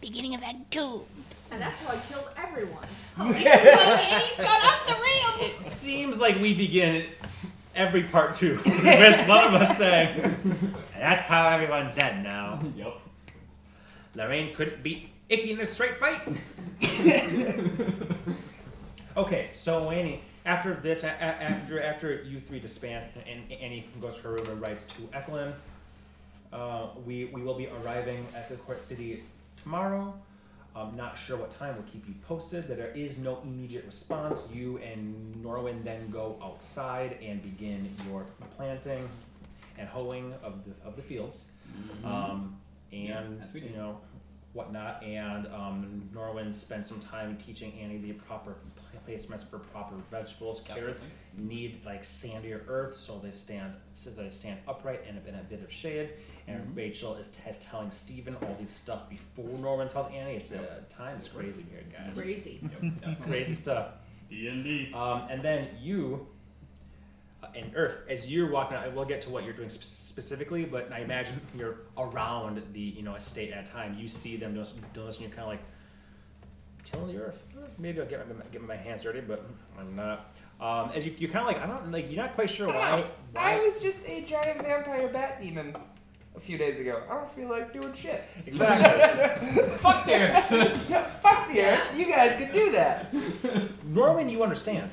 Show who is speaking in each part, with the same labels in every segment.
Speaker 1: beginning of Act Two.
Speaker 2: And that's how I killed everyone.
Speaker 1: Eddie's gone off the rails.
Speaker 3: It seems like we begin every part two with one of us saying, That's how everyone's dead now.
Speaker 4: Yep.
Speaker 3: Lorraine couldn't beat Icky in a straight fight. okay, so Annie, after this, a- a- after after you three disband and Annie goes to her room and writes to Eklund, uh, we we will be arriving at the court city tomorrow. I'm not sure what time. We'll keep you posted. That there is no immediate response. You and Norwin then go outside and begin your planting and hoeing of the of the fields, um, and
Speaker 4: Mm-hmm. Yeah, as we do.
Speaker 3: you know whatnot. And um, Norwin spends some time teaching Annie the proper pla- placements for proper vegetables. Carrots need like sandier earth so they stand so they stand upright and in a bit of shade. And Rachel is, is telling Stephen all these stuff before Norman tells Annie. It's uh, time is crazy here, guys.
Speaker 2: Crazy.
Speaker 3: crazy stuff.
Speaker 4: D&D.
Speaker 3: Um, and then you uh, and Earth, as you're walking out, we'll get to what you're doing sp- specifically, but I imagine you're around the you know estate at a time. You see them doing doing this, and you're kind of like tilling the earth. Uh, Maybe I'll get my, get my hands dirty, but I'm not. Um, as you, you're kind of like I don't like you're not quite sure why.
Speaker 5: I
Speaker 3: why
Speaker 5: was just a giant vampire bat demon a few days ago. I don't feel like doing shit.
Speaker 3: exactly.
Speaker 4: Fuck there!
Speaker 5: Yeah, fuck the earth. You guys could do that.
Speaker 3: Norman, you understand.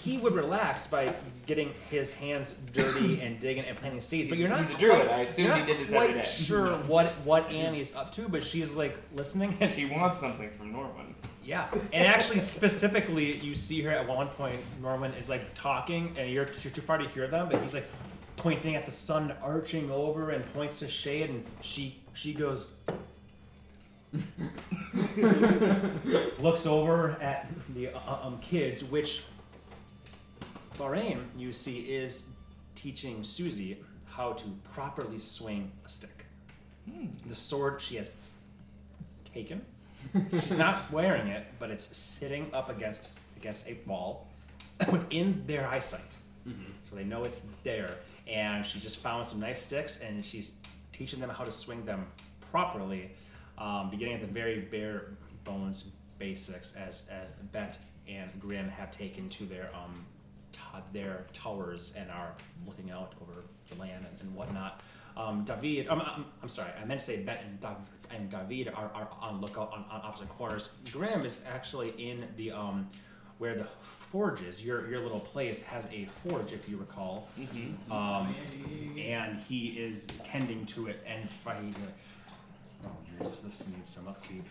Speaker 3: He would relax by getting his hands dirty and digging and planting seeds, but you're not.
Speaker 5: He's a druid.
Speaker 3: quite-
Speaker 5: I assume
Speaker 3: you're
Speaker 5: he
Speaker 3: not
Speaker 5: did this
Speaker 3: quite
Speaker 5: every day.
Speaker 3: sure what what Annie's up to, but she's like listening. And,
Speaker 5: She wants something from Norman.
Speaker 3: yeah, and actually specifically, you see her at one point. Norman is like talking, and you're too, too far to hear them, but he's like pointing at the sun arching over and points to shade, and she she goes. looks over at the uh, um, kids, which Lorraine, you see, is teaching Susie how to properly swing a stick. The sword she has taken. She's not wearing it, but it's sitting up against against a wall within their eyesight. So they know it's there. And she just found some nice sticks and she's teaching them how to swing them properly, um, beginning at the very bare bones basics as, as Bet and Grim have taken to their um, to- their towers and are looking out over the land and, and whatnot. Um, David, um, I'm, I'm sorry, I meant to say Bet and, Dav- and David are, are on lookout on, on opposite corners. Grim is actually in the um, where the forge is. Your your little place has a forge, if you recall, um, and he is tending to it and fighting. Oh, Jesus, this needs some upkeep.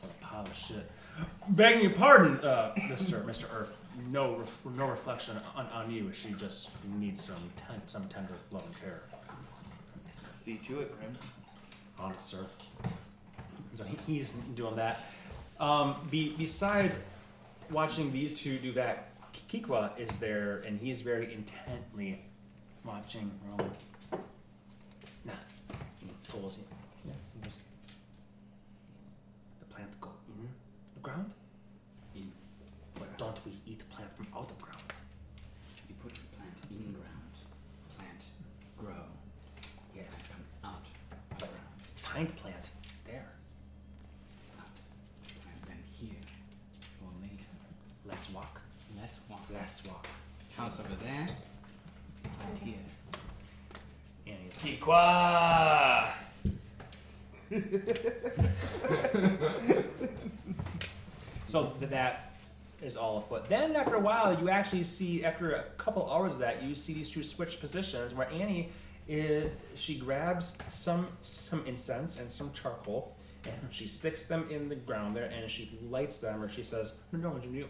Speaker 3: What a pile of shit. Begging your pardon, uh, Mister Mister Earth. No, ref- no reflection on, on you. She just needs some ten- some tender love and care.
Speaker 5: See to it, Grim.
Speaker 3: on it, sir. So he, he's doing that. Um, be, besides watching these two do that, Kikwa is there, and he's very intently watching Roland. Nah, he goes in. Yes, he goes. The plant go in the ground.
Speaker 4: In-
Speaker 3: But don't we eat plant from out of ground?
Speaker 4: You put the plant in the ground. Plant. Grow.
Speaker 3: Yes.
Speaker 4: Come out. of Ground.
Speaker 3: Find plant there.
Speaker 4: Out. Plant them here. For later.
Speaker 3: Less walk.
Speaker 4: Less walk.
Speaker 3: Less walk.
Speaker 4: House over there. Plant here.
Speaker 3: And he's
Speaker 5: Tiqua!
Speaker 3: So th- that is all afoot. Then after a while, you actually see after a couple hours of that, you see these two switch positions where Annie is she grabs some some incense and some charcoal and she sticks them in the ground there and she lights them or she says no no, no,"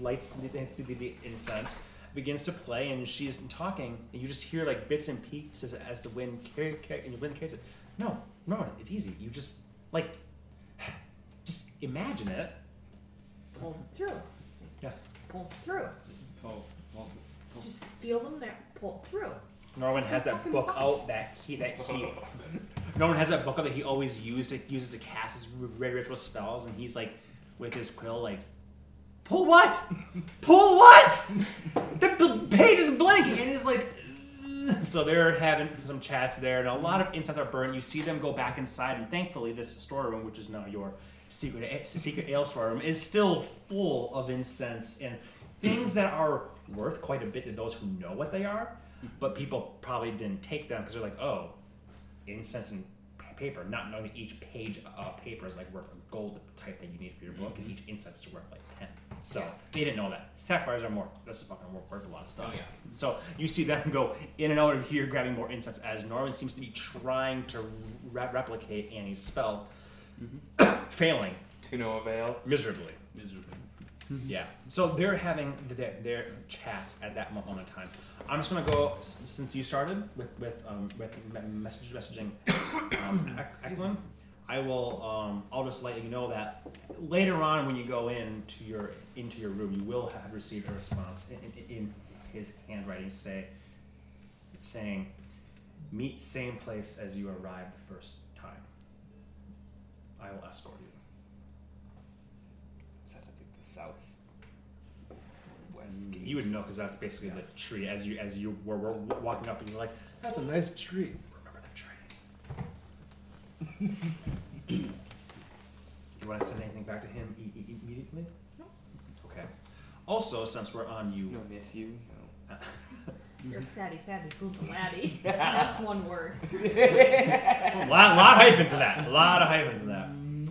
Speaker 3: lights the, the, the, the incense begins to play and she's talking and you just hear like bits and pieces as the wind carry, carry and the wind carries it no no it's easy you just like just imagine it
Speaker 2: Pull through.
Speaker 3: Yes.
Speaker 2: Pull through.
Speaker 4: Just pull. Pull. pull.
Speaker 2: Just feel them there. Pull through.
Speaker 3: Norman has that
Speaker 2: Fucking
Speaker 3: book
Speaker 2: watch.
Speaker 3: out that he that he Norman has that book out that he always used to uses to cast his red ritual spells, and he's like with his quill like, pull what, pull what? the, the page is blank, and he's like, so they're having some chats there, and a lot of incense are burned. You see them go back inside, and thankfully, this storeroom, which is now your secret a- secret ale storeroom, is still full of incense and things that are worth quite a bit to those who know what they are. But people probably didn't take them because they're like, oh, incense and p- paper, not knowing that each page of paper is like worth a gold type that you need for your book,
Speaker 4: Mm-hmm.
Speaker 3: and each incense is worth like ten. So they didn't know that. Sapphires are more. That's fucking wor- worth a lot of stuff.
Speaker 4: Oh, yeah.
Speaker 3: So you see them go in and out of here, grabbing more incense as Norman seems to be trying to re- replicate Annie's spell,
Speaker 4: Mm-hmm.
Speaker 3: failing
Speaker 5: To no avail.
Speaker 3: miserably.
Speaker 4: Miserable.
Speaker 3: Yeah. So they're having their, their chats at that moment in time. I'm just gonna go s- since you started with with um, with me- message messaging. Um, Ex- Eklund, I will. Um, I'll just let you know that later on when you go into your into your room, you will have received a response in, in, in his handwriting, say saying, "Meet same place as you arrived the first time. I will escort you."
Speaker 5: Is that I think the south west
Speaker 3: You
Speaker 5: gate?
Speaker 3: would know because that's basically the tree as you as you were, were walking up and you're like, that's a nice tree. Remember that tree. you want to send anything back to him e- e- e- immediately? No. Okay. Also, since we're on you,
Speaker 5: No, miss you.
Speaker 2: You're
Speaker 4: Mm-hmm.
Speaker 2: fatty, fatty, boom, laddie. That's one word.
Speaker 3: a lot, lot of hyphens in that. A lot of hyphens in that. Um,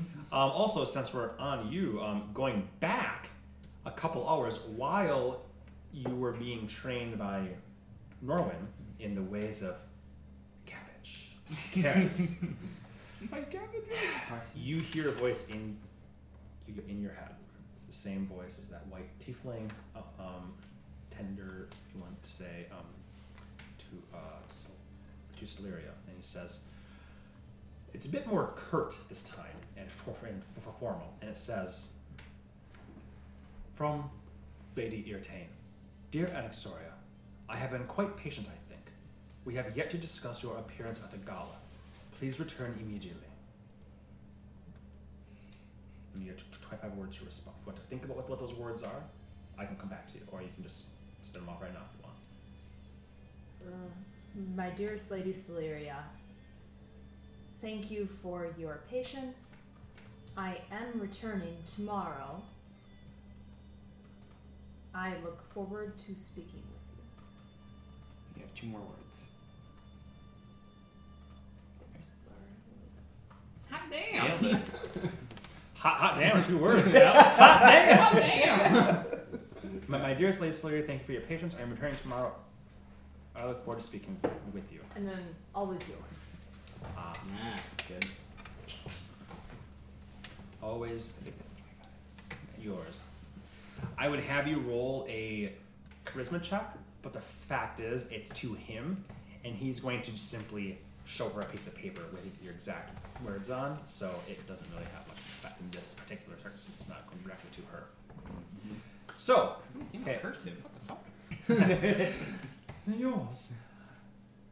Speaker 3: also, since we're on you, um, going back a couple hours while you were being trained by Norwin in the ways of cabbage, carrots,
Speaker 5: No. My cabin.
Speaker 3: you hear a voice in in your head, the same voice as that white tiefling, uh, um, tender, if you want to say, um, to uh, Cel- to Celeria, and he says, it's a bit more curt this time and, for, and for formal, and it says, from Lady Irtane, dear Anaxoria, I have been quite patient, I think. We have yet to discuss your appearance at the gala. Please return immediately. And you have tw- tw- 25 words to respond. If you want to think about what, what those words are, I can come back to you, or you can just spin them off right now if you want.
Speaker 2: My dearest Lady Celeria, thank you for your patience. I am returning tomorrow. I look forward to speaking with you.
Speaker 5: You have two more words.
Speaker 2: That's where-
Speaker 4: Hot damn.
Speaker 3: Nailed it. Hot, hot damn, two words. yeah. Hot damn.
Speaker 4: Hot damn.
Speaker 3: My, my dearest Lady Slayer, thank you for your patience. I am returning tomorrow. I look forward to speaking with you.
Speaker 2: And then always yours.
Speaker 3: Ah,
Speaker 4: nah, good.
Speaker 3: always yours. I would have you roll a charisma check, but the fact is, it's to him, and he's going to simply show her a piece of paper with your exact words on, so it doesn't really have much effect in this particular circumstance. It's not going directly to her. So,
Speaker 4: Mm-hmm. You know,
Speaker 3: Okay.
Speaker 4: cursive. What the fuck?
Speaker 3: yours.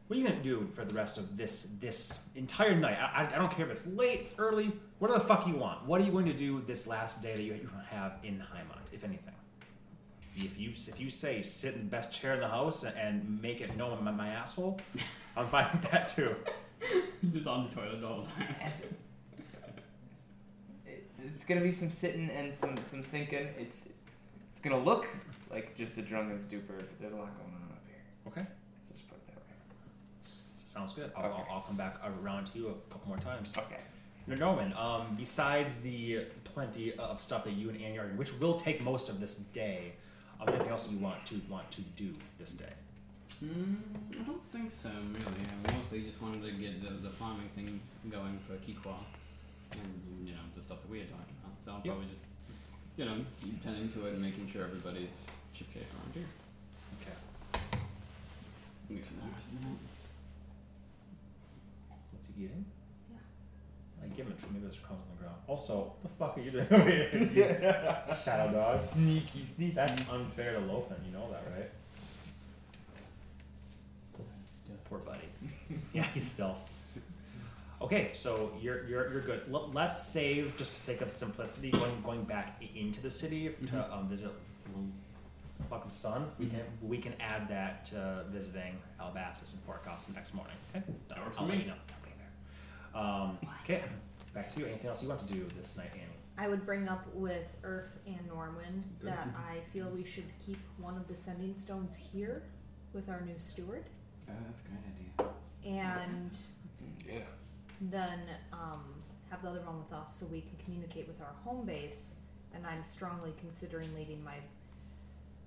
Speaker 3: What are you gonna do for the rest of this this entire night? I, I, I don't care if it's late, early. What the fuck you want? What are you going to do this last day that you you have in Haimont, if anything? If you if you say sit in the best chair in the house and, and make it known my, my asshole, I'm fine with that too.
Speaker 4: Just on the toilet all the time.
Speaker 5: It, it's gonna be some sitting and some some thinking. It's it's gonna look like just a drunken stupor, but there's a lot going on up here.
Speaker 3: Okay,
Speaker 5: Let's just put it that
Speaker 3: S- sounds good. I'll,
Speaker 5: Okay.
Speaker 3: I'll, I'll come back around to you a couple more times.
Speaker 5: way. Okay.
Speaker 3: No, Norman, um, besides the plenty of stuff that you and Annie are, which will take most of this day, um, anything else you want to want to do this day?
Speaker 4: Mm, I don't think so, really. I mostly just wanted to get the, the farming thing going for Kikwa. And, you know, the stuff that we had talked about. So I'll
Speaker 3: Yep.
Speaker 4: probably just, you know, keep tending to it and making sure everybody's ship shape around here.
Speaker 3: Okay.
Speaker 4: At least for the rest of the night.
Speaker 3: What's he eating?
Speaker 2: Yeah.
Speaker 3: I give him a tr- maybe there's crumbs on the ground. Also, what the fuck are you doing over here? you Shadow dog.
Speaker 5: Sneaky, sneaky.
Speaker 3: That's unfair to Lothan. You know that, right? Poor buddy. yeah, he's stealth. Okay, so you're you're, you're good. L- let's
Speaker 4: Mm-hmm.
Speaker 3: save, just for sake of simplicity, going going back i- into the city f- to um, visit L- fucking sun, we can we can add that to visiting Alabasas and Fort Gossip next morning. Okay,
Speaker 4: That works
Speaker 3: I'll
Speaker 4: for
Speaker 3: let
Speaker 4: me.
Speaker 3: you know. I'll be there. Um, okay, back to you. Anything else you want to do this night, Annie?
Speaker 2: I would bring up with Earth and Norman
Speaker 4: Good.
Speaker 2: that I feel we should keep one of the sending stones here with our new steward,
Speaker 4: Oh, that's a great idea.
Speaker 2: and
Speaker 5: Yeah.
Speaker 2: then um, have the other one with us so we can communicate with our home base. And I'm strongly considering leaving my.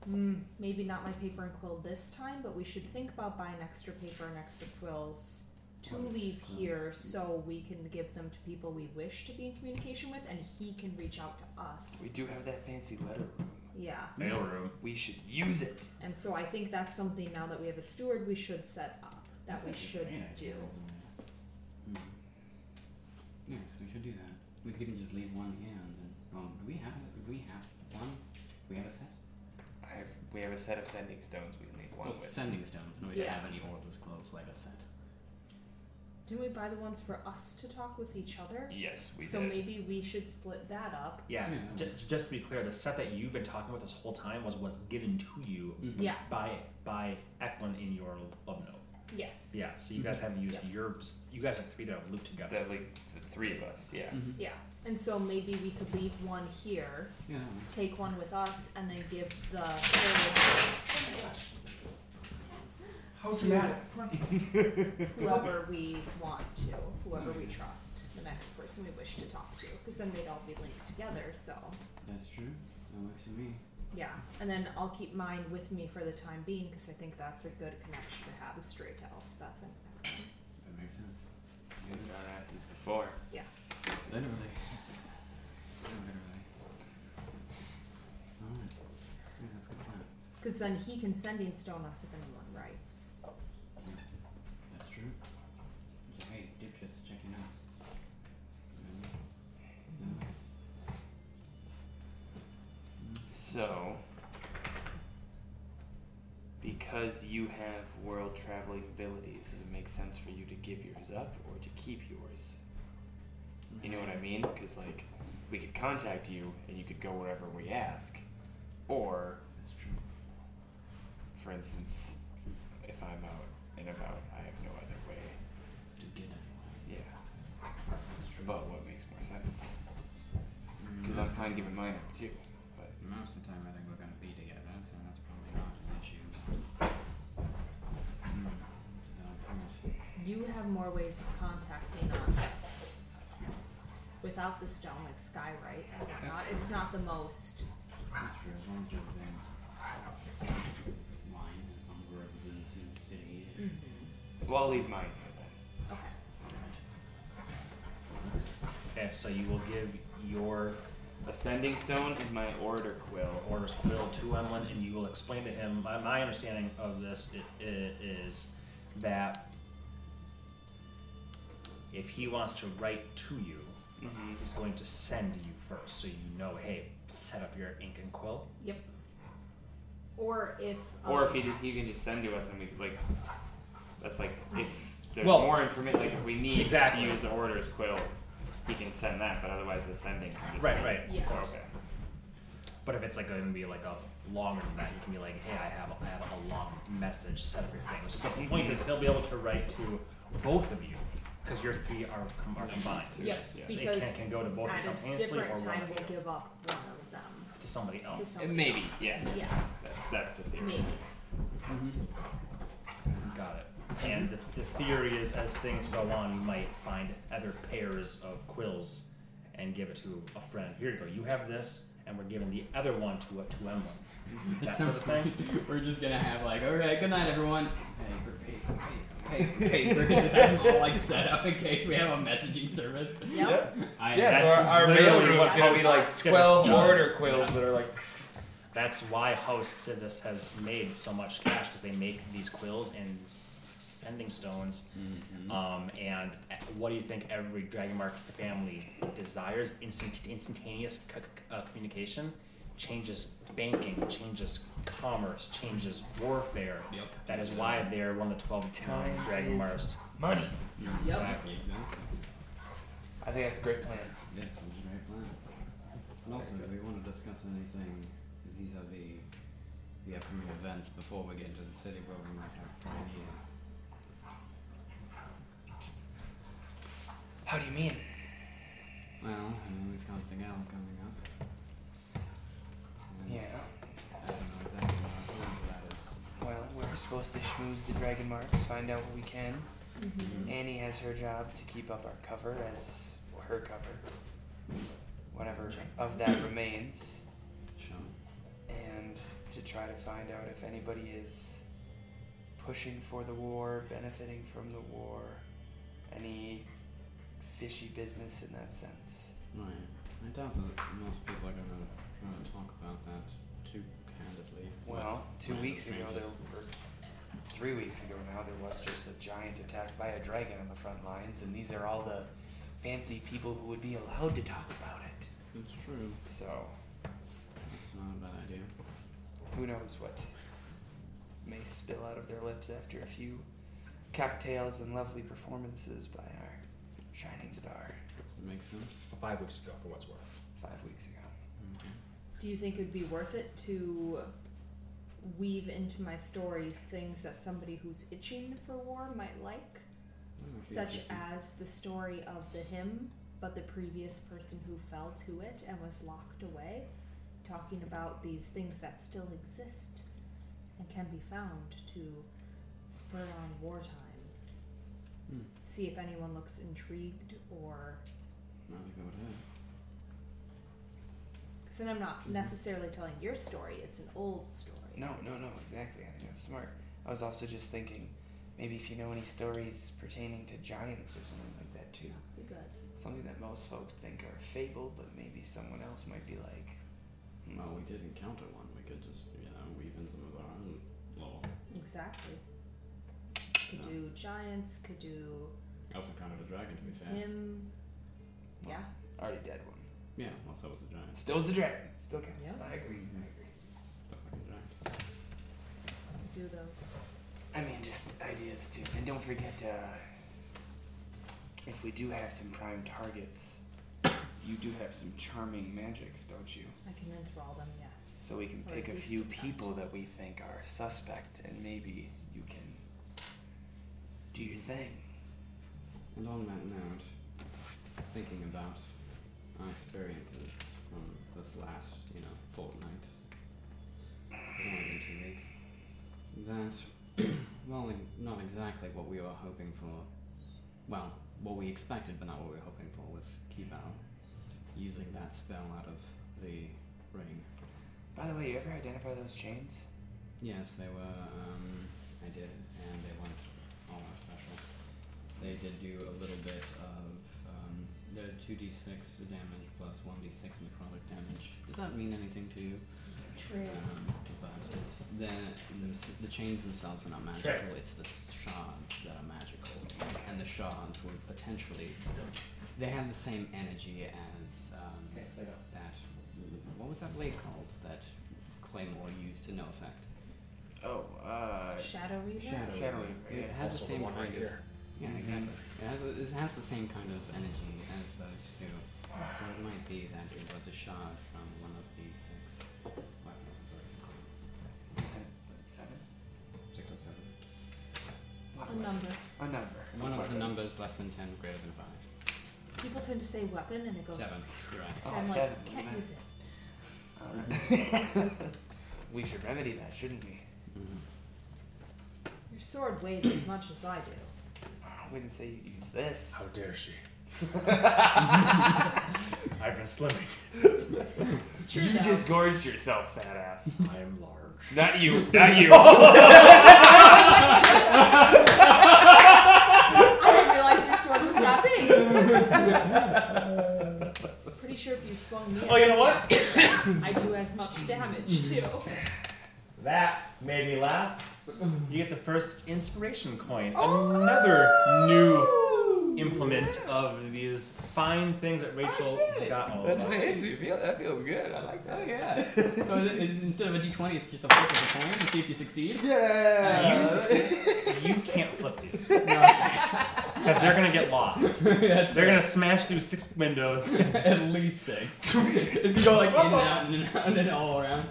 Speaker 2: Mm, maybe not my paper and quill this time, but we should think about buying extra paper and extra quills to
Speaker 4: Well,
Speaker 2: leave
Speaker 4: quills.
Speaker 2: here so we can give them to people we wish to be in communication with and he can reach out to us.
Speaker 5: We do have that fancy letter room.
Speaker 2: Yeah.
Speaker 3: Mailroom.
Speaker 5: We should use it.
Speaker 2: And so I think that's something now that we have a steward we should set up that we
Speaker 4: That's a
Speaker 2: should
Speaker 4: great idea,
Speaker 2: do.
Speaker 4: isn't it? Hmm. Yes, we should do that. We could just leave one here and then. Well, do we have Do we have one? We have a set.
Speaker 5: I have, we have a set of sending stones we can leave one
Speaker 4: well,
Speaker 5: with.
Speaker 4: sending stones, and we
Speaker 2: Yeah.
Speaker 4: don't have any orders close like a set.
Speaker 2: Didn't we buy the ones for us to talk with each other?
Speaker 5: yes, we
Speaker 2: so
Speaker 5: did.
Speaker 2: maybe we should split that up.
Speaker 3: Yeah.
Speaker 4: Yeah.
Speaker 3: J- just to be clear, the set that you've been talking with this whole time was was given to you
Speaker 4: Mhm.
Speaker 2: Yeah.
Speaker 3: by by Eklund in your love note.
Speaker 2: Yes.
Speaker 3: Yeah. So you guys haven't used your. You guys have three that have looped together.
Speaker 5: The, like, the three of us, yeah.
Speaker 4: Mhm.
Speaker 2: Yeah. And so maybe we could leave one here,
Speaker 4: Yeah.
Speaker 2: take one with us, and then give the third
Speaker 3: How
Speaker 2: dramatic. whoever we want to, whoever we trust, the next person we wish to talk to, because then they'd all be linked together. So
Speaker 4: That's true. That works for me.
Speaker 2: yeah, and then I'll keep mine with me for the time being, because I think that's a good connection to have is straight to Elspeth and Eklund.
Speaker 4: That makes sense.
Speaker 5: Saved our asses before.
Speaker 4: Literally. Literally. Alright. Yeah, that's a good plan.
Speaker 2: Because then he can sending stone us if anyone writes.
Speaker 4: That's true. So, hey, dipshits, check your notes. Really? No, it's-
Speaker 5: So, because you have world traveling abilities, does it make sense for you to give yours up or to keep yours? You know what I mean? Because, like, we could contact you and you could go wherever we ask. Or,
Speaker 4: That's true.
Speaker 5: for instance, if I'm out and about, I have no other way.
Speaker 4: To get anyone.
Speaker 5: Yeah.
Speaker 4: That's true.
Speaker 5: But what makes more sense?
Speaker 4: Mm,
Speaker 5: Because I'm
Speaker 4: most,
Speaker 5: fine giving mine up too. But
Speaker 4: most of the time, I think we're going to be together, so that's probably not an issue. Mm. So, alright.
Speaker 2: You have more ways of contacting us without the stone, like Skyrite and whatnot. It's not the most.
Speaker 4: That's true. As long as you're within line, as long as we're within the same city.
Speaker 2: Mhm.
Speaker 5: well, I'll leave mine here then.
Speaker 2: Okay.
Speaker 3: Okay, so you will give your
Speaker 5: Ascending stone and my order quill.
Speaker 3: orders quill to Emlyn, and you will explain to him. My, my understanding of this i- i- is that if he wants to write to you,
Speaker 5: Mm-hmm.
Speaker 3: he's going to send you first, so you know, hey, set up your ink and quill.
Speaker 2: Yep. Or if. Um,
Speaker 5: Or if he just he can just send to us and we could like that's like if there's
Speaker 3: Well-
Speaker 5: more information like if we need
Speaker 3: Exactly.
Speaker 5: to use the orders quill, he can send that, but otherwise the sending can just
Speaker 3: Right,
Speaker 5: be-
Speaker 3: right.
Speaker 2: Yeah.
Speaker 5: Okay.
Speaker 3: But if it's like going to be like a longer than that, you can be like, hey, I have a, I have a long message, set up your thing. So the point is, he'll be able to write to both of you because your three are, com- are combined.
Speaker 2: Yep.
Speaker 5: Yeah.
Speaker 3: So it can,
Speaker 2: Because
Speaker 3: can go to both
Speaker 2: at a
Speaker 3: simultaneously or
Speaker 2: different
Speaker 3: one
Speaker 2: time,
Speaker 3: of
Speaker 2: we'll
Speaker 3: you,
Speaker 2: give up one of them.
Speaker 3: to somebody else.
Speaker 2: To
Speaker 5: And
Speaker 2: somebody
Speaker 5: maybe,
Speaker 2: else.
Speaker 5: yeah.
Speaker 2: Yeah.
Speaker 5: That's that's the theory.
Speaker 2: Maybe.
Speaker 3: Got it. And the, the theory is, as things go on, you might find other pairs of quills and give it to a friend. Here you go. You have this, and we're giving the other one to a to Emlyn. That sort of thing.
Speaker 4: We're just gonna have like, all right, good night, everyone. Paper, paper, paper, paper, paper. just have them all like set up in case we have a messaging service.
Speaker 2: Yep.
Speaker 4: I
Speaker 3: Yeah, so our- our
Speaker 5: mail
Speaker 3: literally
Speaker 5: room
Speaker 3: what
Speaker 5: is gonna be like
Speaker 3: hosts give us
Speaker 5: 12
Speaker 3: each.
Speaker 5: order quills that are like
Speaker 3: That's why House Civis has made so much cash because they make these quills and s- s- sending stones.
Speaker 4: Mm-hmm.
Speaker 3: Um, and what do you think every Dragon Mark family desires? Instant- instantaneous c- c- uh, communication changes banking, changes commerce, changes warfare.
Speaker 4: Yep.
Speaker 3: That is why they're one of the 12
Speaker 5: Time
Speaker 3: Dragon
Speaker 5: is-
Speaker 3: Mars.
Speaker 5: money.
Speaker 4: Yep. Exactly. Exactly.
Speaker 5: I think that's a great plan.
Speaker 4: Yes, it was a great plan. And also, if we want to discuss anything vis-a-vis the upcoming events before we get into the city where we might have pioneers.
Speaker 5: How do you mean?
Speaker 4: Well, I mean, we've got the gala coming up. And
Speaker 5: Yeah.
Speaker 4: I don't know exactly what our plan for that is.
Speaker 5: Well, we're supposed to schmooze the dragon marks, find out what we can.
Speaker 2: Mm-hmm.
Speaker 5: Annie has her job to keep up our cover as well, her cover, whatever of that remains,
Speaker 4: Sure.
Speaker 5: and to try to find out if anybody is pushing for the war, benefiting from the war, any fishy business in that sense.
Speaker 4: Right. I doubt that most people are going to try to talk about that too candidly.
Speaker 5: Well,
Speaker 4: with
Speaker 5: two
Speaker 4: random
Speaker 5: weeks ago there,
Speaker 4: strangers.
Speaker 5: or three weeks ago now, there was just a giant attack by a dragon on the front lines, and these are all the fancy people who would be allowed to talk about it.
Speaker 4: It's true.
Speaker 5: So,
Speaker 4: It's not a bad idea.
Speaker 5: who knows what may spill out of their lips after a few cocktails and lovely performances by our shining star
Speaker 4: Does it make sense?
Speaker 3: Five weeks ago, for what's worth.
Speaker 5: five weeks ago.
Speaker 2: Do you think it would be worth it to weave into my stories things that somebody who's itching for war might like?
Speaker 4: That might be
Speaker 2: Such
Speaker 4: interesting.
Speaker 2: as the story of the hymn, but the previous person who fell to it and was locked away, talking about these things that still exist and can be found to spur on wartime.
Speaker 4: Hmm.
Speaker 2: See if anyone looks intrigued or.
Speaker 4: I think I would have.
Speaker 2: Because then I'm not
Speaker 4: Mhm.
Speaker 2: necessarily telling your story, it's an old story.
Speaker 5: No, no, no, exactly. I think that's smart. I was also just thinking, maybe if you know any stories pertaining to giants or something like that too.
Speaker 2: Be good.
Speaker 5: something that most folks think are fable, but maybe someone else might be like, hmm,
Speaker 4: Well, we did encounter one. We could just, you know, weave in some of our own lore.
Speaker 2: Exactly. Could
Speaker 4: So.
Speaker 2: do giants, could do
Speaker 4: I also encountered a dragon, to be fair.
Speaker 2: him. Yeah.
Speaker 5: already dead one.
Speaker 4: Yeah, well, so was a giant.
Speaker 5: Still is a dragon. Still counts.
Speaker 2: Yeah.
Speaker 5: I agree.
Speaker 4: Mhm.
Speaker 5: I agree.
Speaker 4: Stuff like a giant.
Speaker 2: Do those.
Speaker 5: I mean, just ideas too. And don't forget, uh, if we do have some prime targets, you do have some charming magics, don't you?
Speaker 2: I can enthrall them, yes.
Speaker 5: So we can
Speaker 2: Or
Speaker 5: pick
Speaker 2: at
Speaker 5: a
Speaker 2: least
Speaker 5: few
Speaker 2: a couple.
Speaker 5: people that we think are suspect, and maybe you can do your thing.
Speaker 4: And on that note, thinking about our experiences from this last, you know, fortnight, more than two weeks, that, well, not exactly what we were hoping for, well, what we expected, but not what we were hoping for with Kibao, using that spell out of the ring.
Speaker 5: By the way, you ever identify those chains?
Speaker 4: Yes, they were. Um, I did, and they weren't all that special. They did do a little bit of um, the two d six damage plus one d six necrotic damage. Does that mean anything to you?
Speaker 2: Trails.
Speaker 4: Um, but it's the, the the chains themselves are not magical.
Speaker 3: Sure.
Speaker 4: It's the shards that are magical, and the shards were potentially they have the same energy as um, that. What was that blade called? That Claymore used to no effect.
Speaker 5: Oh, uh,
Speaker 2: Shadow Reader?
Speaker 4: Shadow.
Speaker 5: Shadow
Speaker 4: It
Speaker 5: Reaper.
Speaker 4: has
Speaker 3: also
Speaker 4: the same
Speaker 3: one right
Speaker 4: kind of
Speaker 3: here.
Speaker 4: yeah, exactly. It has, it has the same kind of energy as those two, so it might be that it was a shard from one of the six weapons of the Raven Queen.
Speaker 5: You said was it seven?
Speaker 4: Six or seven.
Speaker 5: What
Speaker 2: A
Speaker 5: was it?
Speaker 2: number.
Speaker 5: A number.
Speaker 4: One of the
Speaker 5: Weapons.
Speaker 4: numbers less than ten, greater than five.
Speaker 2: People tend to say weapon and it goes.
Speaker 4: Seven. You're right.
Speaker 2: So
Speaker 5: Oh,
Speaker 2: I'm like,
Speaker 5: seven,
Speaker 2: can't
Speaker 5: yeah.
Speaker 2: use it.
Speaker 5: All right. we should remedy that, shouldn't we?
Speaker 4: Mm-hmm.
Speaker 2: Your sword weighs as much as I do.
Speaker 5: I wouldn't say you'd use this.
Speaker 3: How dare she? I've been slimming.
Speaker 2: It's true,
Speaker 5: You
Speaker 2: though.
Speaker 5: just gorged yourself, fat ass.
Speaker 3: I'm large.
Speaker 5: Not you. Not you.
Speaker 2: I didn't realize your sword was that big. Pretty sure if you swung me.
Speaker 3: Oh,
Speaker 2: as
Speaker 3: you know
Speaker 2: a bat, I do as much
Speaker 5: Mm-hmm.
Speaker 2: damage, too.
Speaker 3: That made me laugh. You get the first inspiration coin.
Speaker 2: Oh!
Speaker 3: Another new implement of these fine things that Rachel got all of us.
Speaker 5: Feel, that feels good. I like
Speaker 4: Oh yeah. so is it- is- instead of a d20, it's just a flip of a coin to see if you succeed.
Speaker 5: Yeah.
Speaker 3: You can't flip these
Speaker 4: No.
Speaker 3: because they're gonna get lost.
Speaker 4: That's
Speaker 3: They're gonna smash through six windows.
Speaker 4: at least six. it's gonna go like in and out and in and out and all around.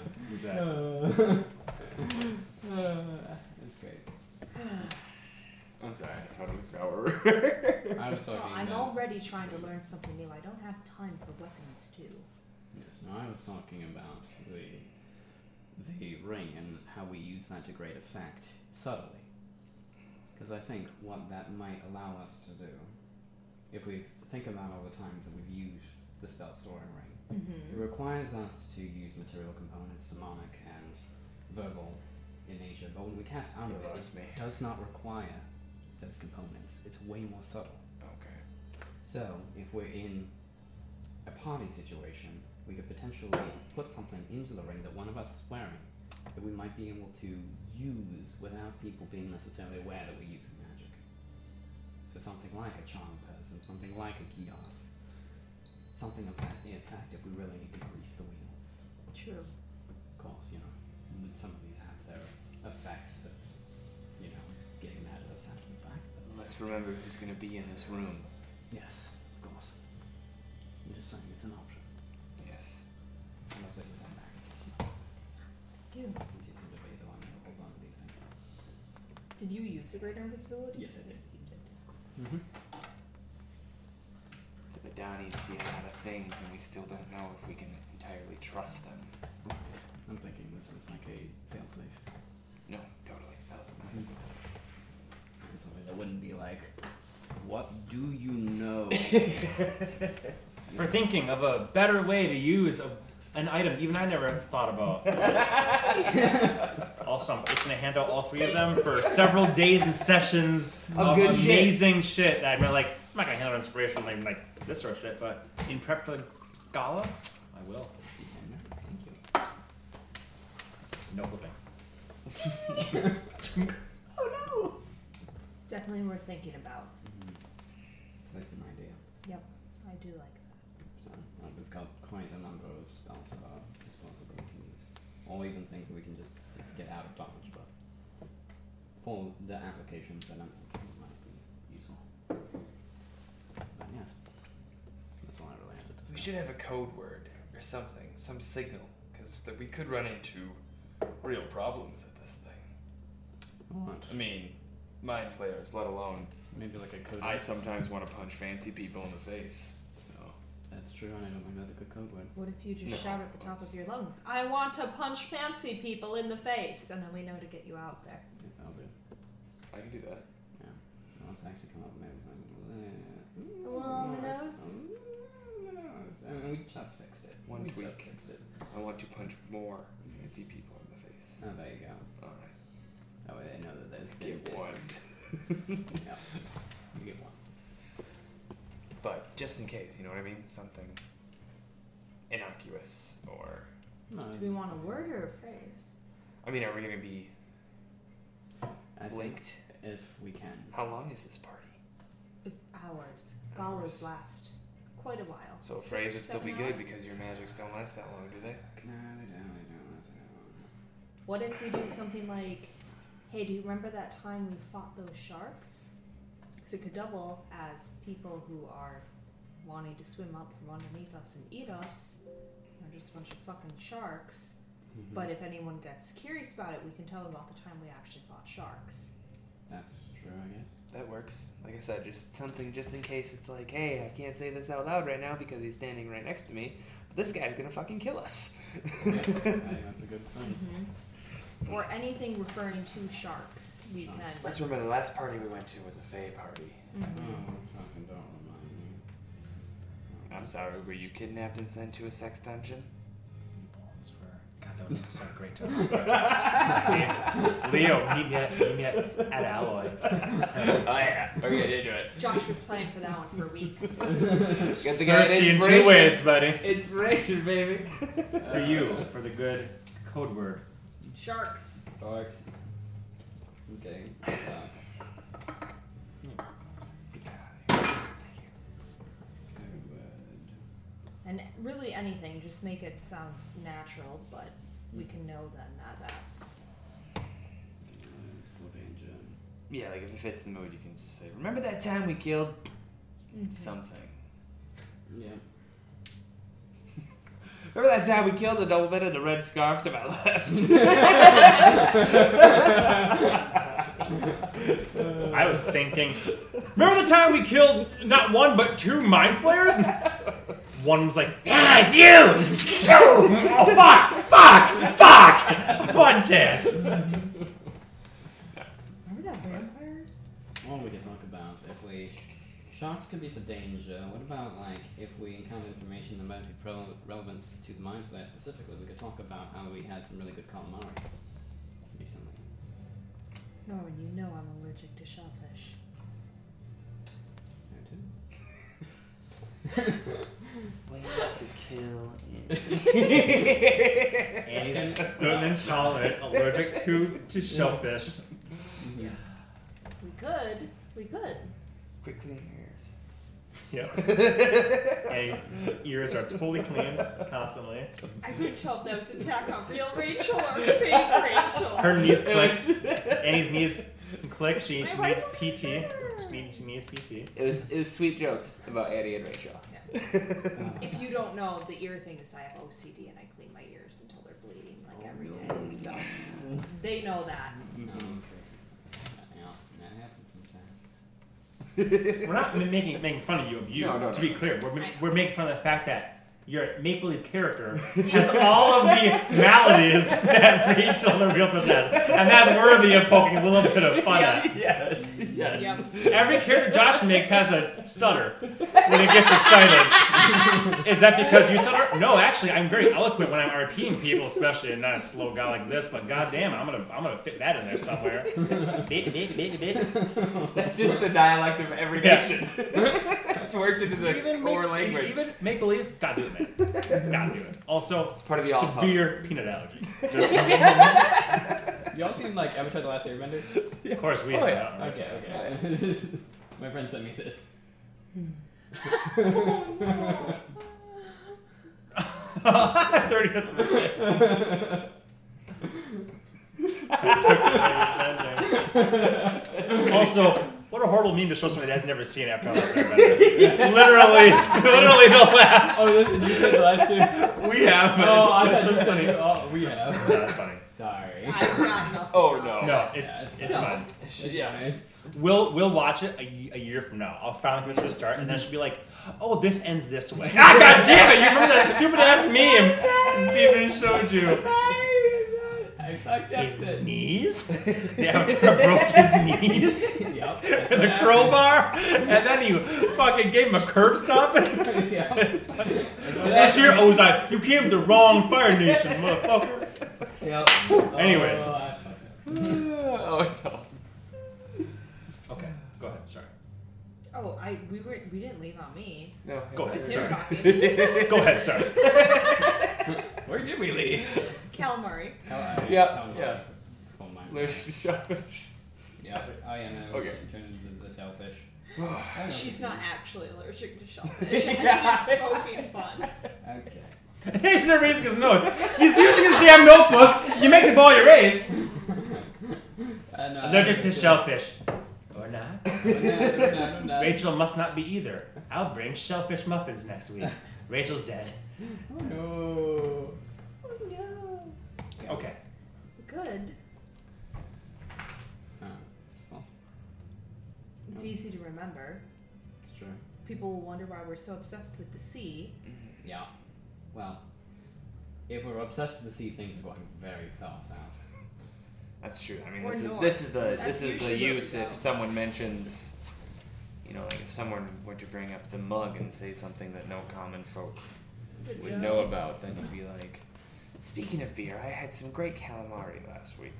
Speaker 4: Uh, That's great.
Speaker 5: I'm sorry, I totally forgot where we were.
Speaker 4: I was talking
Speaker 2: Well, Oh, I'm
Speaker 4: about.
Speaker 2: already trying to learn something new. I don't have time for weapons too.
Speaker 4: Yes, no, I was talking about the the ring and how we use that to great effect subtly. Because I think what that might allow us to do, if we think about all the times that we've used the spell storing ring, It
Speaker 2: Mm-hmm.
Speaker 4: requires us to use material components, sermonic and verbal in nature, but when we cast out of
Speaker 5: You
Speaker 4: it,
Speaker 5: lost me.
Speaker 4: it does not require those components. It's way more subtle.
Speaker 5: Okay.
Speaker 4: So, if we're in a party situation, we could potentially put something into the ring that one of us is wearing that we might be able to use without people being necessarily aware that we're using magic. So, something like a charm person, something like a kiosk, something of that effect if we really need to grease the wheels.
Speaker 2: True.
Speaker 4: Of course, you know, some of these have their effects of, you know, getting mad at us after the fact. But
Speaker 5: Let's remember who's gonna be in this room.
Speaker 4: Yes, of course. I'm just saying it's an option.
Speaker 5: Yes.
Speaker 4: I'm not saying it's not back against me.
Speaker 2: Dude,
Speaker 4: I'm just going to be the one that holds on to these things.
Speaker 2: did you use the greater invisibility?
Speaker 4: Yes, I did.
Speaker 2: You did.
Speaker 4: Mm-hmm.
Speaker 5: The Badanis see a lot of things, and we still don't know if we can entirely trust them.
Speaker 4: I'm thinking this is like a failsafe.
Speaker 5: No, totally. No.
Speaker 4: And something that wouldn't be like, what do you know?
Speaker 3: For thinking of a better way to use a, an item even I never thought about. also, I'm itching to hand out all three of them for several days and sessions
Speaker 4: Of good shit.
Speaker 3: amazing shit. that I'm like, I'm not gonna hand out inspiration like, like this sort of shit, but in prep for the gala, I will.
Speaker 4: Thank you.
Speaker 3: No flipping.
Speaker 2: Definitely worth thinking about.
Speaker 4: So that's an idea.
Speaker 2: Yep, I do like that.
Speaker 4: So uh, we've got quite a number of spells at our disposal that we can use, or even things that we can just get out of dodge. But for the applications, then I'm thinking it might be useful. But yes, that's all I really had to
Speaker 5: We
Speaker 4: discuss.
Speaker 5: should have a code word or something, some signal, because we could run into real problems at this thing.
Speaker 4: What?
Speaker 5: I mean, mind flayers, let alone.
Speaker 4: Maybe like a code.
Speaker 5: I sometimes want to punch fancy people in the face. So
Speaker 4: That's true, and I don't think that's a good code word.
Speaker 2: What if you just
Speaker 5: No.
Speaker 2: shout at the top of your lungs, I want to punch fancy people in the face, and then we know to get you out there.
Speaker 4: Yeah, that'll do.
Speaker 5: I can do that.
Speaker 4: Yeah. Well, let's actually come up with maybe something.
Speaker 2: Well, on the nose.
Speaker 4: I mean, we just fixed it.
Speaker 5: One
Speaker 4: Mm, we
Speaker 5: tweak.
Speaker 4: just fixed it.
Speaker 5: I want to punch more fancy people in the face.
Speaker 4: Oh, there you go.
Speaker 5: All
Speaker 4: That way they know that there's
Speaker 5: right,
Speaker 4: been
Speaker 5: get one.
Speaker 4: business. yeah. You get one.
Speaker 5: But just in case, you know what I mean? Something innocuous or
Speaker 4: No,
Speaker 5: Mm.
Speaker 2: Do we want a word or a phrase?
Speaker 5: I mean, are we gonna be
Speaker 4: I think
Speaker 5: linked?
Speaker 4: if we can.
Speaker 5: How long is this party?
Speaker 2: It's hours. Galas last quite a while.
Speaker 5: So a
Speaker 2: Six,
Speaker 5: phrase would still be
Speaker 2: seven
Speaker 5: good
Speaker 2: hours.
Speaker 5: because your magics don't last that long, do they?
Speaker 4: No, we don't. We don't want to.
Speaker 2: What if we do something like, hey, do you remember that time we fought those sharks? Because it could double as people who are wanting to swim up from underneath us and eat us. They're just a bunch of fucking sharks.
Speaker 4: Mhm.
Speaker 2: But if anyone gets curious about it, we can tell them about the time we actually fought sharks.
Speaker 4: That's true, I guess.
Speaker 5: That works. Like I said, just something just in case it's like, hey, I can't say this out loud right now because he's standing right next to me. This guy's gonna fucking kill us.
Speaker 4: I think that's a good phrase.
Speaker 2: Or anything referring to Mm-hmm. sharks. We can.
Speaker 5: Let's remember the last party we went to was a Fey party.
Speaker 4: Oh,
Speaker 2: Mhm.
Speaker 4: fucking don't remind me. Oh,
Speaker 5: I'm sorry, were you kidnapped and sent to a sex dungeon?
Speaker 3: God, that was so great time. Leo, meet me at, meet me at, at Alloy.
Speaker 5: oh yeah, okay, I did do it.
Speaker 2: Josh was playing for that one for weeks.
Speaker 5: Get the guy an
Speaker 3: Thirsty in two
Speaker 5: inspiration.
Speaker 3: ways, buddy.
Speaker 5: Inspiration, baby.
Speaker 3: For you, for the good code word.
Speaker 2: sharks.
Speaker 4: Sharks. Okay. Sharks. Code word.
Speaker 2: And really anything, just make it sound natural, but we can know then that that's.
Speaker 4: Uh, for danger.
Speaker 5: Yeah, like if it fits the mood, you can just say, "Remember that time we killed something."
Speaker 4: Yeah.
Speaker 5: Remember that time we killed the double bed in the red scarf to my left?
Speaker 3: I was thinking. Remember the time we killed not one but two mind flayers? One was like, "Yeah, it's you." Two. Oh fuck! Fuck! Fuck! One chance.
Speaker 2: Remember that vampire?
Speaker 4: Well, we could talk about if we. Shocks could be for danger. What about, like, if we encounter information that might be pro- relevant to the Mind Flayer specifically? We could talk about how we had some really good calamari recently.
Speaker 2: Norman, you know I'm allergic to shellfish.
Speaker 4: There, too.
Speaker 5: Ways to kill.
Speaker 4: Annie's
Speaker 3: Gluten intolerant, allergic to to shellfish.
Speaker 2: We could. We could.
Speaker 5: Quickly in your
Speaker 3: Yep.
Speaker 5: ears.
Speaker 3: And his ears are totally clean constantly.
Speaker 2: I couldn't tell if that was attack on real Rachel or fake Rachel.
Speaker 3: Her knees click. Annie's knees click. She, she
Speaker 2: My
Speaker 3: needs
Speaker 2: wife
Speaker 3: PT. She
Speaker 2: is there.
Speaker 3: needs, she needs PT.
Speaker 5: It was it was sweet jokes about Annie and Rachel.
Speaker 4: Um,
Speaker 2: If you don't know, the ear thing is I have OCD and I clean my ears until they're bleeding like every day. So they know that.
Speaker 4: No, Yeah, that happens sometimes.
Speaker 3: We're not ma- making making fun of you of you.
Speaker 5: No, no,
Speaker 3: to
Speaker 5: no.
Speaker 3: be clear, we're, ma-
Speaker 2: I know.
Speaker 3: we're making fun of the fact that your make believe character has all of the maladies that Rachel the real person has, and that's worthy of poking a little bit of fun at.
Speaker 5: Yes.
Speaker 3: Yes.
Speaker 2: Yep.
Speaker 3: Every character Josh makes has a stutter when it gets excited. Is that because you stutter? No, actually, I'm very eloquent when I'm RPing people, especially and not a slow guy like this. But goddamn, I'm gonna I'm gonna fit that in there somewhere. Bit, bit, bit, bit.
Speaker 5: That's just the dialect of every
Speaker 3: Yeah.
Speaker 5: nation. it's worked into the
Speaker 3: even
Speaker 5: core
Speaker 3: make,
Speaker 5: language.
Speaker 3: Even make believe. God do it, man. God do it. Also, it's
Speaker 5: part of the all pop.
Speaker 3: severe peanut allergy. Just,
Speaker 4: Y'all seen like Avatar: The Last Airbender?
Speaker 3: of course, we.
Speaker 4: Oh
Speaker 3: have
Speaker 4: yeah.
Speaker 3: allergy.
Speaker 4: Okay. Okay. My friend sent me this.
Speaker 3: Thirtieth birthday. It took me to find it. also, what a horrible meme to show somebody that's never seen after all this. literally, literally the last
Speaker 4: Oh, this is you said the last year.
Speaker 3: we have. but
Speaker 4: oh, I
Speaker 3: it's,
Speaker 4: thought
Speaker 3: it's,
Speaker 4: you
Speaker 3: it's
Speaker 4: said
Speaker 3: funny.
Speaker 4: you- Oh, we have.
Speaker 3: Not funny.
Speaker 4: Sorry.
Speaker 2: I've got nothing.
Speaker 5: Oh no.
Speaker 3: No, it's
Speaker 4: Yeah,
Speaker 3: it's
Speaker 2: so-
Speaker 3: fine.
Speaker 5: Yeah.
Speaker 3: We'll we'll watch it a, ye- a year from now. I'll finally give it to a start, and then she'll be like, "Oh, this ends this way." ah, god damn it! You remember that stupid ass meme Steven showed you?
Speaker 4: I fucked up
Speaker 3: His
Speaker 4: it.
Speaker 3: knees? The avatar broke his knees
Speaker 4: Yep.
Speaker 3: with a crowbar, and then you fucking gave him a curb stomp.
Speaker 4: yep.
Speaker 3: That's your Ozai. You came to the wrong Fire Nation, motherfucker.
Speaker 4: Yep.
Speaker 3: Anyways.
Speaker 4: Oh, I fucked
Speaker 5: oh
Speaker 4: up.
Speaker 5: no.
Speaker 3: Okay, go ahead. Sorry.
Speaker 2: Oh, I we were we didn't leave on me.
Speaker 5: No.
Speaker 3: Go
Speaker 2: It
Speaker 3: ahead.
Speaker 2: was
Speaker 3: Sorry.
Speaker 2: him talking.
Speaker 3: Go ahead. Sorry.
Speaker 4: Where did we leave?
Speaker 2: Cal Murray.
Speaker 4: Oh, I-
Speaker 5: Yeah,
Speaker 4: oh, my-
Speaker 5: yeah.
Speaker 4: Oh my.
Speaker 5: Lucian Shellfish.
Speaker 4: Yeah. Oh yeah. No,
Speaker 5: Okay.
Speaker 4: okay. Turned into the shellfish.
Speaker 3: Oh,
Speaker 5: Oh.
Speaker 2: She's not actually allergic to shellfish. She's
Speaker 5: Yeah.
Speaker 2: just poking fun.
Speaker 4: Okay.
Speaker 3: He's erasing his notes. He's using his damn notebook. You make the ball erase.
Speaker 4: Uh, no,
Speaker 3: Allergic to shellfish. Or not.
Speaker 4: No, no, no, no.
Speaker 3: Rachel must not be either. I'll bring shellfish muffins next week. Rachel's dead.
Speaker 4: Oh, No.
Speaker 2: Oh no.
Speaker 3: Okay.
Speaker 2: Good.
Speaker 4: Oh, it's false.
Speaker 2: It's easy to remember.
Speaker 4: It's true.
Speaker 2: People will wonder why we're so obsessed with the sea.
Speaker 4: Yeah. Well, if we're obsessed with the sea, things are going very far south.
Speaker 5: That's true. I mean,
Speaker 2: Or
Speaker 5: this is
Speaker 2: north.
Speaker 5: this is the
Speaker 2: That's
Speaker 5: this is
Speaker 2: usually
Speaker 5: the
Speaker 2: where we
Speaker 5: use
Speaker 2: go.
Speaker 5: if someone mentions, you know, like if someone were to bring up the mug and say something that no common folk
Speaker 2: Good
Speaker 5: would
Speaker 2: job.
Speaker 5: know about, then you'd be like, speaking of beer, I had some great calamari last week,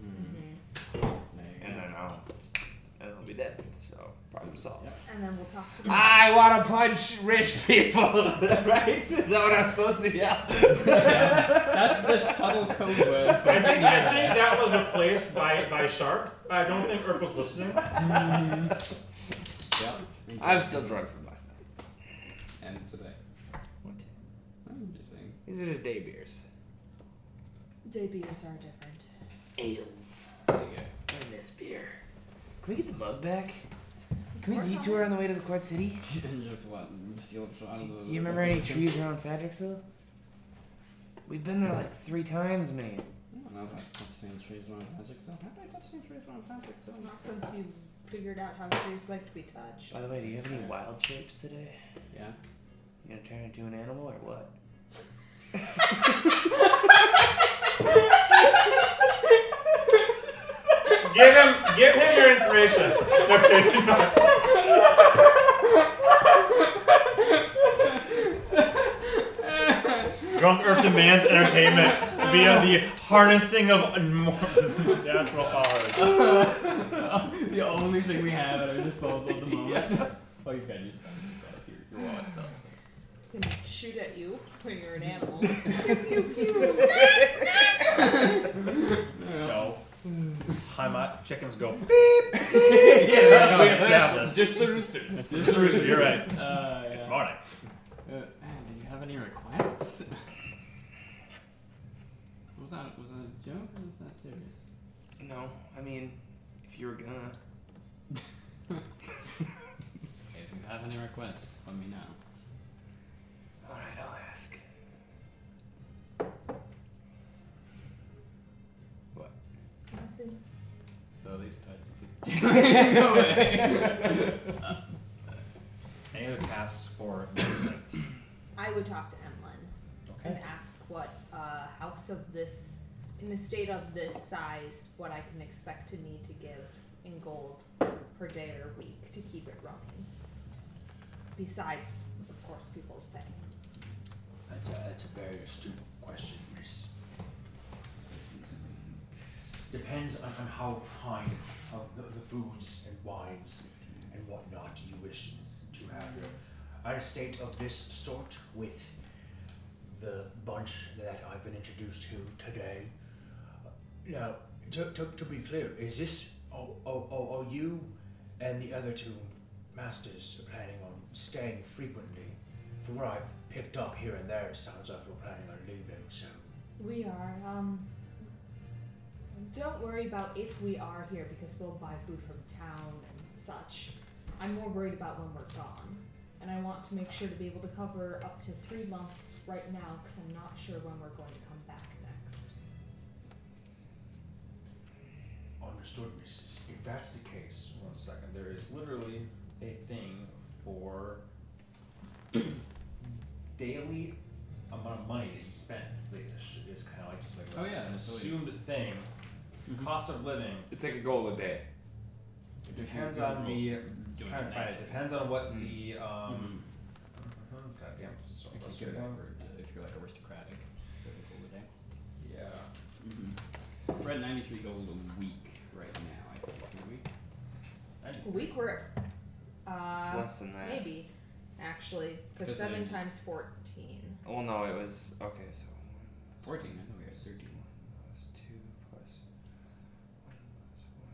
Speaker 2: Mhm.
Speaker 4: Mm. There you
Speaker 5: and
Speaker 4: go.
Speaker 5: then I'll and it'll be dead. So problem solved.
Speaker 2: And then we'll talk to them.
Speaker 5: I want to punch rich people, right? Is that what I'm supposed to yell?
Speaker 4: That's the subtle code word. For
Speaker 3: I think, I think that was replaced by, by Shark. I don't think Earth was listening.
Speaker 4: Yeah.
Speaker 5: I'm still drunk from last night.
Speaker 4: And today. I'm just saying.
Speaker 5: These are just day beers.
Speaker 2: Day beers are different.
Speaker 5: Ales.
Speaker 4: There you go.
Speaker 5: I miss beer. Can we get the mug back? Can
Speaker 2: Or
Speaker 5: we
Speaker 2: something.
Speaker 5: detour on the way to the Quad City?
Speaker 4: And just what? Steal it from.
Speaker 5: Do, do you remember any trees around Fadrixville? We've been there like three times, man.
Speaker 4: I don't know if I've touched any trees on a magic zone. Have I touched any trees on a magic zone?
Speaker 2: Not since you figured out how trees like to be touched.
Speaker 5: By the way, do you have any wild shapes today?
Speaker 4: Yeah.
Speaker 5: You gonna turn into an animal or what?
Speaker 3: Give him, give him your inspiration. Drunk Earth demands entertainment via the harnessing of natural powers.
Speaker 6: the only thing we have at our disposal at the moment. Oh, you've got your spell. Your wallet spells.
Speaker 2: They can shoot at you when you're an animal.
Speaker 3: No. Hi, my chickens go.
Speaker 6: yeah,
Speaker 3: we established.
Speaker 6: Just the roosters.
Speaker 3: It's the rooster, you're right.
Speaker 6: Uh, yeah.
Speaker 3: It's morning.
Speaker 4: Uh, do you have any requests? was that was that a joke or was that serious?
Speaker 5: No, I mean, if you were gonna.
Speaker 4: If you have any requests, just let me know.
Speaker 5: Alright, I'll ask.
Speaker 4: So these tides do.
Speaker 3: Any other tasks for this night?
Speaker 2: I would talk to Emlyn
Speaker 3: Okay.
Speaker 2: and ask what uh, house of this, in a state of this size, what I can expect to need to give in gold per day or week to keep it running. Besides, of course, people's pay.
Speaker 3: That's a, that's a very astute question, miss. Depends on, on how fine uh, the, the foods and wines and whatnot you wish to have here. Our state of this sort with the bunch that I've been introduced to today. Now, to, to, to be clear, is this, are, are, are you and the other two masters planning on staying frequently? From what I've picked up here and there, it sounds like you're planning on leaving, so.
Speaker 2: We are. Um, don't worry about if we are here because we'll buy food from town and such. I'm more worried about when we're gone. And I want to make sure to be able to cover up to three months right now because I'm not sure when we're going to come back next.
Speaker 3: Understood, Mrs. If that's the case, one second. There is literally a thing for daily amount of money that you spend. Like, this sh- is kind of like just like
Speaker 4: Oh, yeah,
Speaker 3: an
Speaker 4: absolutely.
Speaker 3: assumed thing. Cost of living
Speaker 5: It's like a goal a day.
Speaker 3: it depends on the.
Speaker 6: Doing
Speaker 3: Trying to find it.
Speaker 6: nice.
Speaker 3: Depends on what
Speaker 5: Mm.
Speaker 3: the um. mhm, Goddamn, this is so
Speaker 4: Mm-hmm.
Speaker 6: If you
Speaker 3: frustrating.
Speaker 6: get over to- if you're like aristocratic, thirty gold a day.
Speaker 3: Yeah.
Speaker 4: Mm-hmm. We're at 93 gold a week right now, I think.
Speaker 2: A
Speaker 4: Are we?
Speaker 2: week we're at.
Speaker 5: It's
Speaker 2: Uh,
Speaker 5: less than that.
Speaker 2: maybe, actually. Because
Speaker 4: Because
Speaker 2: seven
Speaker 4: I-
Speaker 2: times 14.
Speaker 5: Well, no, it was okay. So
Speaker 4: 14, I thought we were at 13.
Speaker 5: one plus two plus one plus one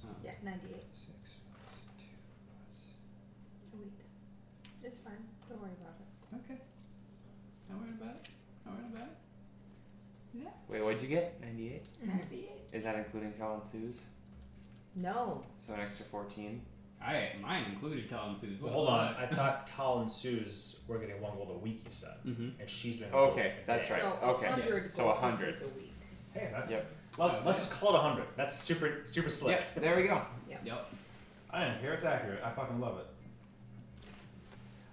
Speaker 5: plus
Speaker 4: Oh.
Speaker 2: Yeah, 98
Speaker 5: six plus two plus.
Speaker 2: a week. It's fine. Don't worry about it.
Speaker 4: Okay. Not worried about it. Not worried about it.
Speaker 5: Wait, what'd you get? Ninety-eight.
Speaker 2: 98?
Speaker 5: Is that including Colin Sue's?
Speaker 2: No.
Speaker 5: So an extra fourteen.
Speaker 4: I, mine included Tom too.
Speaker 3: Well, hold on. I thought Tal and Sue's were getting one gold a week. You said,
Speaker 4: Mm-hmm.
Speaker 3: and she's doing. a gold
Speaker 5: Okay,
Speaker 3: a
Speaker 5: that's
Speaker 3: day.
Speaker 5: right.
Speaker 2: So
Speaker 5: Okay.
Speaker 2: 100
Speaker 5: So a
Speaker 2: gold pieces A week.
Speaker 3: Hey, that's.
Speaker 5: Yep.
Speaker 3: Well, let's just call it hundred. That's super, super slick.
Speaker 5: Yep. There we go.
Speaker 4: Yep.
Speaker 3: I don't care. It's accurate. I fucking love it.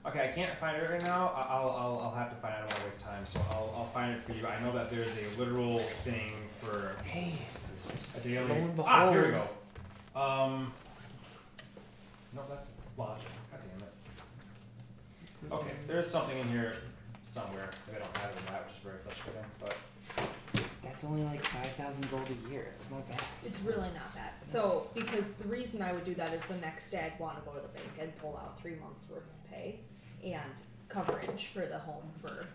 Speaker 3: Okay, I can't find it right now. I- I'll, I'll, I'll have to find it. I don't want to waste time, so I'll, I'll find it for you. I know that there's a literal thing for
Speaker 5: Hey.
Speaker 3: a daily.
Speaker 5: Lo and
Speaker 3: Ah, here we
Speaker 5: behold.
Speaker 3: go. Um, no, that's logic. God damn it. Okay, there's something in here somewhere. Maybe I don't have it in that, which is very frustrating. But
Speaker 5: That's only like five thousand gold a year. It's not bad.
Speaker 2: It's really not that. So, because the reason I would do that is the next day I'd want to go to the bank and pull out three months worth of pay and coverage for the home for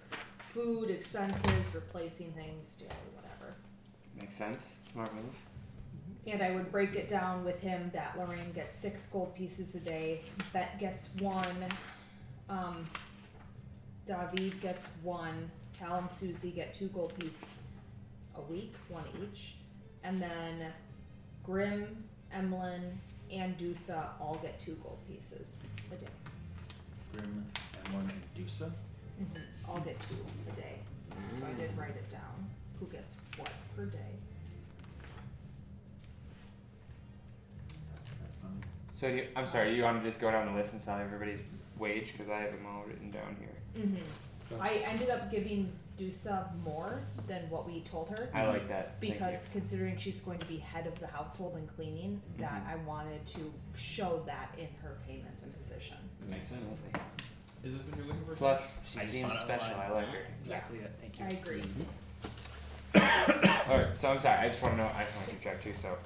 Speaker 2: food, expenses, replacing things, doing whatever.
Speaker 5: Makes sense. Smart move.
Speaker 2: And I would break it down with him that Lorraine gets six gold pieces a day, Bet gets one, um, David gets one, Tal and Susie get two gold pieces a week, one each, and then Grim, Emlyn, and Dusa all get two gold pieces a day.
Speaker 3: Grim and one Medusa.
Speaker 2: All get two a day. So I I did write it down. Who gets what per day?
Speaker 3: That's, that's funny.
Speaker 5: So do you, I'm sorry. You want to just go down the list and sell everybody's wage because I have them all written down here.
Speaker 2: Mm-hmm. I ended up giving Dusa more than what we told her
Speaker 5: I like that. Thank you.
Speaker 2: because considering she's going to be head of the household and cleaning,
Speaker 5: Mm-hmm.
Speaker 2: that I wanted to show that in her payment and position.
Speaker 4: Makes sense.
Speaker 5: Absolutely.
Speaker 6: Is this what you're looking for?
Speaker 5: Plus, she
Speaker 3: I just
Speaker 5: seems
Speaker 3: found out
Speaker 5: special.
Speaker 3: why.
Speaker 5: I like her.
Speaker 3: Exactly it. Thank you.
Speaker 2: I agree.
Speaker 5: Mm-hmm. All right. So I'm sorry. I just want to know. I just want to keep track too. So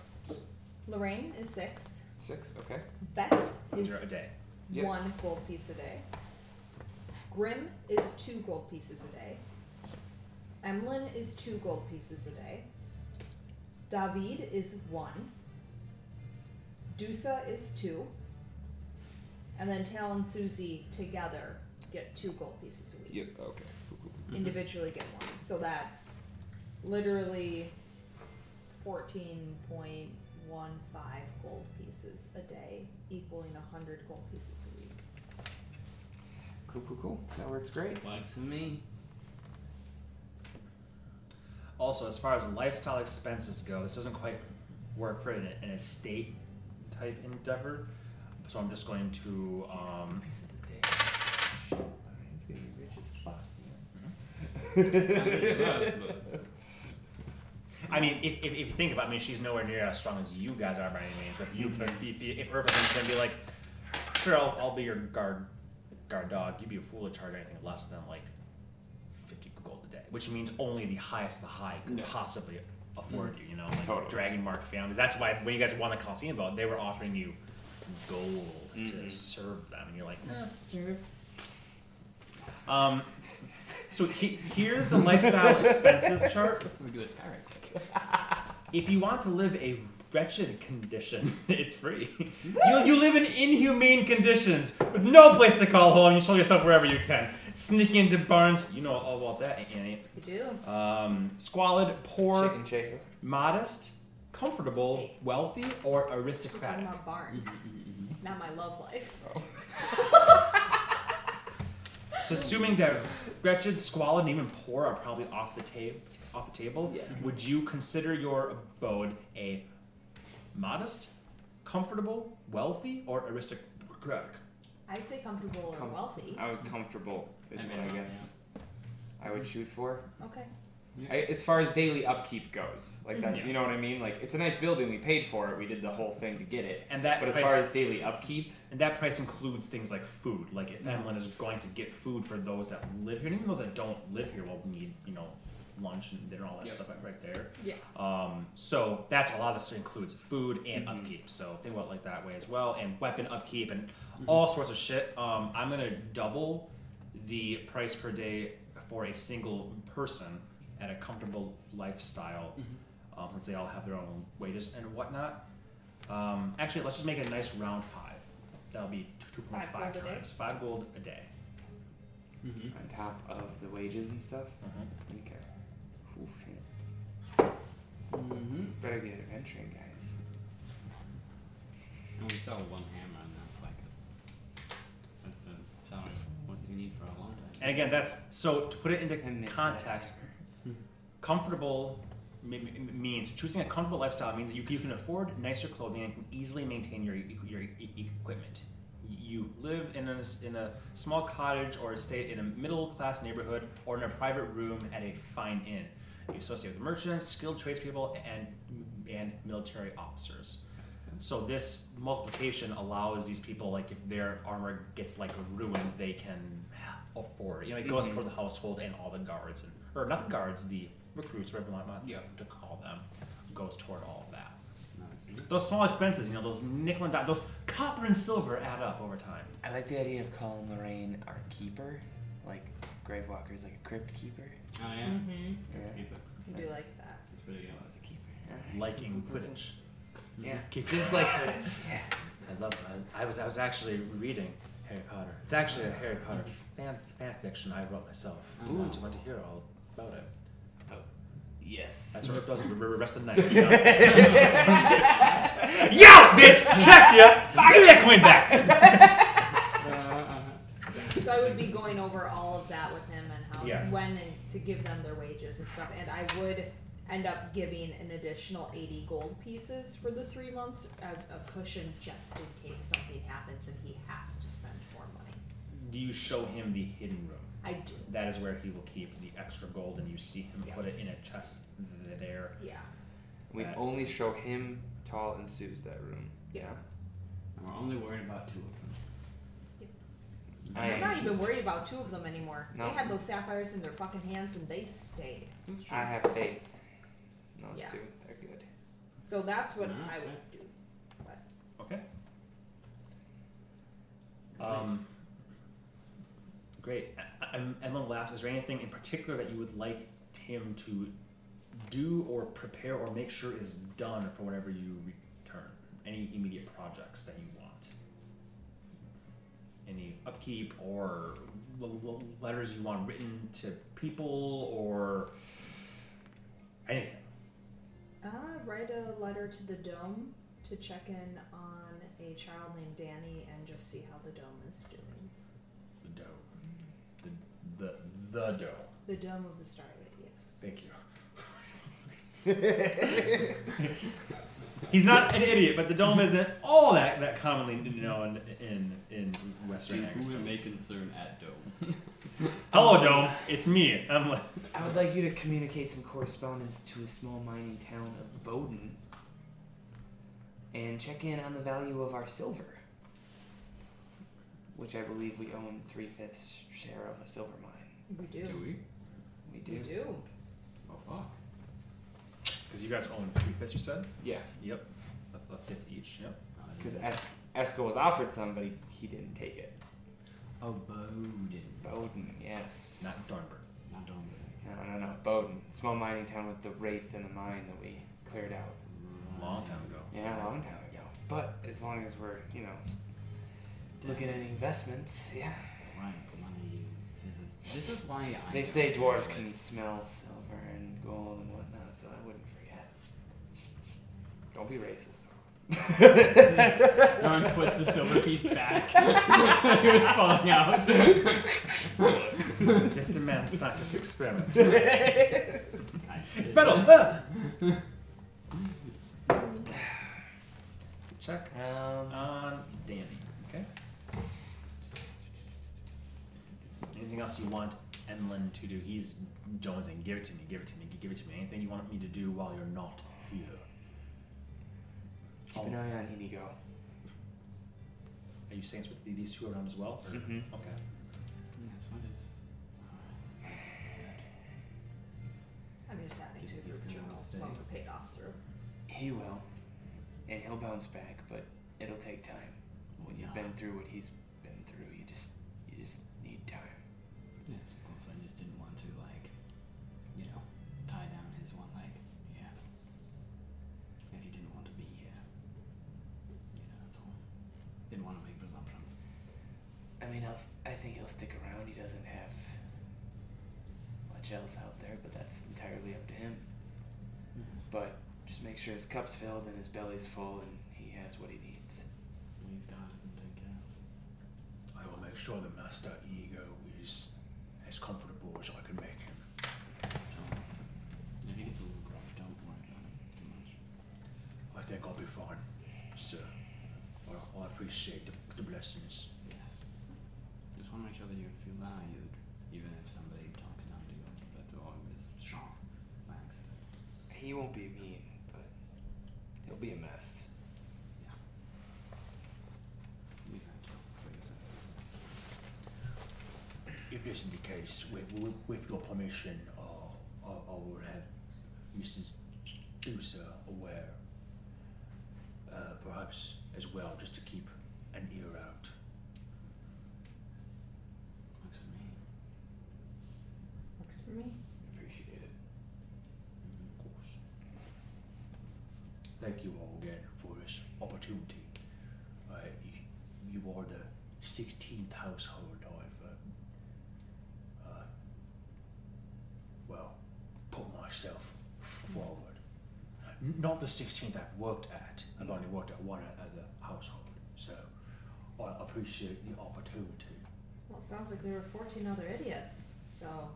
Speaker 2: Lorraine is six.
Speaker 5: six. Okay.
Speaker 2: Bet
Speaker 3: Zero
Speaker 2: is
Speaker 3: a day.
Speaker 5: Yep.
Speaker 2: one gold piece a day. Grim is two gold pieces a day. Emlyn is two gold pieces a day. David is one. Dusa is two. And then Tal and Susie together get two gold pieces a week.
Speaker 5: Yep. Okay. Cool, cool.
Speaker 2: Individually get one. So that's literally 14.15 gold pieces a day, equaling 100 gold pieces a week.
Speaker 5: Cool. Cool. Cool. That works great.
Speaker 4: Works for me.
Speaker 3: Also, as far as lifestyle expenses go, this doesn't quite work for an, an estate type endeavor. So I'm just going to um, I mean, if, if, if you think about it, I mean, she's nowhere near as strong as you guys are by any means. But you, if, if, if Irvin's going to be like, sure, I'll, I'll be your guard guard dog, you'd be a fool to charge anything less than like 50 gold a day, which means only the highest of the high could
Speaker 4: Yeah.
Speaker 3: possibly afford you, you know? Like
Speaker 5: Totally.
Speaker 3: Dragon Mark families. That's why when you guys won the Coliseum Belt, they were offering you gold to
Speaker 5: Mhm.
Speaker 3: serve them. And you're like, nah, serve. Um, so he, here's the lifestyle expenses chart
Speaker 4: We do a Skyrim quick.
Speaker 3: if you want to live a wretched condition, it's free. you, you live in inhumane conditions with no place to call home. You shelter yourself wherever you can. Sneaking into barns, you know all about that, Annie.
Speaker 2: You do.
Speaker 3: Um, squalid, poor,
Speaker 5: Chicken chaser.
Speaker 3: modest, comfortable, wealthy, or
Speaker 2: We're talking
Speaker 3: aristocratic.
Speaker 2: about Barnes, not my love life.
Speaker 3: So assuming that wretched, squalid, and even poor are probably off the table, off the table,
Speaker 2: Yeah.
Speaker 5: Mm-hmm.
Speaker 3: would you consider your abode a modest, comfortable, wealthy, or aristocratic?
Speaker 2: I'd say comfortable or
Speaker 5: Comf-
Speaker 2: wealthy.
Speaker 5: I was comfortable. Is
Speaker 4: I
Speaker 5: what I
Speaker 4: mean,
Speaker 5: guess. I would shoot for.
Speaker 2: Okay.
Speaker 5: I, as far as daily upkeep goes, like that,
Speaker 3: Mhm.
Speaker 5: you know what I mean. Like it's a nice building. We paid for it. We did the whole thing to get it.
Speaker 3: And that
Speaker 5: But as
Speaker 3: price,
Speaker 5: far as daily upkeep,
Speaker 3: and that price includes things like food. Like
Speaker 5: Mm-hmm.
Speaker 3: if Emlyn is going to get food for those that live here, and even those that don't live here will need, you know, lunch and dinner, all that
Speaker 4: Yep.
Speaker 3: stuff right- right there.
Speaker 2: Yeah.
Speaker 3: Um, so that's a lot of this includes food and
Speaker 2: Mm-hmm.
Speaker 5: Mhm.
Speaker 3: upkeep. So think about it like that way as well, and weapon upkeep and
Speaker 2: Mm-hmm.
Speaker 3: all sorts of shit. Um, I'm gonna double the price per day for a single person at a comfortable lifestyle,
Speaker 2: Mm-hmm.
Speaker 3: um, since they all have their own wages and whatnot. Um, actually, let's just make it a nice round five. That'll be two point
Speaker 2: Five
Speaker 3: five
Speaker 2: gold a day?
Speaker 3: times five gold a day.
Speaker 4: Mm-hmm.
Speaker 5: on top of the wages and stuff. Okay. Ooh, shit.
Speaker 4: Mm-hmm.
Speaker 5: Better get adventuring, guys.
Speaker 4: And we sell one hammer, and that's like that's the salary what we need for a long time.
Speaker 3: And again, that's so to put it into
Speaker 5: And it's
Speaker 3: context. Comfortable me- me- means choosing a comfortable lifestyle means that you, you can afford nicer clothing and can easily maintain your e- your e- e- equipment. You live in a, s- in a small cottage or estate in a middle class neighborhood or in a private room at a fine inn. You associate with merchants, skilled tradespeople, and and military officers. So this multiplication allows these people, like if their armor gets like ruined, they can afford. You know, it goes
Speaker 5: Mhm.
Speaker 3: for the household and all the guards, and or not the guards, the recruits, whatever you want
Speaker 4: Yeah.
Speaker 3: to call them, goes toward all of that.
Speaker 4: Nice.
Speaker 3: Those small expenses, you know, those nickel and dime, those copper and silver add up over time.
Speaker 5: I like the idea of calling Lorraine our keeper. Like, Gravewalker is like a crypt keeper.
Speaker 4: Oh yeah.
Speaker 2: Mm-hmm.
Speaker 5: Yeah.
Speaker 4: Keep it.
Speaker 2: I do like that.
Speaker 4: It's pretty
Speaker 5: I
Speaker 4: good.
Speaker 5: love the keeper.
Speaker 3: Liking Quidditch,
Speaker 5: Yeah.
Speaker 3: keep
Speaker 5: Mm-hmm. Just like Quidditch. Yeah.
Speaker 3: I love. I, I was. I was actually reading Harry Potter. It's actually a Harry Potter fan, fan fiction I wrote myself.
Speaker 4: Oh,
Speaker 3: Ooh,
Speaker 4: wow.
Speaker 3: do you want to hear all about it?
Speaker 5: Yes.
Speaker 3: That's what it does. Remember the rest of the night. You know? Yo, bitch, check ya. Give me that coin back.
Speaker 4: Uh,
Speaker 2: So I would be going over all of that with him and how um,
Speaker 3: Yes.
Speaker 2: when and to give them their wages and stuff. And I would end up giving an additional 80 gold pieces for the three months as a cushion just in case something happens and he has to spend more money.
Speaker 3: Do you show him the hidden room?
Speaker 2: I do.
Speaker 3: That is where he will keep the extra gold, and you see him
Speaker 2: Yeah.
Speaker 3: put it in a chest th- there.
Speaker 2: Yeah.
Speaker 5: We
Speaker 3: That-
Speaker 5: only show him, Tall, and Suze that room.
Speaker 2: Yeah.
Speaker 4: And we're only worried about two of them.
Speaker 5: I
Speaker 2: I'm
Speaker 5: am
Speaker 2: not even
Speaker 5: Suze.
Speaker 2: worried about two of them anymore.
Speaker 5: No.
Speaker 2: They had those sapphires in their fucking hands and they stayed.
Speaker 4: That's true.
Speaker 5: I have faith. in Those
Speaker 2: Yeah.
Speaker 5: two, they're good.
Speaker 2: So that's what
Speaker 4: Mm,
Speaker 2: I
Speaker 4: okay.
Speaker 2: would do. But
Speaker 3: Okay. Um, great. A- a- And then last, is there anything in particular that you would like him to do or prepare or make sure is done for whenever you return? Any immediate projects that you want? Any upkeep or l- l- letters you want written to people or anything?
Speaker 2: Uh, write a letter to the dome to check in on a child named Danny and just see how the dome is doing.
Speaker 3: The dough. The, the, the dough.
Speaker 2: The dome of the starlight, yes.
Speaker 3: Thank you. He's not an idiot, but the dome isn't all that, that commonly known in in Western
Speaker 6: Who it
Speaker 3: Pakistan.
Speaker 6: may concern at Dome.
Speaker 3: Hello, dome. It's me. I'm like,
Speaker 5: I would like you to communicate some correspondence to a small mining town of Bowden and check in on the value of our silver, which I believe we own three fifths share of a silver mine.
Speaker 2: We do.
Speaker 4: Do we?
Speaker 5: We
Speaker 2: We
Speaker 5: do.
Speaker 2: do.
Speaker 4: Oh fuck.
Speaker 3: because you guys own three fifths. You said.
Speaker 5: Yeah,
Speaker 3: Yep. A, a fifth each. Yep.
Speaker 4: Uh,
Speaker 5: because es- Esco was offered some, but he, he didn't take it.
Speaker 3: Oh, Bowden.
Speaker 5: Bowden, yes.
Speaker 3: Not Dornberg.
Speaker 4: Not Dome.
Speaker 5: No, no, no. Bowden. Small mining town with the Wraith in the mine that we cleared out.
Speaker 6: Mm.
Speaker 3: Long time ago.
Speaker 5: Yeah, a long time ago. But as long as we're, you know, s- looking at investments, yeah.
Speaker 4: Right, money. This is, this is why I.
Speaker 5: They say dwarves can smell silver and gold and whatnot, so I wouldn't forget. Don't be racist.
Speaker 6: Norm puts the silver piece back. it was falling out.
Speaker 3: this demands scientific experiment.
Speaker 6: It's
Speaker 3: metal. Check
Speaker 5: Um,
Speaker 4: Uh,
Speaker 3: on Danny. Okay. Anything else you want Emlyn to do? He's jonesing. Give it to me. Give it to me. Give it to me. Anything you want me to do while you're not here?
Speaker 5: keep
Speaker 4: oh.
Speaker 5: an eye on Inigo.
Speaker 3: Are you saying it's with these two around as well? or-
Speaker 4: Mm-hmm.
Speaker 5: Mhm.
Speaker 3: Okay.
Speaker 4: Yes, what is? Alright, is that-
Speaker 2: I'm just having
Speaker 4: He's-
Speaker 2: to
Speaker 4: he's
Speaker 2: group
Speaker 4: gonna
Speaker 2: journal
Speaker 4: stay.
Speaker 2: what we paid off through.
Speaker 5: He will, and he'll bounce back, but it'll take time. When you've
Speaker 4: Yeah.
Speaker 5: been through what he's been through, you just you just need time.
Speaker 4: Yes, of course. I just didn't want to like, you know, tie down his one leg. Yeah. If he didn't want to be here, you know, that's all. Didn't want to make presumptions.
Speaker 5: I mean, I'll, I think he'll stick around. He doesn't have much else out there, but that's entirely up to him. But just make sure his cup's filled and his belly's full, and he has what he needs.
Speaker 4: He's got it and take care of.
Speaker 3: I will make sure that Master Ego is as comfortable as I can make him.
Speaker 4: Don't. If he gets a little gruff, don't worry about him too much.
Speaker 3: I think I'll be fine, sir. I, I appreciate the, the blessings.
Speaker 4: Yes. Just want to make sure that you feel valued, even if somebody talks down to you. But always strong. Thanks.
Speaker 5: He won't be mean, but he'll be a mess.
Speaker 4: Be thankful for your services.
Speaker 3: If this is the case, with, with, with your permission, I'll, I'll, I will have Mrs. Usa aware. Uh, perhaps as well, just to keep an ear out.
Speaker 4: Works for me.
Speaker 2: Works for me.
Speaker 5: Appreciate it.
Speaker 3: Of course. Thank you all again for this opportunity. Uh, you, you are the 16th household I've, uh, uh, well, put myself forward. N- Not the 16th I've worked at, I've only worked at one other household, so I appreciate the opportunity.
Speaker 2: Well, it sounds like there were 14 other idiots, so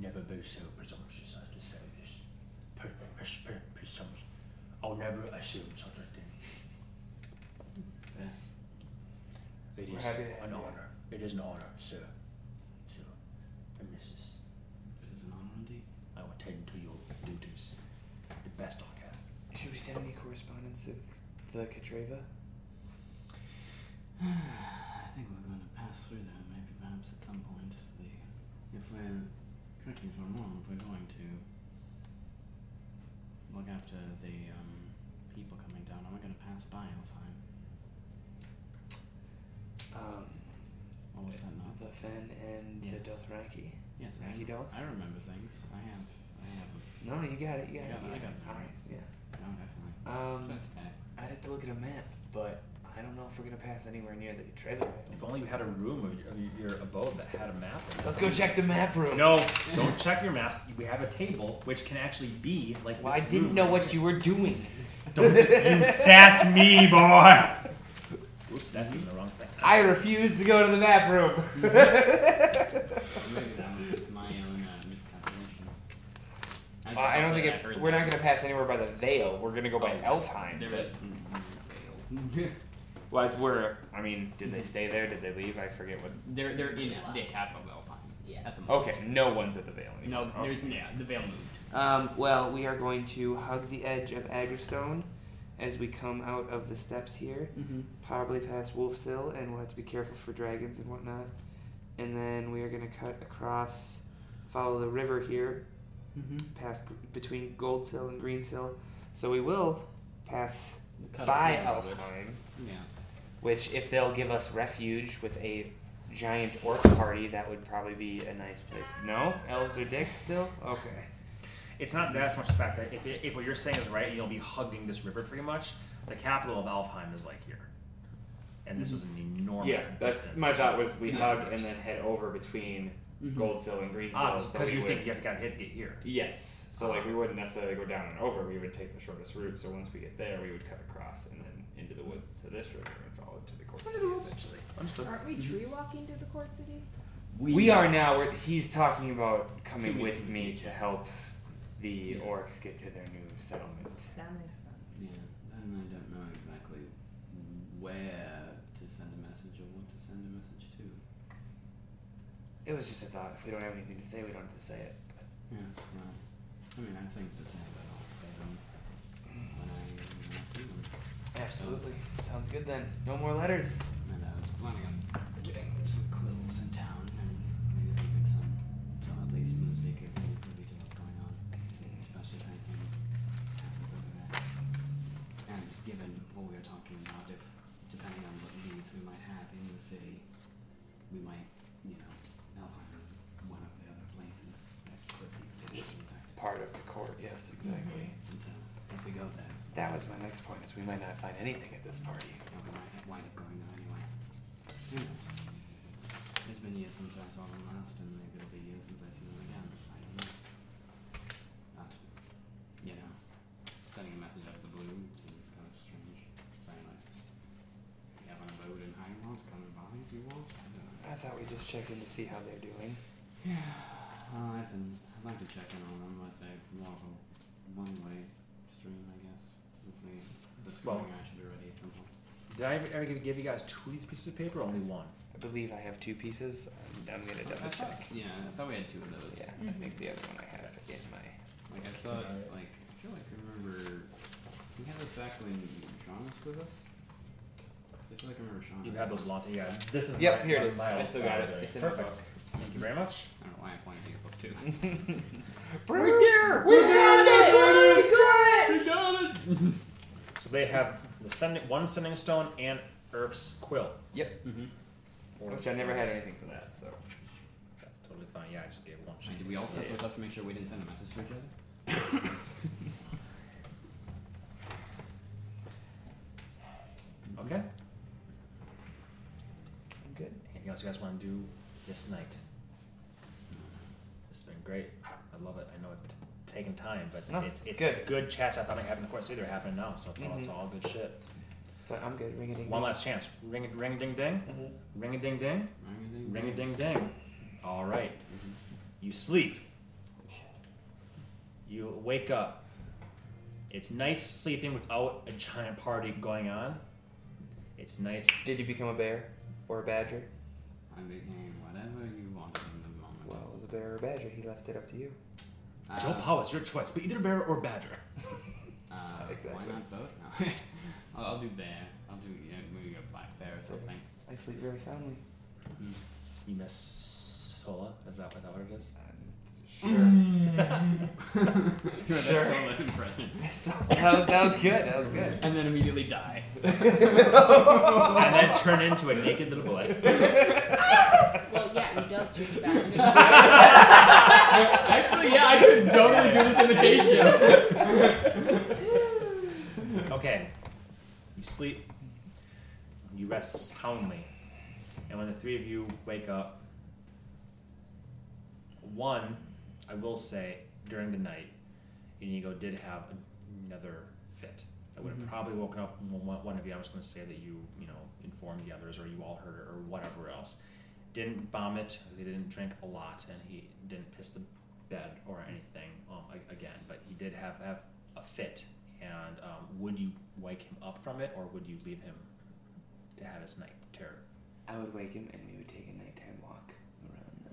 Speaker 7: never be so presumptuous as to say this. Per, pres- per, presumptuous. I'll never assume such a thing. It
Speaker 5: We're
Speaker 7: is
Speaker 5: happy to have
Speaker 7: an
Speaker 5: you.
Speaker 7: honor. It is an honor, sir. Sir and Mrs.
Speaker 4: It is an honor indeed.
Speaker 7: I will attend to your duties the best I can.
Speaker 5: Should we send any correspondence to the Katreva?
Speaker 4: I think we're going to pass through there, maybe perhaps at some point. The, if we're, correct me if I'm wrong, if we're going to look after the um, people coming down, are we going to pass by Elfheim?
Speaker 5: Um,
Speaker 4: Or was that not?
Speaker 5: the Fen and
Speaker 4: Yes.
Speaker 5: the Dothraki.
Speaker 4: Yes, I,
Speaker 5: Rocky Dolph?
Speaker 4: I remember things. I have, I have,
Speaker 5: No, you got it. You got
Speaker 4: Yeah,
Speaker 5: it.
Speaker 4: I
Speaker 5: you
Speaker 4: got it.
Speaker 5: All right. Yeah.
Speaker 4: oh, definitely.
Speaker 6: Hmm.
Speaker 4: So
Speaker 5: Um,
Speaker 4: that's that.
Speaker 5: I'd have to look at a map, but I don't know if we're gonna pass anywhere near the Katreva.
Speaker 3: If only you had a room of your, of your abode that had a map. in it.
Speaker 5: Let's go check the map room.
Speaker 3: No, don't check your maps. We have a table which can actually be like.
Speaker 5: Well, I
Speaker 3: this
Speaker 5: didn't
Speaker 3: room.
Speaker 5: know what you were doing.
Speaker 3: Don't you sass me, boy. Oops, that's even the wrong thing.
Speaker 5: I refuse to go to the map room.
Speaker 4: Maybe that was just my own uh, miscalculations. I, just
Speaker 5: Uh, I
Speaker 4: thought
Speaker 5: don't think
Speaker 4: that
Speaker 5: it,
Speaker 4: heard
Speaker 5: we're
Speaker 4: that
Speaker 5: not gonna pass anywhere by the Vale. We're gonna go by
Speaker 4: Oh,
Speaker 5: Elfheim.
Speaker 4: There
Speaker 5: but-
Speaker 4: is.
Speaker 5: Well, it's where I mean, did they stay there? Did they leave? I forget what.
Speaker 6: They're they're in the capital of Elfheim.
Speaker 2: Yeah.
Speaker 6: At the moment.
Speaker 5: Okay, no one's at the Vale anymore.
Speaker 6: No,
Speaker 5: Okay.
Speaker 6: there's yeah, the veil moved.
Speaker 5: Um, well, we are going to hug the edge of Aggerstone as we come out of the steps here,
Speaker 6: Mm-hmm.
Speaker 5: probably past Wolf's Hill, and we'll have to be careful for dragons and whatnot. And then we are going to cut across, follow the river here,
Speaker 6: Mm-hmm.
Speaker 5: past between Gold's Hill and Green's Hill. So we will pass
Speaker 4: Cut
Speaker 5: by
Speaker 4: off a little bit.
Speaker 5: Elfheim,
Speaker 4: Yes.
Speaker 5: which, if they'll give us refuge with a giant orc party, that would probably be a nice place. No? Elves are dicks still? Okay.
Speaker 3: It's not that much the fact that if, it, if what you're saying is right, you'll be hugging this river pretty much. The capital of Alfheim is like here, and this was an enormous
Speaker 5: Yeah, that's
Speaker 3: distance.
Speaker 5: my thought was we
Speaker 3: Yeah.
Speaker 5: hug and then head over between
Speaker 4: Mhm.
Speaker 5: Gold Sill and Green Sill.
Speaker 3: Ah,
Speaker 5: so
Speaker 3: because
Speaker 5: we
Speaker 3: you
Speaker 5: would-
Speaker 3: think you have to get hit to get here.
Speaker 5: Yes. So like we wouldn't necessarily go down and over, we would take the shortest route. So once we get there we would cut across and then into the woods to this river and follow it to the court
Speaker 2: What are
Speaker 5: city
Speaker 2: the rules?
Speaker 5: essentially.
Speaker 2: Aren't we tree walking to the court city?
Speaker 5: We are now we're, he's talking about coming
Speaker 4: Two weeks
Speaker 5: with
Speaker 4: in
Speaker 5: me to help the orcs get to their new settlement.
Speaker 2: That makes sense.
Speaker 4: Yeah, then I don't know exactly where to send a message or what to send a message to.
Speaker 5: It was just a thought. If we don't have anything to say, we don't have to say it.
Speaker 4: Yes, well, I mean, I have things to say, but I'll say them when I, when I see them. Absolutely.
Speaker 5: Sounds good then. No more letters.
Speaker 4: And I was planning on getting some quills in town and maybe even some, so at least music if we privy to what's going on, especially if anything happens over there. And given what we were talking about, if depending on what leads we might have in the city, we might, you know, Alpine is one of the other places that could be potentially affected.
Speaker 5: Part of the court, yes, exactly.
Speaker 4: And so if we go there,
Speaker 5: That was my next point, is we might not find anything at this party.
Speaker 4: Yeah, we might wind up going there anyway. Who knows? It's been years since I saw them last, and maybe it'll be years since I see them again. I don't know. But, you know, sending a message out of the blue seems kind of strange. But anyway, we have an abode in High Walls coming by if you want. I don't know.
Speaker 5: I thought we'd just check in to see how they're doing.
Speaker 4: Well, I've been, I'd like to check in on them with a more of a one-way stream, I guess. If we, this
Speaker 3: Well-
Speaker 4: morning I should be ready at some point.
Speaker 3: Did I ever, ever give you guys two of these pieces of paper or only one?
Speaker 5: I believe I have two pieces. I'm, I'm gonna double
Speaker 4: I thought-
Speaker 5: check.
Speaker 4: Yeah, I thought we had two of those.
Speaker 5: Yeah, I think the other one I have in my.
Speaker 4: Like I thought, like I feel like I remember. We had this back when Sean was with us. 'Cause I feel like I remember Sean.
Speaker 3: You had those latte, yeah. This is
Speaker 5: Yep,
Speaker 3: my,
Speaker 5: here it
Speaker 3: my-
Speaker 5: is.
Speaker 3: my
Speaker 5: I
Speaker 3: old
Speaker 5: still got it.
Speaker 3: library.
Speaker 5: It's in the
Speaker 3: Perfect.
Speaker 5: book.
Speaker 3: Thank you very much.
Speaker 4: I don't know why I pointed to your book too.
Speaker 5: We're there! We're
Speaker 3: So they have the sending, one sending stone and Earth's quill.
Speaker 5: Yep.
Speaker 4: mm-hmm.
Speaker 3: Or-
Speaker 5: Which I never had anything for that, so.
Speaker 3: That's totally fine. Yeah, I just gave one sheet.
Speaker 4: Did we all set
Speaker 5: Yeah.
Speaker 4: those up to make sure we didn't send a message to each other?
Speaker 3: Okay.
Speaker 5: I'm good.
Speaker 3: Anything else you guys want to do this night? This has been great. I love it. I know it's t- taken time, but it's
Speaker 5: No,
Speaker 3: it's, it's
Speaker 5: good.
Speaker 3: good chats I thought I had in the course. They're happening now, so it's, all, it's
Speaker 5: Mhm.
Speaker 3: all good shit.
Speaker 5: But I'm good. Ring a ding.
Speaker 3: One last chance. Ring a ring a ding ding.
Speaker 5: Mm-hmm.
Speaker 3: Ring a ding ding.
Speaker 4: Ring-a-ding-ding.
Speaker 3: Ring a ding ding. All right. You sleep. You wake up. It's nice sleeping without a giant party going on. It's nice.
Speaker 5: Did you become a bear or a badger?
Speaker 4: I became whatever you wanted in the moment.
Speaker 5: Well, it was a bear or a badger. He left it up to you.
Speaker 4: Ah.
Speaker 3: Joe Powell, it's your choice, but either bear or badger.
Speaker 4: Uh,
Speaker 5: Exactly.
Speaker 4: Why not both now? I'll, I'll do bear. I'll do you know, maybe a black bear or something.
Speaker 5: I sleep very soundly.
Speaker 3: You miss Sola? Is that, is that what it is?
Speaker 5: Sure.
Speaker 6: That's
Speaker 5: Sure.
Speaker 6: solo impression.
Speaker 5: that, was, that was good. That was good.
Speaker 6: And then immediately die.
Speaker 3: and then turn into a naked little boy.
Speaker 2: Well, yeah, he does reach back. into the-
Speaker 6: Actually, yeah, I could totally do this imitation.
Speaker 3: Okay. You sleep. You rest soundly. And when the three of you wake up, one, I will say, during the night, Inigo did have another fit. That
Speaker 6: Mm-hmm.
Speaker 3: would have probably woken up one- one one of you. I was going to say that you, you know, informed the others or you all heard it or whatever else. Didn't vomit. He didn't drink a lot, and he didn't piss the bed or anything um, a- again. But he did have have a fit. And um, would you wake him up from it, or would you leave him to have his night terror?
Speaker 5: I would wake him and we would take a nighttime walk around the.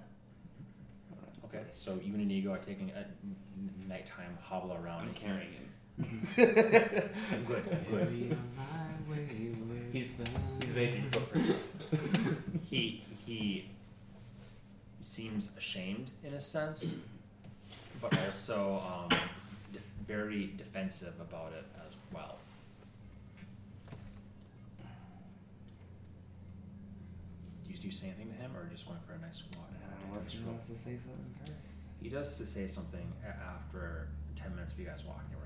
Speaker 5: Around the
Speaker 3: Okay.
Speaker 5: place.
Speaker 3: So you and Inigo are taking a uh, n- n- nighttime hobble around.
Speaker 5: I'm
Speaker 3: and
Speaker 5: carrying him.
Speaker 3: hearing- Good. Good.
Speaker 4: Be on my way with
Speaker 5: He's-
Speaker 4: sound.
Speaker 5: He's making footprints.
Speaker 3: he he seems ashamed in a sense, but also um, de- very defensive about it as well. Do you, do you say anything to him, or just going for a nice walk? and a
Speaker 5: Uh,
Speaker 6: Uh,
Speaker 5: Unless
Speaker 3: nice
Speaker 5: he
Speaker 3: stroll?
Speaker 5: wants to say something first.
Speaker 3: He does to say something a- after 10 minutes of you guys walking around.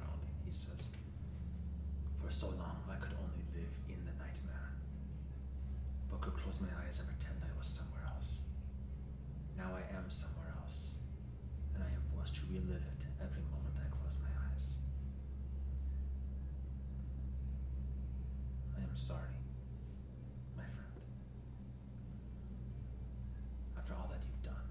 Speaker 3: He says, For so long I could only live in the nightmare, but could close my eyes and pretend I was somewhere else. Now I am somewhere else, and I am forced to relive it every moment I close my eyes. I am sorry, my friend. After all that you've done,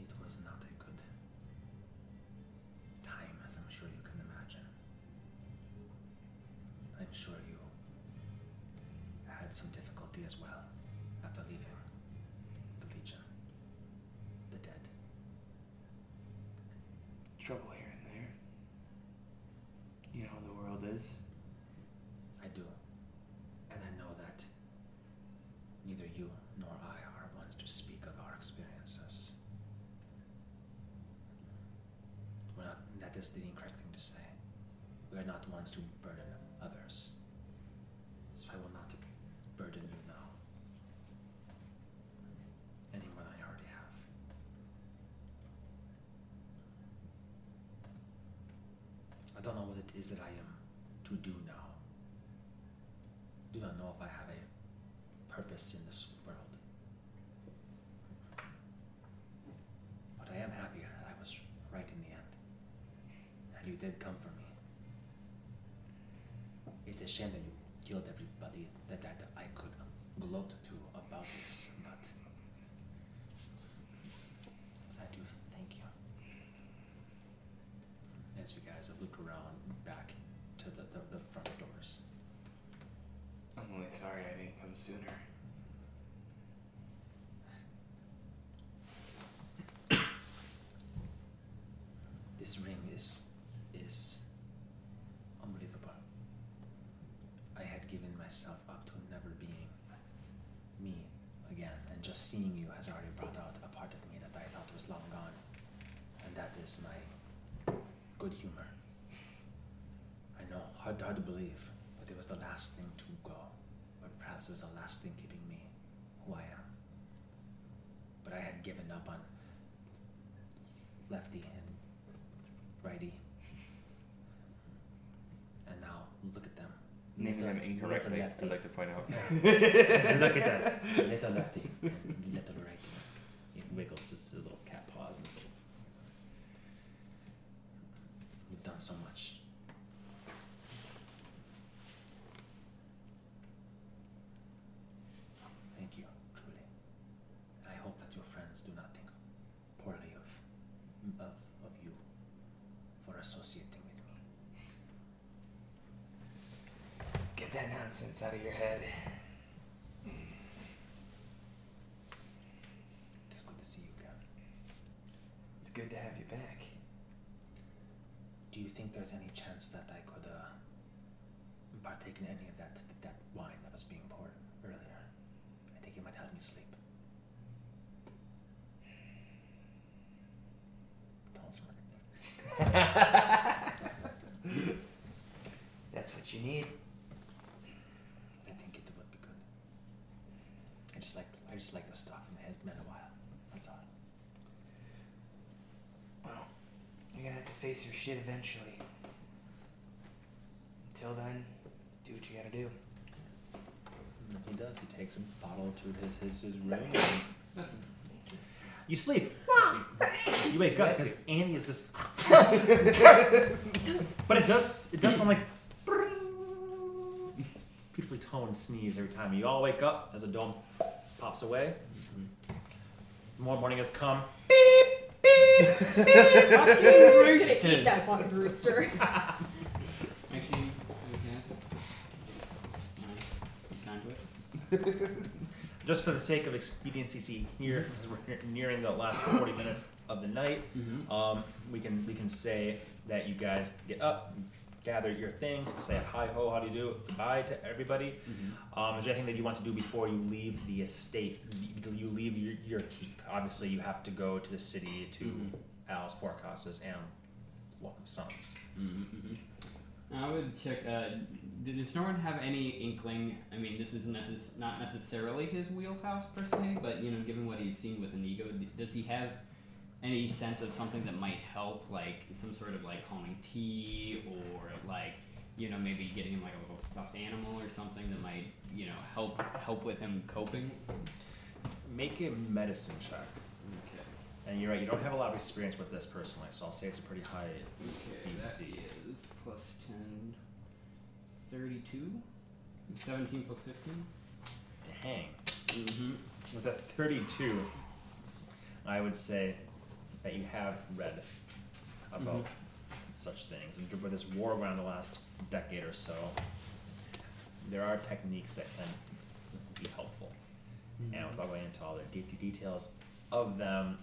Speaker 3: It was not a good time, as I'm sure you can imagine. I'm sure you had some difficulty as well after leaving the Legion, the dead.
Speaker 5: Trouble here and there. You know how the world is.
Speaker 3: I do. And I know that neither you nor I are ones to speak of our experiences. We're not, that is the incorrect thing to say. We are not ones to burden others. So I will not burden you now. Any more than I already have. I don't know what it is that I am to do now do not know if I have a purpose in this world. But I am happy that I was right in the end. And you did come for me. It's a shame that you killed everybody that, that I could gloat to about this, but I do thank you. As you guys look around back to the, the, the front doors.
Speaker 5: I'm really sorry I didn't come sooner.
Speaker 3: This ring is is unbelievable. I had given myself up to never being me again, and just seeing you has already brought out a part of me that I thought was long gone, and that is my good humor. I know hard hard to believe, but it was the last thing to go, but perhaps it was the last thing keeping me who I am. But I had given up on lefty and righty. And now look at them.
Speaker 5: Naming them incorrectly,
Speaker 3: lefty.
Speaker 5: I'd like to point out.
Speaker 3: look at that. Little lefty and little righty. He wiggles his, his little cat paws and his little. You've done so much.
Speaker 7: associating with me.
Speaker 5: Get that nonsense out of your head.
Speaker 7: It's good to see you, Gavin.
Speaker 5: It's good to have you back.
Speaker 7: Do you think there's any chance that I could uh, partake in any of that that wine that was being poured earlier? I think it might help me sleep. Don't smirk at me.
Speaker 5: That's what you need.
Speaker 7: I think it would be good. I just like I just like the stuff, and it has been a while. That's all.
Speaker 5: Well, you're gonna have to face your shit eventually. Until then, do what you gotta do.
Speaker 3: He does. He takes a bottle to his his, his room. and- you sleep. You wake up because Annie is just. but it does it does sound like beautifully toned sneeze every time. You all wake up as a dome pops away. More morning has come.
Speaker 2: I'm gonna eat that fucking rooster.
Speaker 4: Actually, I guess. Alright, it's time to it.
Speaker 3: Just for the sake of expediency, see here as we're nearing the last forty minutes of the night.
Speaker 4: Mm-hmm.
Speaker 3: Um, we can we can say that you guys get up, gather your things, say hi ho, how do you do, goodbye to everybody. Um, is there anything that you want to do before you leave the estate? You leave your, your keep. Obviously, you have to go to the city to
Speaker 4: Mhm.
Speaker 3: Al's forecasters and Walk of Sons.
Speaker 4: Mm-hmm. I would check. Uh, did does Snorren have any inkling? I mean, this is necess- not necessarily his wheelhouse per se, but you know, given what he's seen with Inigo, d- does he have any sense of something that might help, like some sort of like calming tea, or like you know, maybe getting him like a little stuffed animal or something that might you know help help with him coping?
Speaker 3: Make a medicine check.
Speaker 4: Okay.
Speaker 3: And you're right, you don't have a lot of experience with this personally, so I'll say it's a pretty high.
Speaker 4: Okay, that
Speaker 3: DC.
Speaker 4: is plus 10, 32? 17 plus 15?
Speaker 3: Dang.
Speaker 4: Mm-hmm.
Speaker 3: With a 32, I would say that you have read about such things. And with this war around the last decade or so, there are techniques that can be helpful. And without going into all the de- de- details of them,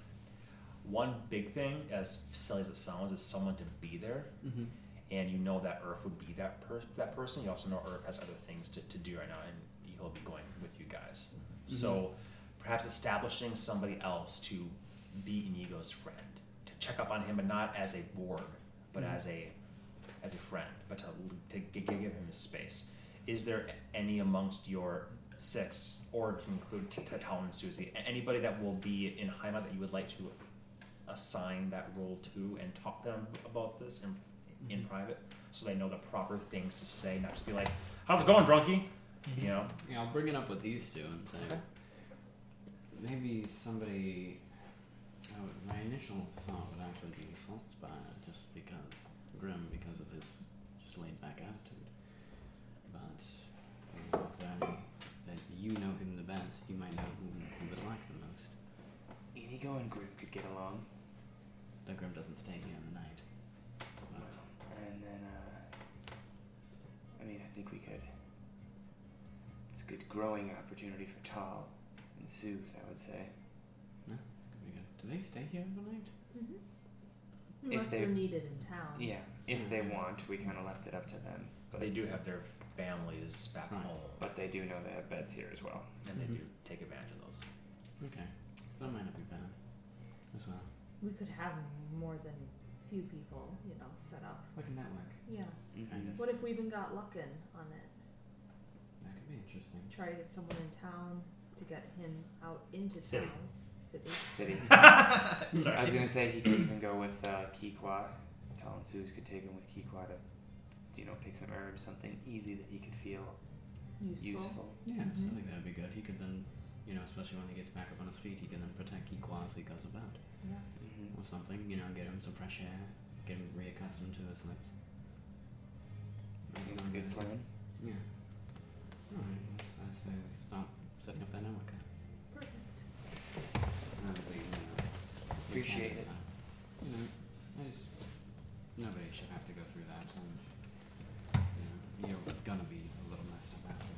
Speaker 3: one big thing, as silly as it sounds, is someone to be there
Speaker 4: Mm-hmm.
Speaker 3: and you know that Earth would be that per- that person. You also know Earth has other things to, to do right now, and he'll be going with you guys. So perhaps establishing somebody else to be Inigo's friend, to check up on him, but not as a ward, but as a as a friend, but to, to gi- give him his space. Is there any amongst your six, or to include T- T- Talon and Susie, a- anybody that will be in Heimat that you would like to assign that role to and talk to them about this in, in private so they know the proper things to say, not just be like, how's it going, drunkie? You know?
Speaker 4: Yeah, I'll bring it up with these two and say
Speaker 3: Okay.
Speaker 4: maybe somebody. Oh, my initial thought would actually be Saltzby, just because Grim, because of his just laid back attitude. But you know, observing that you know him the best, you might know who you would like the most.
Speaker 5: Inigo and Grim could get along.
Speaker 4: Though Grim doesn't stay here in the night. But
Speaker 5: And then, uh, I mean, I think we could. It's a good growing opportunity for Tal and Suze, I would say.
Speaker 4: could be good. Do they stay here in the night?
Speaker 2: Mm-hmm. Unless
Speaker 5: they-
Speaker 2: they're needed in town.
Speaker 5: Yeah, if they want, we kind of left it up to them.
Speaker 3: But they do have their families back
Speaker 4: Right.
Speaker 3: home,
Speaker 5: But they do know they have beds here as well.
Speaker 3: and they
Speaker 5: Mm-hmm.
Speaker 4: Mhm.
Speaker 3: do take advantage of those.
Speaker 4: Okay. That might not be bad as well.
Speaker 2: We could have more than a few people, you know, set up.
Speaker 4: Like a network.
Speaker 2: Yeah.
Speaker 4: Kind of.
Speaker 2: What if we even got Luckin on it?
Speaker 4: That could be interesting.
Speaker 2: Try to get someone in town to get him out into
Speaker 3: City.
Speaker 2: town. City.
Speaker 5: City.
Speaker 3: Sorry.
Speaker 5: I was gonna say he could even go with uh, Kikwa. Tal and Suze could take him with Kikwa to, you know, pick some herbs, something easy that he could feel
Speaker 2: Useful.
Speaker 5: useful.
Speaker 4: Yeah, so
Speaker 5: Mm-hmm.
Speaker 4: I think that would be good. He could then, you know, especially when he gets back up on his feet, he can then protect Kikwa as he goes about
Speaker 2: Yeah.
Speaker 5: hmm
Speaker 4: or something. You know, get him some fresh air, get him reaccustomed to his lips.
Speaker 5: I think it's a
Speaker 4: Sound
Speaker 5: good plan.
Speaker 4: Yeah. All right. I say we stop setting up that network.
Speaker 2: Perfect.
Speaker 4: I don't think, you know, we
Speaker 5: Appreciate
Speaker 4: can,
Speaker 5: it.
Speaker 4: uh, You know, I just Nobody should have to go through that, and you know, you're gonna be a little messed up after.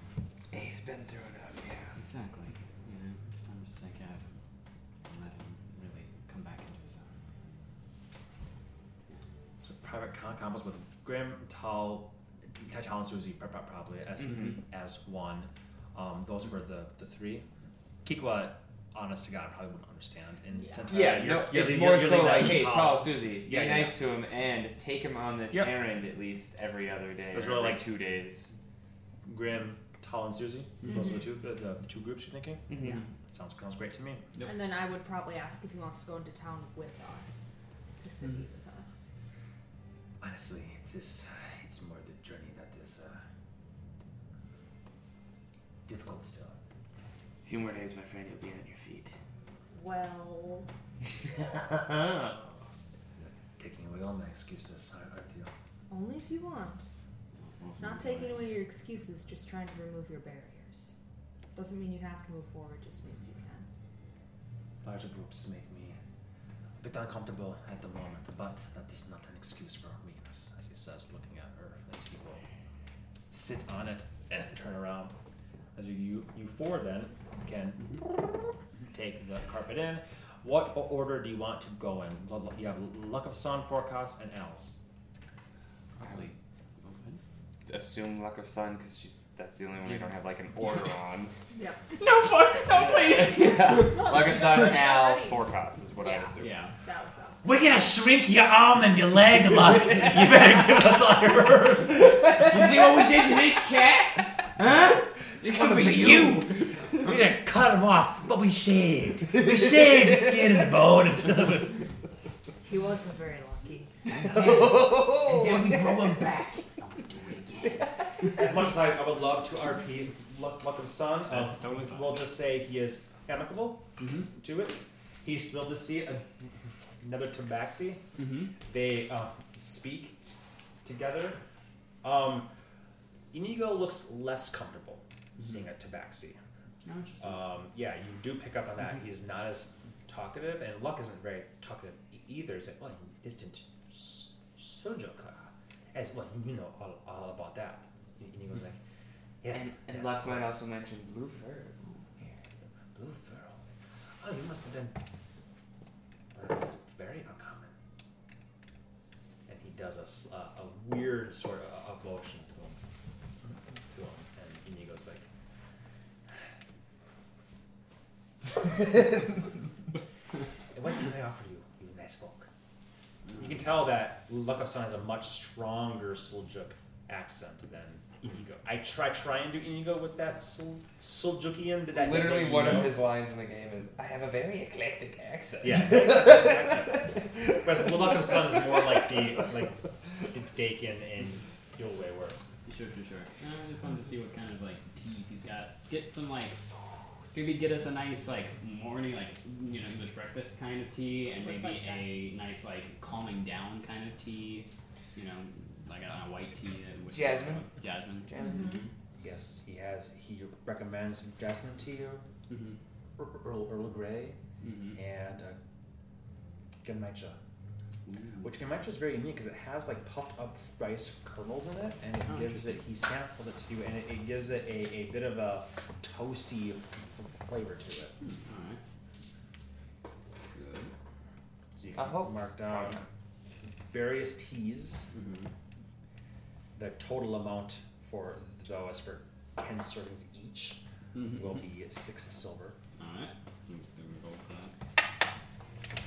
Speaker 5: He's been through enough, yeah.
Speaker 4: Exactly. You know, it's time to take out and let him really come back into his own.
Speaker 3: So private con- combos with Grim, Tal, Tal and Susie pro- pro- probably as
Speaker 5: Mhm.
Speaker 3: as one. Um, those were the, the three. Kikwa, honest to God, probably wouldn't understand. And
Speaker 2: Yeah.
Speaker 3: Tentara,
Speaker 5: Yeah,
Speaker 3: you're-
Speaker 5: no,
Speaker 3: you're
Speaker 5: it's
Speaker 3: leaving-
Speaker 5: more
Speaker 3: you're leaving
Speaker 5: so
Speaker 3: that
Speaker 5: like,
Speaker 3: to
Speaker 5: hey,
Speaker 3: Tal.
Speaker 5: tall Susie,
Speaker 3: Yeah,
Speaker 5: be
Speaker 3: yeah.
Speaker 5: nice to him and take him on this
Speaker 3: Yep.
Speaker 5: errand at least every other day.
Speaker 3: It was
Speaker 5: or
Speaker 3: really
Speaker 5: every
Speaker 3: like-
Speaker 5: two days.
Speaker 3: Grim, Tal, and Susie. Those are
Speaker 5: Mm-hmm.
Speaker 3: the two the, the two groups you're thinking.
Speaker 5: Yeah.
Speaker 3: Sounds sounds great to me.
Speaker 4: Yep.
Speaker 2: And then I would probably ask if he wants to go into town with us, to city with us.
Speaker 3: Honestly, it's this, it's more the journey that is uh, difficult still.
Speaker 5: A few more days, my friend, you'll be on your feet.
Speaker 2: Well,
Speaker 3: Taking away all my excuses, sorry, I do.
Speaker 2: only if you want.
Speaker 4: Awesome.
Speaker 2: Not taking away your excuses, just trying to remove your barriers. Doesn't mean you have to move forward, just means you can.
Speaker 3: Larger groups make me a bit uncomfortable at the moment, but that is not an excuse for weakness, as he says, looking at her as he will sit on it and turn around. As you, you, you four then can take the carpet in. What o- order do you want to go in? Lu- lu- You have Luck of Sun, Forecast, and Alice.
Speaker 4: Probably open.
Speaker 5: Assume luck of sun, because she's that's the only one I
Speaker 4: Yeah.
Speaker 5: don't have like an order on.
Speaker 2: Yep.
Speaker 5: no fuck, no please. yeah. Luck of sun, Al,
Speaker 2: Alright.
Speaker 5: forecast is what I
Speaker 2: Yeah.
Speaker 5: assume.
Speaker 6: Yeah.
Speaker 2: That was awesome.
Speaker 3: We're gonna shrink your arm and your leg, Luck. you better give us all your herbs.
Speaker 6: You see what we did to this cat? Huh? It's
Speaker 3: Coming for you. we didn't cut him off, but we shaved. We shaved the skin and the bone until it was.
Speaker 2: He wasn't very lucky.
Speaker 6: And then we grow him back.
Speaker 3: As much as I, I would love to RP Luck, Luck of Sun, uh,
Speaker 6: That's totally fine.
Speaker 3: we'll just say he is amicable
Speaker 4: Mm-hmm.
Speaker 3: to it. He spilled to see a, another tabaxi.
Speaker 4: Mm-hmm.
Speaker 3: They uh, speak together. Um, Inigo looks less comfortable seeing a tabaxi. Um, yeah, you do pick up on that. He's not as talkative, and Luck isn't very talkative e- either. It's like, well, distant s- Sojoka. As well, you know all, all about that. And he goes like, yes.
Speaker 5: And, and
Speaker 3: yes, of
Speaker 5: luck might
Speaker 3: course.
Speaker 5: also mention blue fur.
Speaker 3: Blue furl. Oh, you must have been. That's very uncommon. And he does a, s- a- a weird sort of a- a motion to him. To him. And Inigo's like. "And what can I offer you, you nice folk? You can tell that Lukasan has a much stronger Seljuk accent than Inigo. I try try and do Inigo with that Sul- Seljukian. That, that
Speaker 5: Literally
Speaker 3: that
Speaker 5: one
Speaker 3: Inigo-
Speaker 5: of his lines in the game is, I have a very eclectic accent.
Speaker 3: yeah. accent. Whereas Luck of Sun is more like the like the Dakin and Yolway were.
Speaker 4: Sure, sure, sure.
Speaker 6: Uh, I just wanted to see what kind of like teas he's got. Get some like maybe get us a nice like morning like you know English breakfast kind of tea, and
Speaker 2: With,
Speaker 6: maybe
Speaker 2: like,
Speaker 6: a nice like calming down kind of tea. You know, like a, a white tea. That with
Speaker 5: Jasmine?
Speaker 6: Jasmine.
Speaker 5: Jasmine.
Speaker 3: Yes, he has. He recommends Jasmine Tea,
Speaker 4: Mm-hmm.
Speaker 3: Earl, Earl, Earl Grey,
Speaker 4: Mm-hmm.
Speaker 3: and uh, Genmaicha.
Speaker 6: Mm-hmm.
Speaker 3: Which Genmaicha is very unique because it has like puffed up rice kernels in it, and it
Speaker 4: Oh,
Speaker 3: gives it. He samples it to you, and it, it gives it a, a bit of a toasty f- flavor to it.
Speaker 4: All right. Good.
Speaker 3: So you
Speaker 5: I
Speaker 3: can
Speaker 5: hope.
Speaker 3: mark down various teas.
Speaker 4: Mm-hmm.
Speaker 3: The total amount for those for ten servings each
Speaker 4: Mhm.
Speaker 3: will be six silver.
Speaker 6: All right. I'm just gonna roll for that.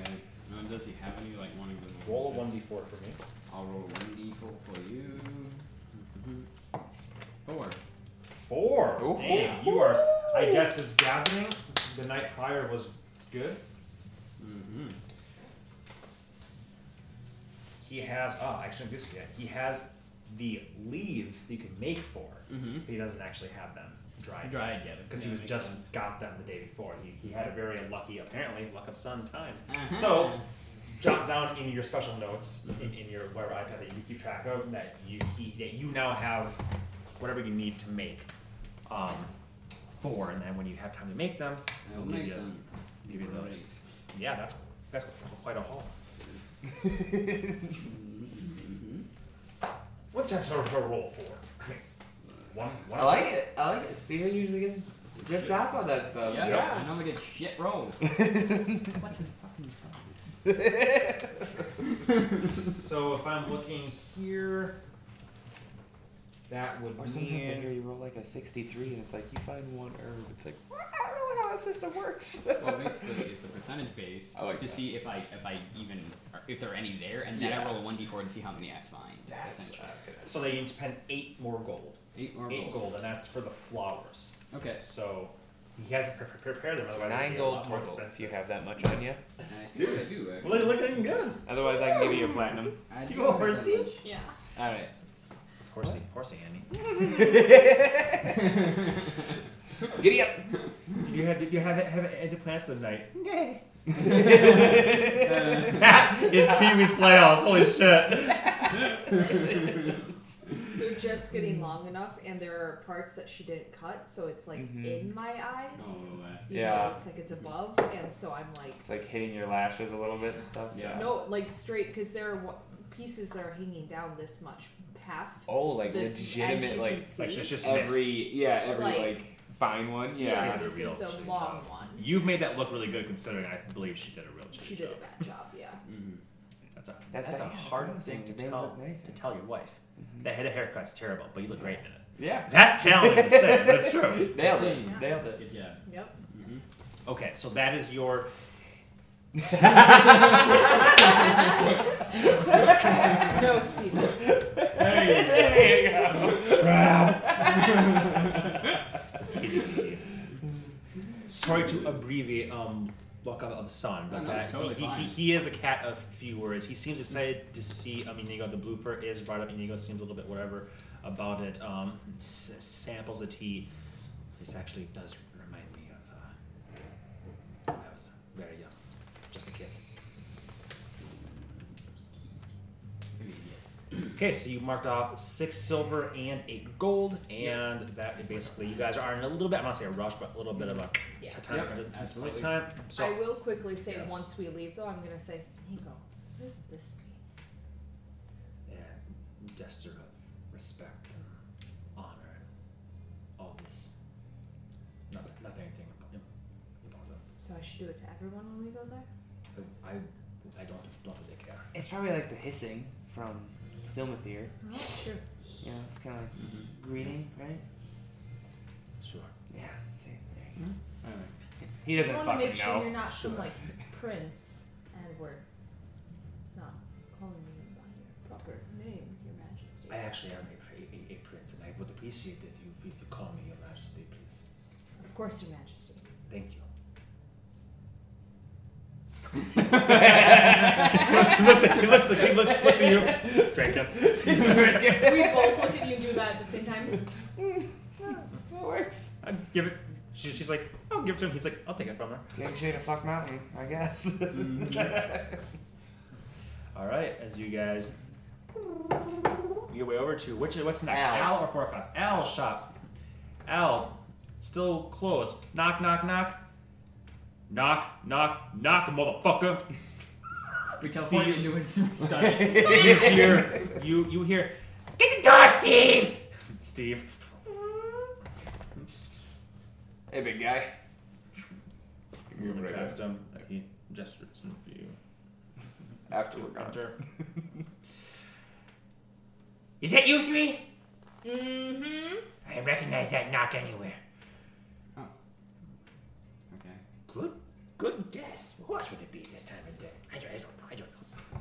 Speaker 6: Okay. Um, does he have any like one of the
Speaker 3: Roll a one d four for me.
Speaker 4: I'll roll one d4 for you. Mhm. Four.
Speaker 3: Four.
Speaker 5: Ooh.
Speaker 3: Damn, you are. I guess his gathering the night prior was good.
Speaker 4: Mm-hmm.
Speaker 3: He has. Oh, actually, this yeah. He has the leaves that you can make for,
Speaker 4: Mm-hmm.
Speaker 3: but he doesn't actually have them dried.
Speaker 6: Dried yet?
Speaker 3: Because he was just got them the day before. He, he had a very lucky, apparently, luck of sun time.
Speaker 6: Uh-huh.
Speaker 3: So, jot down in your special notes in, in your whatever iPad that you keep track of that you he, that you now have whatever you need to make um, for, and then when you have time to make them,
Speaker 4: I'll
Speaker 3: we'll
Speaker 4: make
Speaker 3: you-
Speaker 4: them.
Speaker 3: give you those.
Speaker 4: Great.
Speaker 3: Yeah, that's that's quite a haul.
Speaker 4: Mm,
Speaker 8: What's that her, her roll for? I mean, one, one.
Speaker 5: I like it. I like it. Steven usually gets ripped off on that stuff.
Speaker 6: Yeah,
Speaker 8: Yeah.
Speaker 6: I normally get shit rolls. What's his fucking phone?
Speaker 3: So if I'm looking here, that would
Speaker 5: Or sometimes I hear
Speaker 3: mean
Speaker 5: you roll like a 63 and it's like you find one herb. It's like, "Well, I don't know how that system works.
Speaker 6: Well, basically, it's a percentage base
Speaker 5: I like
Speaker 6: to
Speaker 5: that.
Speaker 6: see if I if I even if there are any there, and then I roll a one d4 to see how many I find.
Speaker 5: That's what
Speaker 6: essentially,
Speaker 5: I'm gonna-
Speaker 3: so they need to spend eight more gold.
Speaker 6: eight more
Speaker 3: eight
Speaker 6: rolls.
Speaker 3: gold, and that's for the flowers.
Speaker 6: Okay,
Speaker 3: So he hasn't pre- pre- prepared them. Otherwise,
Speaker 5: Nine
Speaker 3: it'd be a lot
Speaker 5: gold
Speaker 3: more
Speaker 5: total.
Speaker 3: expensive.
Speaker 5: You have that much on you.
Speaker 6: nice.
Speaker 4: Seriously, do
Speaker 3: Well, they're looking good.
Speaker 5: Otherwise, I can give you a platinum.
Speaker 6: I
Speaker 3: You
Speaker 6: do have
Speaker 3: already
Speaker 6: that
Speaker 3: see?
Speaker 6: much.
Speaker 2: Yeah.
Speaker 5: All right.
Speaker 7: Horsey, horsey, Annie.
Speaker 5: Giddy up.
Speaker 3: Did you have did you have have any plans for the night?
Speaker 6: Uh,
Speaker 3: That is Pee Wee's Playhouse. Holy shit!
Speaker 2: They're just getting long enough, and there are parts that she didn't cut, so it's like
Speaker 5: Mhm.
Speaker 2: in my eyes.
Speaker 6: oh, uh,
Speaker 2: Even though
Speaker 5: Yeah.
Speaker 2: It looks like it's above, and so I'm like,
Speaker 5: It's like hitting your lashes a little bit and stuff.
Speaker 6: Yeah.
Speaker 2: no, like straight, because there are wa- pieces that are hanging down this much past
Speaker 5: Oh, like
Speaker 2: the edge
Speaker 5: legitimate,
Speaker 2: you
Speaker 5: like
Speaker 2: can see.
Speaker 3: Like it's just
Speaker 5: every
Speaker 3: missed.
Speaker 5: yeah, every
Speaker 2: Like-
Speaker 5: like, fine one. Yeah.
Speaker 2: this
Speaker 3: real
Speaker 2: is a
Speaker 3: change
Speaker 2: long
Speaker 3: up.
Speaker 2: one.
Speaker 3: You made that look really good, considering I believe she did a real
Speaker 2: She
Speaker 3: shitty
Speaker 2: did a
Speaker 3: job.
Speaker 2: bad job, yeah.
Speaker 6: mm,
Speaker 3: That's a that's,
Speaker 5: That's that-
Speaker 3: a
Speaker 5: yeah, that's what I'm
Speaker 3: hard
Speaker 5: saying.
Speaker 3: thing to
Speaker 5: Nails
Speaker 3: tell
Speaker 5: look nice.
Speaker 3: to
Speaker 5: Mm-hmm.
Speaker 3: tell your wife. That head of haircut's terrible, but you look great in it.
Speaker 5: Yeah.
Speaker 3: That's challenging to say. That's true.
Speaker 5: Nailed it.
Speaker 6: Yeah.
Speaker 5: Nailed it.
Speaker 6: good job.
Speaker 2: Yep.
Speaker 3: Okay, so that is your.
Speaker 2: No, Steven.
Speaker 5: There you go.
Speaker 3: Just kidding. Sorry to abbreviate um luck of, of sun, but
Speaker 6: No, no,
Speaker 3: that,
Speaker 6: it's totally
Speaker 3: he, he,
Speaker 6: fine.
Speaker 3: he is a cat of few words. He seems excited to see um Inigo. The blue fur is brought up. Inigo seems a little bit whatever about it. Um, s- samples the tea. This actually does remind me of uh, when I was very young, just a kid. Okay, so you marked off six silver and eight gold, and that is basically you guys are in a little bit. I'm not saying a rush, but a little bit of a
Speaker 2: Yeah.
Speaker 3: time
Speaker 6: Yep,
Speaker 3: at this point in
Speaker 6: absolutely.
Speaker 3: time. So
Speaker 2: I will quickly say
Speaker 3: Yes.
Speaker 2: once we leave, though, I'm going to say, Nico, what does this mean?
Speaker 7: and gesture of respect and honor and all this. Not, not anything imp- imp- important.
Speaker 2: So I should do it to everyone when we go there?
Speaker 7: I, I- I don't, don't really care.
Speaker 5: It's probably like the hissing from Silmathier.
Speaker 2: Oh, sure.
Speaker 5: You know, it's kind of like greeting, right?
Speaker 7: Sure.
Speaker 5: Yeah. See, there you
Speaker 6: All right.
Speaker 5: He
Speaker 2: Just
Speaker 5: doesn't
Speaker 2: want to
Speaker 5: fucking
Speaker 2: make sure
Speaker 5: know.
Speaker 2: you're not some
Speaker 7: Sure.
Speaker 2: like prince and we're not calling you by your proper name, Your Majesty.
Speaker 7: I actually am a, pri- a, a prince, and I would appreciate if you if you call me Your Majesty, please.
Speaker 2: Of course, Your Majesty.
Speaker 7: Thank you.
Speaker 3: he looks at he looks at he looks, looks at you, Draco.
Speaker 2: we both look at you and do that at the same time.
Speaker 5: That works.
Speaker 3: I give it. She, she's like, I'll give it to him. He's like, I'll take it from her.
Speaker 5: Gang shade of fuck mountain, I guess.
Speaker 3: All right, as you guys your way over to which what's next,
Speaker 5: Al.
Speaker 3: Al or forecast? Al shop. Al, still closed. Knock, knock, knock. Knock, knock, knock, motherfucker.
Speaker 6: We teleport
Speaker 3: Steve,
Speaker 6: into his study.
Speaker 3: you hear you you hear get the door, Steve. Steve.
Speaker 5: hey, big guy.
Speaker 3: Moving past him, he gestures and if you
Speaker 5: After
Speaker 3: to
Speaker 5: we're gone.
Speaker 3: enter. Is that you three?
Speaker 2: Mm-hmm.
Speaker 3: I recognize that knock anywhere.
Speaker 6: okay.
Speaker 7: Good, good guess. Who else would it be this time of day? I don't, I don't know. I don't know.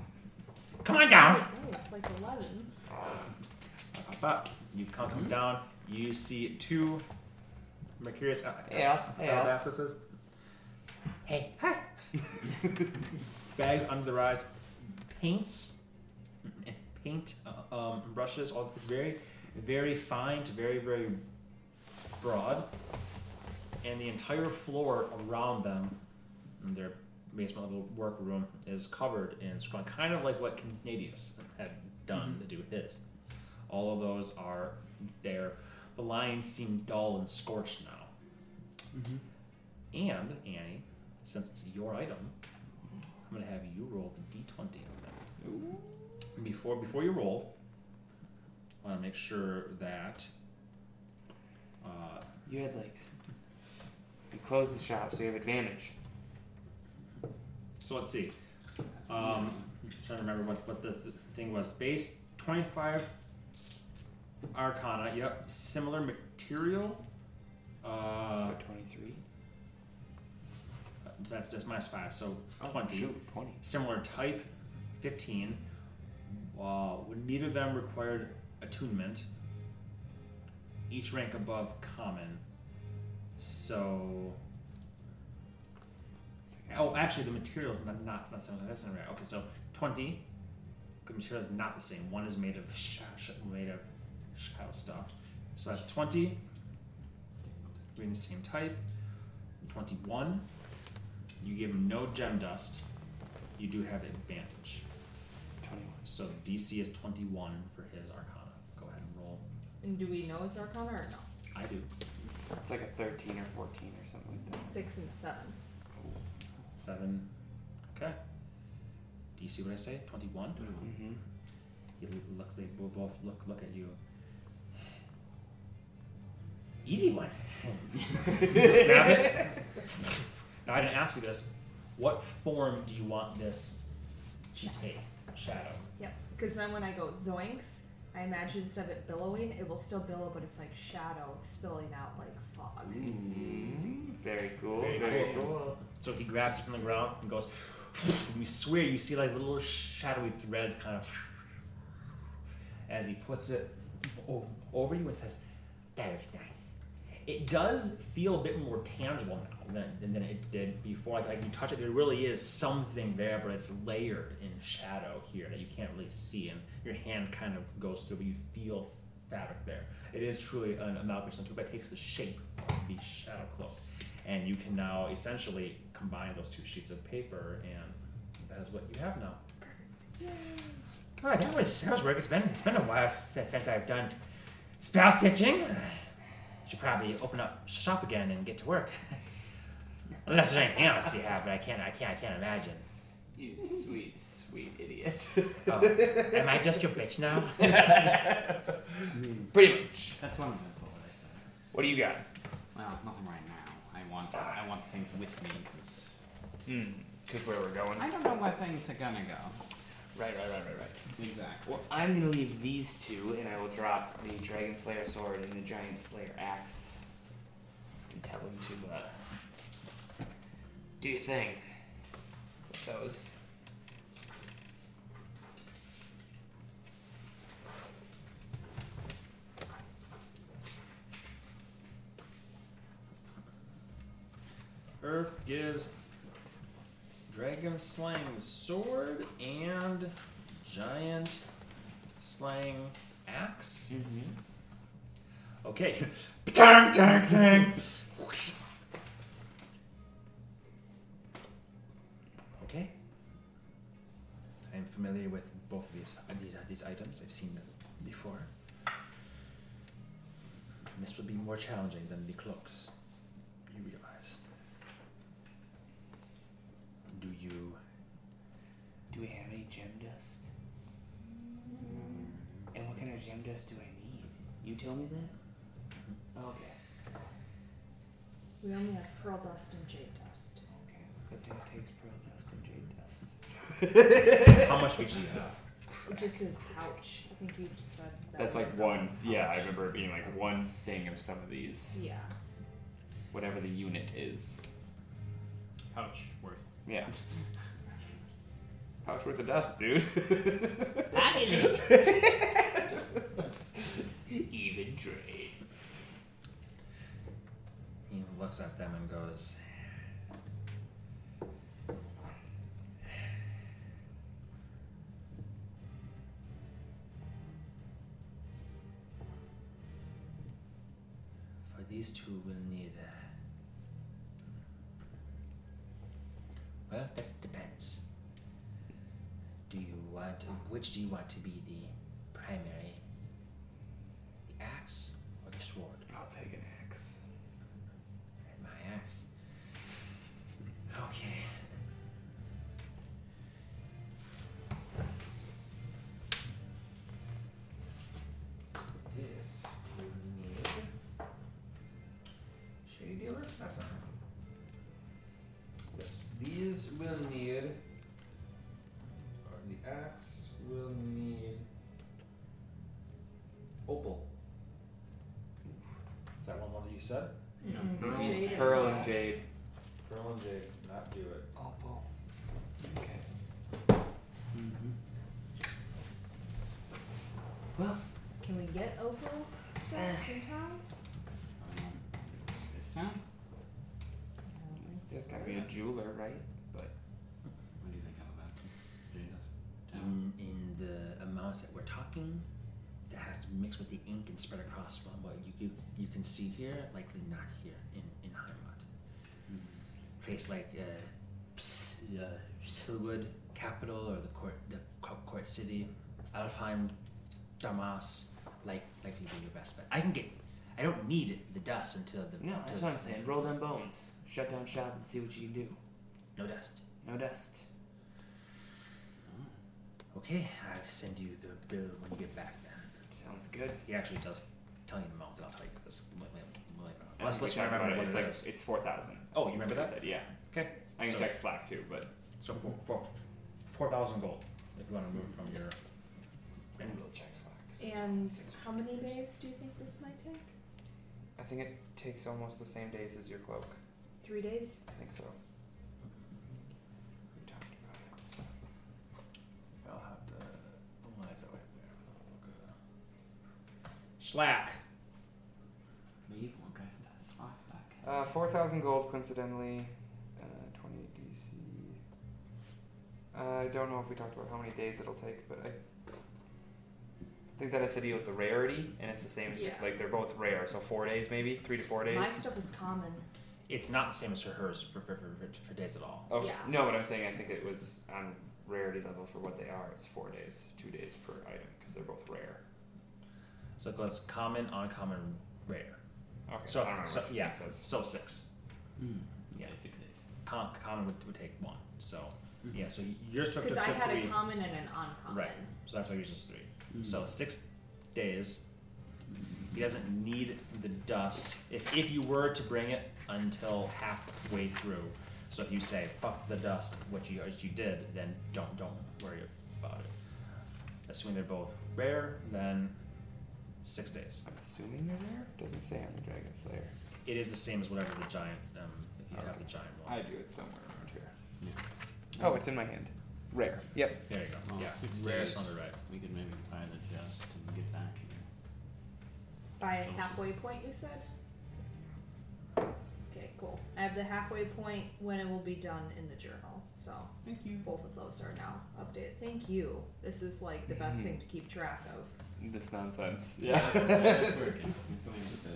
Speaker 3: Come on down.
Speaker 2: it's like eleven.
Speaker 3: Up, up. You come, come down. You see two Mercurius uh,
Speaker 5: Yeah, yeah.
Speaker 3: Albastuses,
Speaker 7: Hey, hi.
Speaker 3: bags under their eyes, paints, paint uh, um, brushes. All it's very, very fine to very, very broad, and the entire floor around them, in their basement level workroom, is covered in scrum, kind of like what Canadius had
Speaker 7: Mm-hmm.
Speaker 3: done to do his. All of those are there. The lines seem dull and scorched now. And Annie, since it's your item, I'm gonna have you roll the d20 on that. Before before you roll, want to make sure that. Uh,
Speaker 5: You had like. s- You closed the shop, so you have advantage.
Speaker 3: so let's see. Um, trying to remember what, what the th- thing was. Base 25 Arcana. Yep. Similar material. Uh,
Speaker 5: so 23.
Speaker 3: that's that's minus five, so
Speaker 5: Oh,
Speaker 3: 20.
Speaker 5: shoot, 20.
Speaker 3: Similar type, 15. Uh, would neither of them required attunement? Each rank above common. So.
Speaker 5: It's like,
Speaker 3: Oh, actually, the material is not not, not similar. That's not right. Okay, so twenty. The material is not the same. One is made of shadow, made of shadow stuff. So that's twenty. Doing the same type. Twenty-one. You give him no gem dust. You do have advantage.
Speaker 5: 21.
Speaker 3: So DC is twenty-one for his Arcana. Go ahead and roll.
Speaker 2: And do we know his arcana or no?
Speaker 3: I do
Speaker 5: It's like a 13 or 14 or something like that.
Speaker 2: Six and a seven.
Speaker 3: seven. Okay. DC, what I say? Twenty-one.
Speaker 5: Mm-hmm.
Speaker 3: He l- looks. They bo- both look look at you. Easy one. Grab it. Now I didn't ask you this. What form do you want this to take? Shadow.
Speaker 2: Yep. Because then when I go zoinks, I imagine instead of it billowing, it will still billow, but it's like shadow spilling out like fog.
Speaker 5: Mm. Very cool. Very cool.
Speaker 3: So he grabs it from the ground and goes. And you swear you see like little shadowy threads kind of. As he puts it o- over you and says, "That is nice." It does feel a bit more tangible now than, than, than it did before. Like, like you touch it, there really is something there, but it's layered in shadow here that you can't really see, and your hand kind of goes through, but you feel fabric there. It is truly an amalgamation too, but it takes the shape of the shadow cloak, and you can now essentially combine those two sheets of paper, and that is what you have now. God, that was that was work. It's been it's been a while since, since I've done spell stitching. Should probably open up shop again and get to work. Unless there's anything else you have, but I can't I can't I can't imagine.
Speaker 5: You sweet, sweet idiot.
Speaker 3: Oh, am I just your bitch now?
Speaker 5: Pretty much.
Speaker 6: That's one of my favorites. but-
Speaker 5: What do you got?
Speaker 6: Well, nothing right now. I want I want things with me 'cause
Speaker 5: Because Hmm. where we're going.
Speaker 6: I don't know where things are gonna go.
Speaker 5: Right, right, right, right, right.
Speaker 6: Exactly.
Speaker 5: Well, I'm gonna leave these two, and I will drop the Dragon Slayer sword and the Giant Slayer axe, and tell him to uh, do your thing. With those.
Speaker 3: Earth gives Dragon Slang Sword and Giant Slang Axe.
Speaker 5: Mm-hmm.
Speaker 3: Okay. Dang, dang, dang. Whoosh. Okay. I am familiar with both of these, uh, these, uh, these items. I've seen them before. This will be more challenging than the cloaks, you realize. Do you.
Speaker 5: Do we have any gem dust? And what kind of gem dust do I need? You tell me that. Okay.
Speaker 2: We only have pearl dust and jade dust.
Speaker 5: Okay. Good thing it takes pearl dust and jade dust.
Speaker 3: How much would you have?
Speaker 2: It just is ouch. I think you just said that.
Speaker 5: That's like one. Yeah, I remember it being like one thing of some of these,
Speaker 2: Yeah.
Speaker 5: whatever the unit is.
Speaker 6: Pouch worth.
Speaker 5: Yeah. Pouch worth of dust, dude.
Speaker 1: That is it.
Speaker 5: Even trade.
Speaker 3: He looks at them and goes, For these two, we'll need. Uh, well, that depends. Do you want. Which do you want to be the primary? The axe or the sword?
Speaker 5: I'll take an axe.
Speaker 3: My ass. Okay.
Speaker 9: axes will need. Or the axe will need. Opal.
Speaker 6: Is that one of the ones that you said?
Speaker 5: Pearl,
Speaker 2: Mm-hmm. Jade and
Speaker 5: Pearl
Speaker 2: Jack.
Speaker 5: and Jade.
Speaker 9: Pearl and Jade did not do it.
Speaker 5: Opal. Okay.
Speaker 2: Can we get Opal first in town?
Speaker 4: Um, this time?
Speaker 2: I don't think so.
Speaker 5: There's gotta be a jeweler, right? But
Speaker 4: What do you think Alabastus? Jane does.
Speaker 3: in,
Speaker 4: Town.
Speaker 3: Um, in the amounts that we're talking, that has to mix with the ink and spread across from what you, you, you can see here, likely not here in, in Heimat.
Speaker 5: Hmm.
Speaker 3: Place like uh, Ps- uh, Silwood capital or the court the co- court city, Alfheim, Damas, like likely be your best bet. I can get. I don't need the dust until the
Speaker 5: no, that's
Speaker 3: until-
Speaker 5: what I'm saying. Roll them bones. Shut down shop and see what you can do.
Speaker 3: No dust.
Speaker 5: No dust.
Speaker 3: Okay, I'll send you the bill when you get back. Then
Speaker 5: Sounds good.
Speaker 3: he actually does tell you the amount, but I'll tell you this. Wait, wait, wait, wait.
Speaker 5: I
Speaker 3: Let's
Speaker 5: think
Speaker 3: let's
Speaker 5: we talked
Speaker 3: remember
Speaker 5: about
Speaker 3: what
Speaker 5: it. It's
Speaker 3: it
Speaker 5: like
Speaker 3: is.
Speaker 5: it's four thousand.
Speaker 6: Oh, you remember that?
Speaker 5: Yeah.
Speaker 3: Okay.
Speaker 5: I can
Speaker 3: So-
Speaker 5: check Slack too, but
Speaker 3: So four, four, four thousand gold if you want to move from your.
Speaker 5: Maybe we'll check Slack.
Speaker 2: And how many days do you think this might take?
Speaker 5: I think it takes almost the same days as your cloak.
Speaker 2: Three days?
Speaker 5: I think so. We talked about
Speaker 3: I'll have to. oh, Why is that right
Speaker 6: Slack.
Speaker 4: Leave Wonka's that slot back.
Speaker 5: it. Uh, four thousand gold, coincidentally. Uh, Twenty DC. Uh, I don't know if we talked about how many days it'll take, but I think that has to deal with the rarity, and it's the same. as your-
Speaker 2: Yeah.
Speaker 5: Like they're both rare, so four days maybe, three to four days.
Speaker 2: My stuff is common.
Speaker 3: It's not the same as for hers for for, for, for, for days at all.
Speaker 5: Oh
Speaker 2: Yeah.
Speaker 5: no, but I'm saying I think it was on rarity level for what they are. It's four days, two days per item because they're both rare.
Speaker 3: So it goes common, uncommon, rare.
Speaker 5: Okay.
Speaker 3: So,
Speaker 5: I don't know
Speaker 3: so
Speaker 5: which
Speaker 3: yeah,
Speaker 5: makes sense.
Speaker 3: so six.
Speaker 4: Mm.
Speaker 3: Yeah.
Speaker 4: Yeah, six days.
Speaker 3: Com- common would, would take one. So yeah, so yours took
Speaker 2: Because
Speaker 3: took
Speaker 2: I
Speaker 3: took
Speaker 2: had
Speaker 3: three.
Speaker 2: a common and an uncommon.
Speaker 3: Right. so that's why yours is three. So six days. He doesn't need the dust if, if you were to bring it until halfway through. So if you say fuck the dust, what you what you did, then don't don't worry about it. Assuming they're both rare, then six days.
Speaker 5: I'm assuming they're rare. Doesn't say on the Dragon Slayer.
Speaker 3: It is the same as whatever the giant. Um, if you have the giant one,
Speaker 5: I do. It's somewhere around here.
Speaker 4: Yeah.
Speaker 5: Oh, it's in my hand. Rare. Yep.
Speaker 3: there you go.
Speaker 4: Well,
Speaker 3: yeah,
Speaker 4: Oh, six
Speaker 3: rare
Speaker 4: days.
Speaker 3: sounded right.
Speaker 4: We could maybe buy the chest and get back here.
Speaker 2: By a
Speaker 4: Awesome.
Speaker 2: halfway point, you said? Okay, cool. I have the halfway point when it will be done in the journal. So
Speaker 4: Thank you.
Speaker 2: both of those are now updated. Thank you. This is like the best thing to keep track of.
Speaker 5: This nonsense.
Speaker 4: it's working. It's the way with the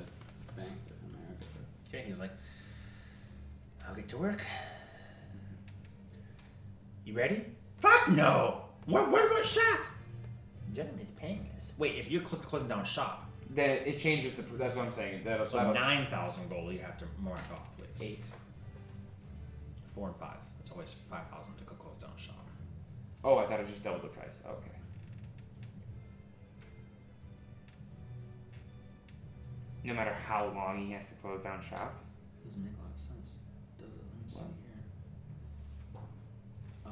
Speaker 4: banks to America.
Speaker 3: Okay, he's like, I'll get to work. You ready? Fuck no! What, what about shop? Gentleman is paying us. Wait, if you're close to closing down shop,
Speaker 5: That it changes the. That's what I'm saying. That'll.
Speaker 3: so
Speaker 5: that'll
Speaker 3: 9,000 gold you have to mark off, please.
Speaker 5: eight.
Speaker 3: Four and five. It's always 5,000 to go close down shop.
Speaker 5: Oh, I thought it just doubled the price. Okay. No matter how long he has to close down shop.
Speaker 3: Doesn't make a lot of sense. Does it? Let me
Speaker 5: see Well.
Speaker 3: here. Uh,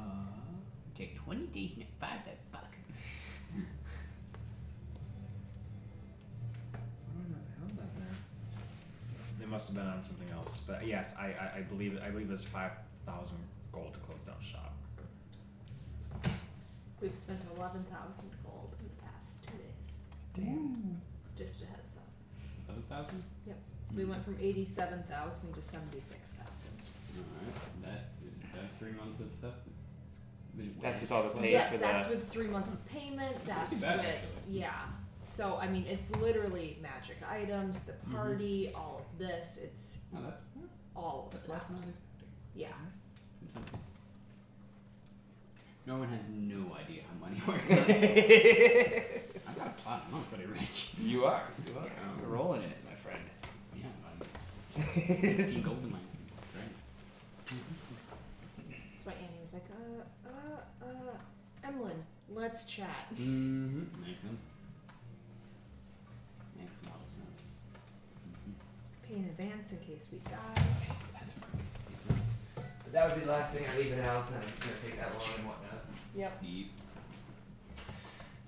Speaker 4: Take 20 days and five that fuck.
Speaker 3: It must have been on something else, but yes, I, I, I believe I believe it was five thousand gold to close down shop.
Speaker 2: We've spent 11,000 gold in the past two days. Damn. Just a heads up.
Speaker 4: 7,000?
Speaker 2: We went from 87,000 to 76,000.
Speaker 4: Alright. That, that's three months of stuff.
Speaker 5: That's with all the pay
Speaker 2: yes,
Speaker 5: for
Speaker 2: that's
Speaker 5: the.
Speaker 2: with three months of payment. That's
Speaker 4: bad,
Speaker 2: with
Speaker 4: actually.
Speaker 2: yeah. So I mean, it's literally magic items, the
Speaker 5: Mm-hmm.
Speaker 2: party, all of this. It's
Speaker 4: Oh, that's,
Speaker 2: all of
Speaker 4: that's
Speaker 2: that.
Speaker 4: less than I was
Speaker 2: Yeah.
Speaker 4: in some cases. No one has no idea how money works. I've got a plot. I'm pretty rich.
Speaker 5: you are. You are.
Speaker 4: Yeah.
Speaker 5: You're rolling in it, my friend.
Speaker 4: Yeah, I'm 16 gold in my hand. Right.
Speaker 2: So my Annie was like, uh, uh, uh, Emlyn, let's chat.
Speaker 4: Mm-hmm. Makes sense. Makes a lot of sense.
Speaker 2: Pay in advance in case we die.
Speaker 4: Makes sense.
Speaker 10: that would be the last thing I leave in the house, and it's gonna take that long and whatnot.
Speaker 2: Yep.
Speaker 4: Deep.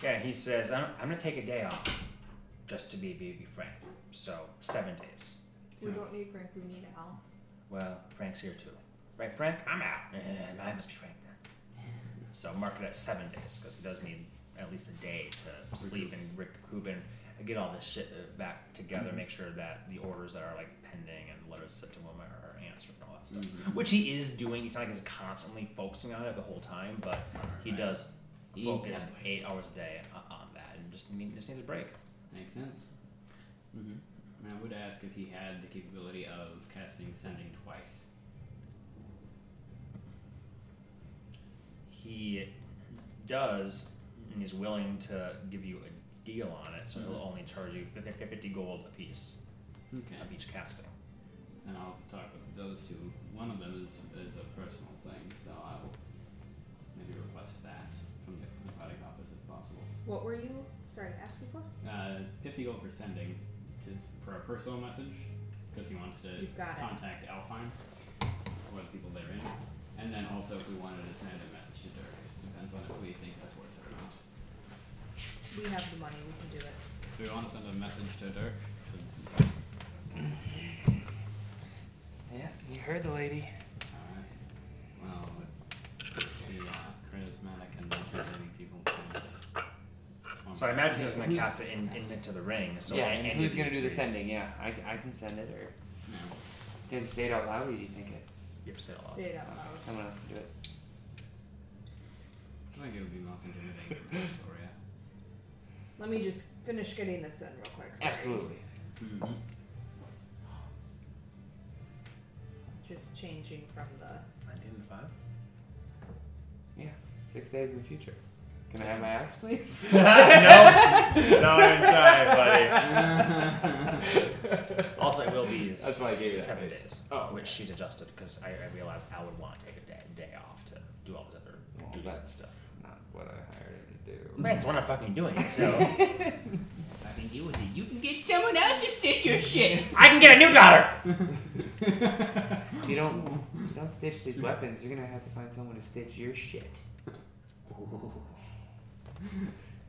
Speaker 3: Yeah, he says, I'm, I'm going to take a day off just to be, be, be frank. So, seven days.
Speaker 2: We don't need Frank. We need Al.
Speaker 3: Well, Frank's here too. Right, Frank? I'm out. And I must be Frank then. So, mark it at seven days because he does need at least a day to sleep and recoup and get all this shit uh, back together, make sure that the orders that are like pending and letters sent to him are, are answered and all that stuff. Which he is doing. He's not like he's constantly focusing on it the whole time, but he
Speaker 4: Right.
Speaker 3: does
Speaker 4: He
Speaker 3: focus eight hours a day o- on that and just, need, just needs a break.
Speaker 4: Makes sense. Mm-hmm. And I would ask if he had the capability of casting sending twice.
Speaker 3: he does and is willing to give you a deal on it, so
Speaker 5: Mm-hmm.
Speaker 3: he'll only charge you fif- fif- 50 gold a piece
Speaker 4: Okay.
Speaker 3: of each casting.
Speaker 5: Mm-hmm.
Speaker 4: And I'll talk with those two. One of them is, is a personal thing, so I will maybe request that from the aquatic office if possible.
Speaker 2: What were you? Sorry, asking for?
Speaker 4: Uh, 50 gold for sending to, for a personal message because he wants to
Speaker 2: You've got it.
Speaker 4: contact Alfheim or the people therein. And then also if we wanted to send a message to Dirk. Depends on if we think that's worth it or not.
Speaker 2: We have the money. We can do it.
Speaker 4: Do we want to send a message to Dirk?
Speaker 5: Yeah, you heard the lady.
Speaker 4: Alright. Well, the uh, charismatic and intimidating people. kind of-
Speaker 3: So I imagine he's
Speaker 5: Yeah,
Speaker 3: going to
Speaker 5: who's-
Speaker 3: cast it in, in, into the ring. So
Speaker 5: yeah,
Speaker 3: and-
Speaker 5: and
Speaker 3: and
Speaker 5: who's
Speaker 3: give
Speaker 5: gonna
Speaker 3: you
Speaker 5: do the
Speaker 3: three.
Speaker 5: sending? Yeah, I, c- I can send it, or
Speaker 4: No.
Speaker 5: do you have to say it out loud, or do you think it?
Speaker 3: You have to say it
Speaker 2: Say it out
Speaker 5: okay,
Speaker 2: loud.
Speaker 5: someone else can do it.
Speaker 4: I think it would be most intimidating for Victoria.
Speaker 2: Let me just finish getting this in real quick. Sorry.
Speaker 5: Absolutely.
Speaker 4: Mm-hmm.
Speaker 2: Just changing from the.
Speaker 3: 19 and 5?
Speaker 5: Yeah, six days in the future. Can I have my axe, please?
Speaker 3: no, no, I'm sorry, buddy. also, it will be
Speaker 5: That's why I gave you that
Speaker 3: seven
Speaker 5: face.
Speaker 3: days,
Speaker 5: Oh,
Speaker 3: which she's adjusted because I, I realized I would want to take a day, day off to do all this other
Speaker 5: Well,
Speaker 3: duties and
Speaker 5: that's
Speaker 3: stuff.
Speaker 5: not what I hired him to do.
Speaker 3: That's what I'm fucking doing. So
Speaker 1: If I can deal with it, you can get someone else to stitch your shit.
Speaker 3: I can get a new daughter.
Speaker 5: If you don't, if you don't stitch these weapons, you're gonna have to find someone to stitch your shit.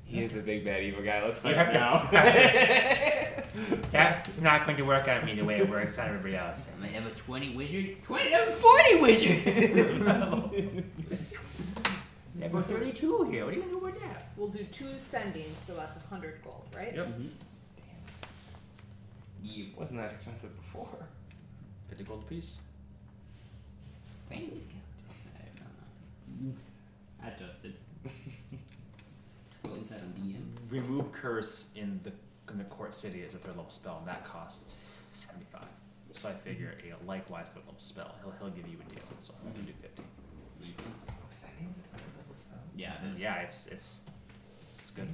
Speaker 5: He is the big bad evil guy. Let's
Speaker 3: You
Speaker 5: fight
Speaker 3: have
Speaker 5: him
Speaker 3: to-
Speaker 5: now.
Speaker 3: That's not going to work on me the way it works on everybody else.
Speaker 1: I'm a level 20 wizard, 20 level 40 wizard.
Speaker 3: Level 32 here. What do you know about that?
Speaker 2: We'll do two sendings, so that's a hundred gold, right?
Speaker 3: Yep.
Speaker 4: Mm-hmm.
Speaker 5: Wasn't that expensive before?
Speaker 3: 50 gold apiece.
Speaker 4: I have no- I adjusted. What was that on DM?
Speaker 3: Remove curse in the in the court city is a third level spell, and that costs 75. So I figure a likewise third level spell. He'll he'll give you a deal. So I can do 50.
Speaker 4: Makes sense.
Speaker 5: Oh, Sending's a level spell.
Speaker 4: Yeah, it is.
Speaker 3: Yeah, it's it's it's good.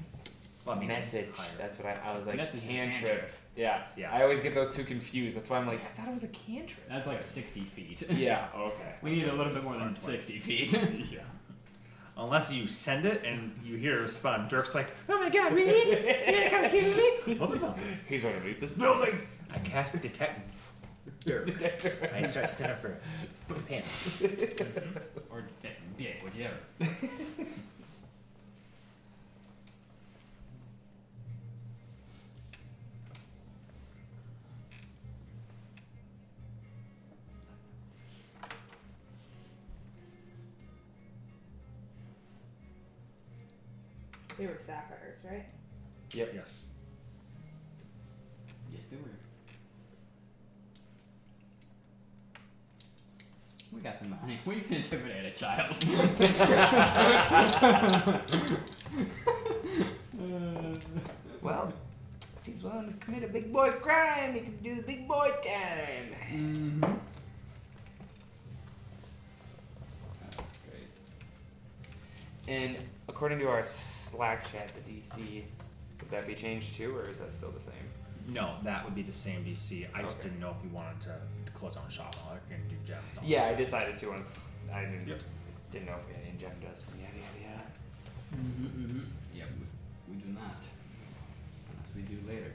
Speaker 3: Well, I mean,
Speaker 5: message.
Speaker 3: It's higher.
Speaker 5: That's what I, I was like.
Speaker 4: Message is a
Speaker 5: cantrip.
Speaker 4: cantrip.
Speaker 5: Yeah.
Speaker 3: Yeah.
Speaker 5: I always get those two confused. That's why I'm like, I thought it was a cantrip.
Speaker 4: That's like 60 feet.
Speaker 5: yeah. Okay.
Speaker 4: We need a little bit more than 60 feet. yeah.
Speaker 3: Unless you send it and you hear a response. Dirk's like, oh my god, really? You're gonna come kill me? What the fuck?
Speaker 5: He's gonna leave this building.
Speaker 3: I cast detect dirt. I start standing up for put pants.
Speaker 4: Or dick, dick whichever.
Speaker 2: They were sapphires, right?
Speaker 5: Yep.
Speaker 3: Yes.
Speaker 4: Yes, they were. We got some money. We can intimidate a child.
Speaker 5: Ah, Well, if he's willing to commit a big boy crime, he can do the big boy time.
Speaker 4: Mhm. That's great.
Speaker 5: And according to our Slack chat, the DC could that be changed too, or is that still the same?
Speaker 3: No, that would be the same DC. I just
Speaker 5: Okay.
Speaker 3: didn't know if you wanted to close on shop and all that and do gems. and all
Speaker 5: Yeah,
Speaker 3: that
Speaker 5: I
Speaker 3: jazz.
Speaker 5: decided to once. I didn't
Speaker 3: Yep.
Speaker 5: didn't know if we had Injem dust and yada yada yada.
Speaker 4: Mm-hmm, mm-hmm. Yep, we do not. Unless we do later.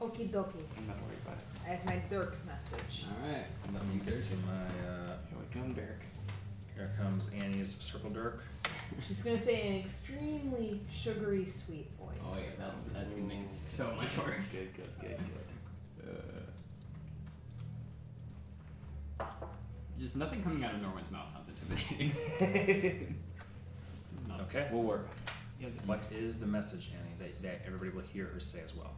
Speaker 2: Okie Okie dokie.
Speaker 5: I'm not worried about it.
Speaker 2: I have my Dirk message.
Speaker 4: Alright.
Speaker 3: Let me get to my. Uh,
Speaker 5: Here we come, Dirk.
Speaker 3: here comes Annie's circle dirk.
Speaker 2: She's gonna say in an extremely sugary sweet voice.
Speaker 6: Oh yeah, that's that's gonna make it so much worse.
Speaker 5: Good, good, good, good.
Speaker 6: Just nothing coming out of Norman's mouth sounds intimidating. No.
Speaker 3: Okay.
Speaker 5: We'll work.
Speaker 3: What is the message, Annie, that, that everybody will hear her say as well?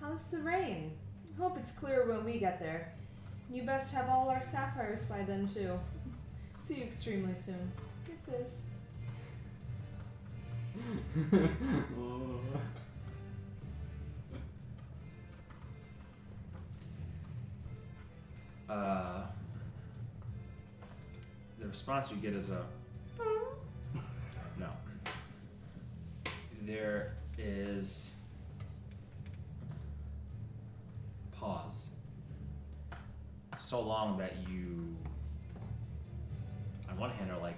Speaker 2: How's the rain? Hope it's clear when we get there. You best have all our sapphires by then too. See you extremely soon. Kisses.
Speaker 6: Oh.
Speaker 3: Uh, the response you get is a no. There is pause so long that you, on one hand, are like,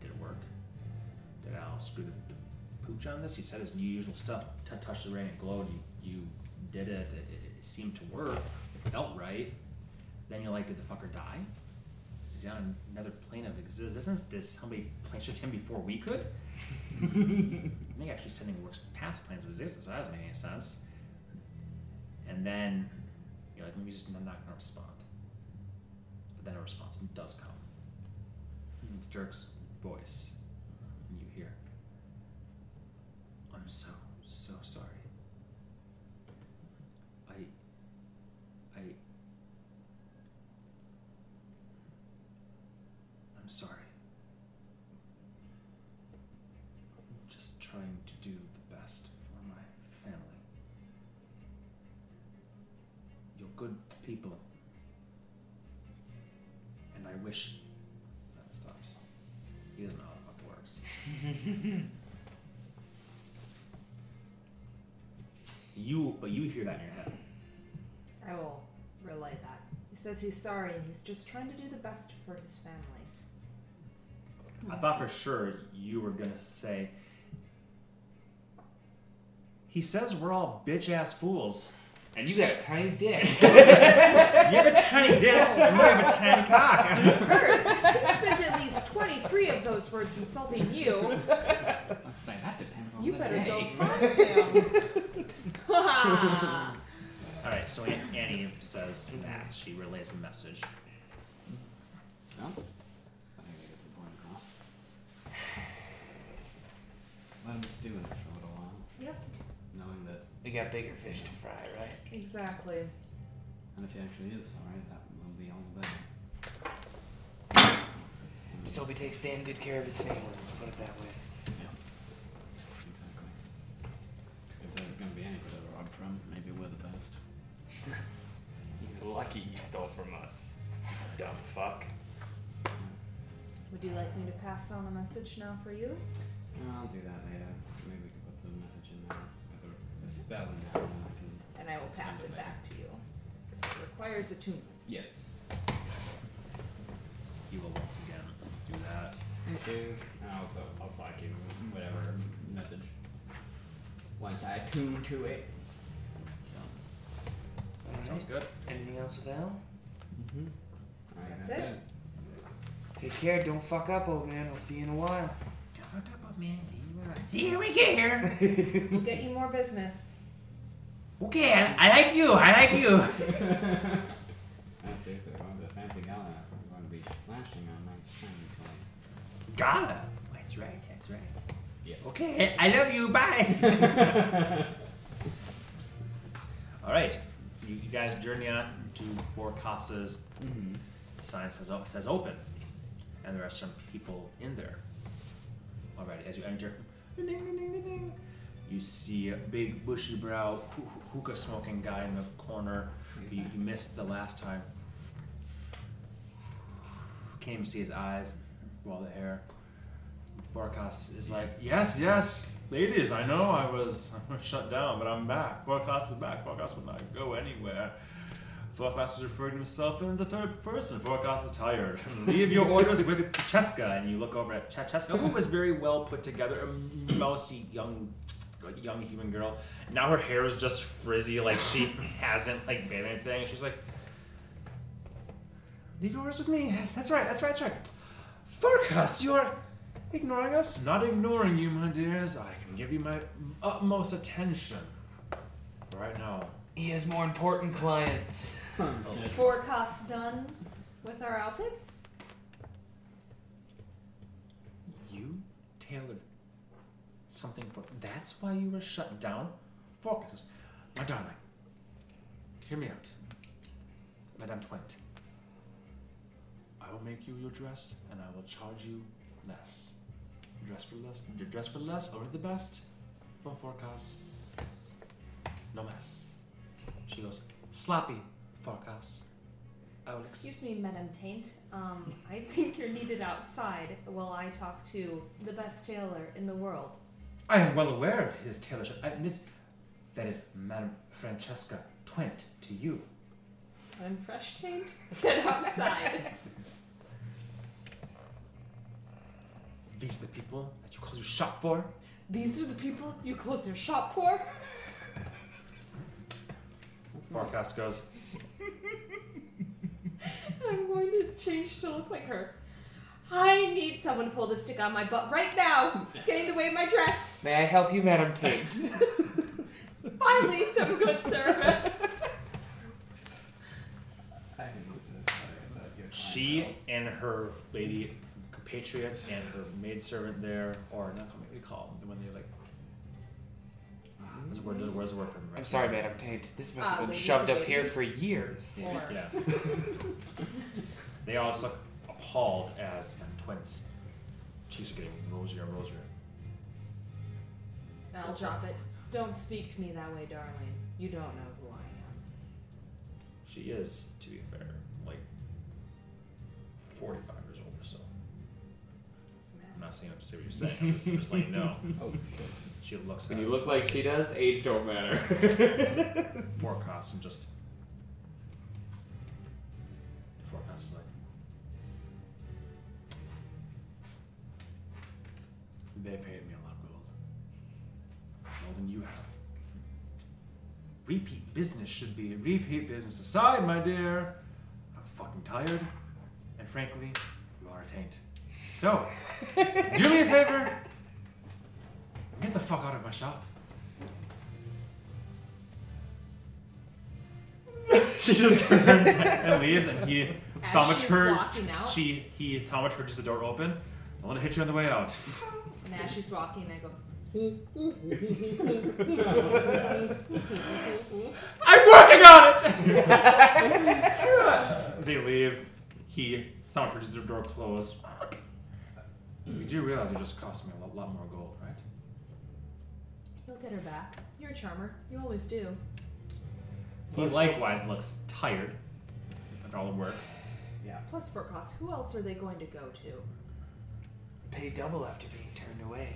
Speaker 3: "Did it work? Did Al screw the, the pooch on this? He said his usual stuff. T- touched the ring, it glowed. You, you did it. It, it. it seemed to work. It felt right. Then you're like, did the fucker die? Is he on another plane of existence? Did somebody plan shit him before we could? I think actually sending works past planes of existence, so that doesn't make any sense. And then you're like, maybe just not gonna respond. But then a response does come. And it's Dirk's voice. And you hear. I'm so, so sorry. I I I'm sorry. I'm just trying to do the best for my family. You're good people. And I wish that stops. He doesn't know how the fuck works. you but you hear that in your head.
Speaker 2: I will relay that. He says he's sorry and he's just trying to do the best for his family.
Speaker 3: I thought for sure you were gonna say. He says we're all bitch ass fools.
Speaker 5: And you got a tiny dick.
Speaker 3: You have a tiny dick and you have a tiny cock.
Speaker 2: Earth, he spent at least 23 of those words insulting you.
Speaker 6: I was gonna say that depends on
Speaker 2: You
Speaker 6: the
Speaker 2: better
Speaker 6: day.
Speaker 2: go find him. Ha.
Speaker 3: All right, so Aunt Annie says that she relays the message.
Speaker 4: No? I think that gets the point across. Let him stew in it for a little while,
Speaker 2: yep,
Speaker 4: knowing that,
Speaker 5: we got bigger fish to fry, right?
Speaker 2: exactly.
Speaker 4: and if he actually is sorry, that will be all the better.
Speaker 5: Just hope he takes damn good care of his family. Let's put it that way.
Speaker 4: Exactly. If there's gonna be anybody to rob from, maybe we're the best.
Speaker 5: He's lucky he stole from us. Dumb fuck.
Speaker 2: Would you like me to pass on a message now for you?
Speaker 4: No, I'll do that later. Maybe we can put the message in there, or the, the spell in there, and then I can.
Speaker 2: And I will pass it back to you. Because it requires attunement.
Speaker 6: Yes.
Speaker 3: You will once again do that.
Speaker 6: Thank you. And also, I'll slack you whatever message. Once I
Speaker 5: Hmm.
Speaker 6: tune to
Speaker 5: eh?
Speaker 6: it.
Speaker 3: Sounds good.
Speaker 5: Anything else with Al?
Speaker 4: Mm-hmm. Alright,
Speaker 2: That's it.
Speaker 5: Take care. Don't fuck up, old man. I'll see you in a while.
Speaker 7: Don't fuck up, old man.
Speaker 1: See you again.
Speaker 2: We'll get you more business.
Speaker 1: Okay, I, I like you. I like you.
Speaker 4: That's seriously, one of the fancy gala I'm gonna be flashing on nice shiny toys.
Speaker 1: Gala. That's right. That's right.
Speaker 6: Yeah.
Speaker 1: Okay, I love you. Bye.
Speaker 3: All right, you, you guys journey on to Borcassa's sign says o- says open, and there are some people in there. Already, as you enter, ding, ding, ding, ding, ding, you see a big bushy brow hoo- hoo- hookah smoking guy in the corner. You, you missed the last time. Can't even see his eyes, through all the hair. Vorkas is like, yes, yes, ladies. I know I was shut down, but I'm back. Vorkas is back. Vorkas will not go anywhere. Forecast is referring to himself in the third person. Forecast is tired. Leave your orders with Cheska. And you look over at Ch- Cheska, who was very well put together, a mousy young like young human girl. Now her hair is just frizzy, like she hasn't like been anything. She's like, leave your orders with me. That's right. That's right. That's right. Farkas, you are ignoring us. Not ignoring you, my dears. I can give you my utmost attention right now.
Speaker 5: He has more important clients.
Speaker 2: Is forecast done with our outfits?
Speaker 3: You tailored something for. That's why you were shut down. Focus, my darling. Hear me out, Madame Twent. I will make you your dress, and I will charge you less. You dress for less. You dress for less, or the best from forecasts. No mess. She goes sloppy forecasts. I will
Speaker 2: Excuse me, Madam Taint. Um, I think you're needed outside while I talk to the best tailor in the world.
Speaker 3: I am well aware of his tailorship. I, miss, that is Madame Francesca Twent to you.
Speaker 2: I'm fresh taint. Get outside.
Speaker 3: These the people that you close your shop for?
Speaker 2: These are the people you close your shop for.
Speaker 3: Forecast goes,
Speaker 2: I'm going to change to look like her. I need someone to pull this stick out of my butt right now. It's getting in the way of my dress.
Speaker 5: May I help you, Madam Tate?
Speaker 2: Finally, some good service.
Speaker 11: I think it's satisfying that you're
Speaker 3: she and her lady compatriots and her maidservant there, or not coming, they call them when they're like, where's the word, where's the word for them, right?
Speaker 5: I'm sorry, Madam Tate. This must
Speaker 2: Ah,
Speaker 5: have been
Speaker 2: ladies
Speaker 5: shoved up
Speaker 2: and
Speaker 5: here
Speaker 2: ladies.
Speaker 5: for years.
Speaker 2: Or-
Speaker 3: Yeah. they all just look appalled as and twins. Cheeks are getting rosier and rosier.
Speaker 2: I'll drop it. Don't speak to me that way, darling. You don't know who I am.
Speaker 3: She is, to be fair, like 45 years old or so.
Speaker 2: Doesn't
Speaker 3: I'm
Speaker 2: matter.
Speaker 3: not saying I'm saying what you're saying. I'm just, I'm just letting you know.
Speaker 11: Oh, shit.
Speaker 3: She looks at
Speaker 4: When you look like she does, age don't matter.
Speaker 3: forecast and just forecast is like they paid me a lot of gold more than you have repeat business should be repeat business aside my dear i'm fucking tired and frankly you are a taint so do me a favor get the fuck out of my shop she just turns and leaves, and he
Speaker 2: As she's walking
Speaker 3: thaumaturge.
Speaker 2: out?
Speaker 3: She he thaumaturges the door open. I want to hit you on the way out.
Speaker 2: And as she's walking, I go,
Speaker 3: I'm working on it. they leave. He thaumaturges the door closed. You do realize it just cost me a lot, lot more gold, right?
Speaker 2: You'll get her back. You're a charmer. You always do.
Speaker 3: He likewise looks tired after all the work.
Speaker 2: Plus, for cost, who else are they going to go to?
Speaker 5: Pay double after being turned away.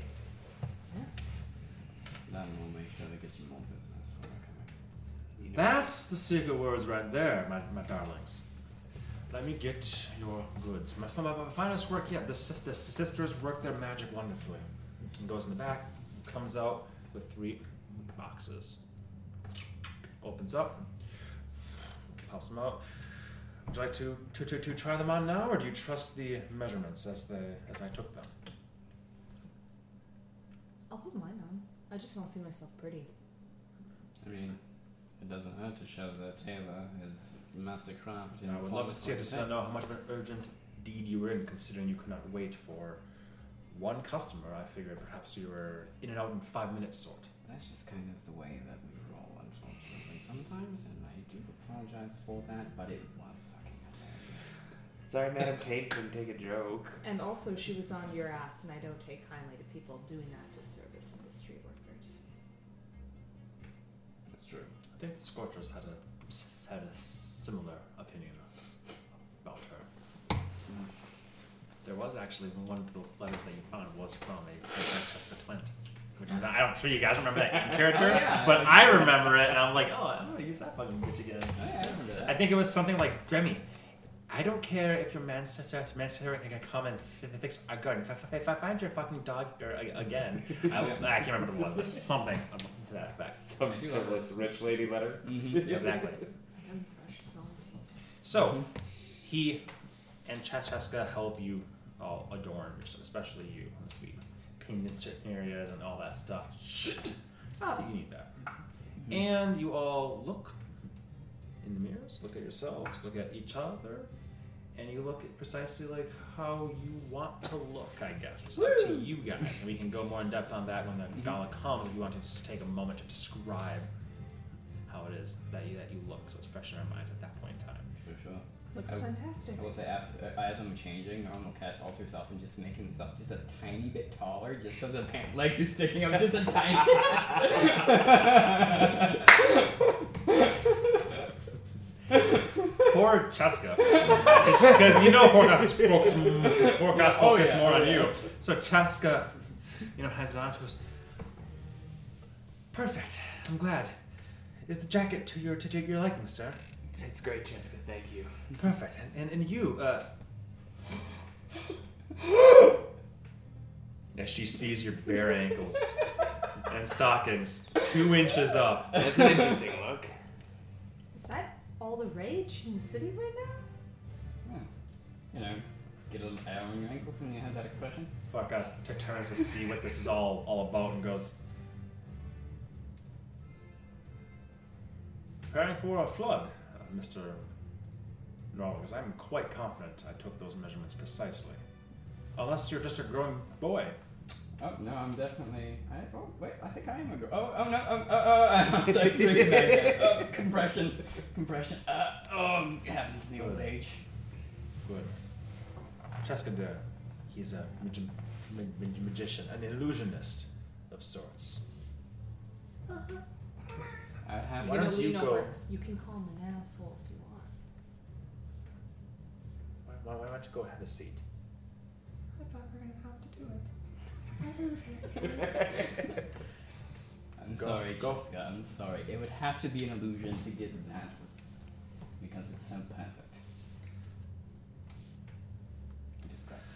Speaker 4: Then we'll make sure to get you more business when we're coming.
Speaker 5: You know-
Speaker 3: That's the secret words right there, my, my darlings. Let me get your goods. My, fi- my, my finest work yet. The, sis- the sisters work their magic wonderfully. And goes in the back, comes out with three boxes. Opens up, pops them out. Would you like to, to, to, to try them on now, or do you trust the measurements as they as I took them?
Speaker 2: I'll put mine on. I just want to see myself pretty.
Speaker 4: I mean, it doesn't hurt to show that Taylor is master craft. in
Speaker 3: I would love to see it. I just
Speaker 4: flawless
Speaker 3: don't know how much of an urgent deed you were in, considering you could not wait for one customer. I figured perhaps you were in and out in five minutes, sort.
Speaker 4: That's just kind of the way that we roll, unfortunately, sometimes, and I do apologize for that, but it was fucking hilarious.
Speaker 5: Sorry, Madam Tate couldn't take a joke.
Speaker 2: And also, she was on your ass, and I don't take kindly to people doing that disservice on the street workers.
Speaker 4: That's true.
Speaker 3: I think the Scorchers had a s- had a similar opinion about her. There was actually one of the letters that you found was from a Francesca Twent. Which I'm, not, I'm sure you guys remember that character,
Speaker 4: Oh, yeah.
Speaker 3: but I remember it, and I'm like, oh, I'm gonna use that fucking bitch again.
Speaker 4: Oh, yeah, I remember that.
Speaker 3: I think it was something like Dremmy. I don't care if your manchester manchester can come and f- f- fix our garden. If I, if I find your fucking dog here a- again, I, will, I can't remember what it was. Something to that effect.
Speaker 5: Some frivolous rich lady letter.
Speaker 3: Exactly.
Speaker 2: I'm fresh smelling taint.
Speaker 3: So, he and Chachaska help you all adorn, especially you, as we painted certain areas and all that stuff.
Speaker 2: Oh.
Speaker 3: Not that you need that. And you all look in the mirrors, look at yourselves, look at each other, and you look at precisely like how you want to look, I guess. It's up to you guys, and we can go more in depth on that when the gala comes. If you want to just take a moment to describe how it is that you that you look, so it's fresh in our minds at that point in time.
Speaker 4: For sure.
Speaker 2: Looks
Speaker 4: I-
Speaker 2: fantastic.
Speaker 4: I will say, after, as I'm changing, I'm gonna cast Alter Self and just make himself just a tiny bit taller, just so the pant legs are sticking up just a tiny
Speaker 3: Poor Cheska. Because you know Forecast focus, forecast focus
Speaker 4: Oh, yeah,
Speaker 3: more
Speaker 4: oh,
Speaker 3: on
Speaker 4: yeah.
Speaker 3: you. So Cheska, you know, has it on. She goes, Perfect. I'm glad. Is the jacket to your to, to your liking, sir?
Speaker 5: It's great, Jessica. Thank you.
Speaker 3: Perfect. And and, and you, uh As she sees your bare ankles and stockings two inches up.
Speaker 5: That's an interesting look.
Speaker 2: Is that all the rage in the city right now?
Speaker 4: You know, get a little hair on your ankles and you have that expression.
Speaker 3: Fuck us t- turns to see what this is all all about and goes preparing for a flood, uh, Mister Norwings. I'm quite confident I took those measurements precisely. Unless you're just a grown boy.
Speaker 4: Oh no, I'm definitely. I, oh wait, I think I am a girl. Oh, oh no, oh, oh, oh. I'm like bringing back that, oh, compression, compression. Uh, oh, it happens in the old age.
Speaker 3: Good. Chaskander, he's a magi- ma- ma- magician, an illusionist of sorts.
Speaker 2: Uh-huh.
Speaker 4: I would have
Speaker 3: Why
Speaker 4: to.
Speaker 3: don't you go-
Speaker 2: You can call him an asshole if you want.
Speaker 3: Why, why, why don't you go have a seat?
Speaker 4: I thought we were gonna have to do it. I'm
Speaker 3: Go,
Speaker 4: sorry,
Speaker 3: go.
Speaker 4: Jessica. I'm sorry. It would have to be an illusion to get that because it's so perfect. It is correct.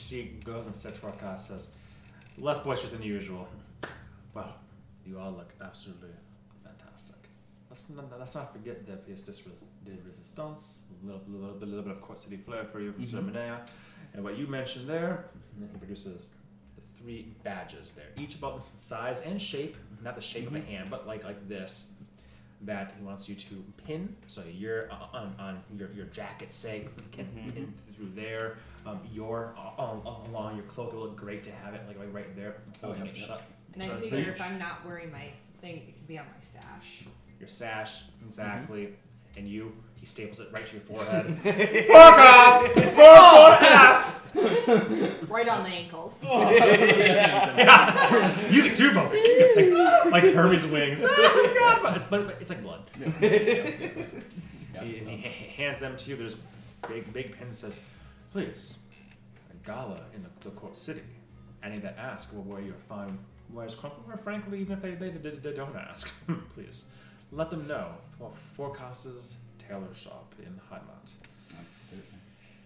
Speaker 3: She goes and sits where Akash says, less boisterous than usual. Well, you all look absolutely fantastic. Let's not, let's not forget the pièce de, res- de résistance, a little, little, bit- little bit of Court City flair for you from Sir Menea. And what you mentioned there, and he produces the three badges there, each about the s- size and shape, not the shape of a hand, but like like this, that he wants you to pin. So your uh, on, on your, your jacket, say, can pin through there. Um, your uh, um, along your cloak, it would look great to have it like, like right there,
Speaker 4: Oh,
Speaker 3: holding
Speaker 4: yep,
Speaker 3: it
Speaker 4: yep.
Speaker 3: shut
Speaker 2: And I
Speaker 3: Sorry,
Speaker 2: figure
Speaker 3: thanks.
Speaker 2: if I'm not wearing my thing, it could be on my sash.
Speaker 3: your sash exactly, and you he staples it right to your forehead. Oh!
Speaker 2: Right on the ankles.
Speaker 3: you can do both, like, like Hermes wings. Oh my god! But it's but, but it's like blood.
Speaker 4: Yeah,
Speaker 3: He, and
Speaker 4: well,
Speaker 3: he ha- hands them to you. There's big big pin that says, "Please, a gala in the, the court city. Any that ask will wear your fine wears crumpled, or frankly, even if they, they, they, they don't ask, please let them know for Forecast's tailor shop in Heimat."
Speaker 4: absolutely.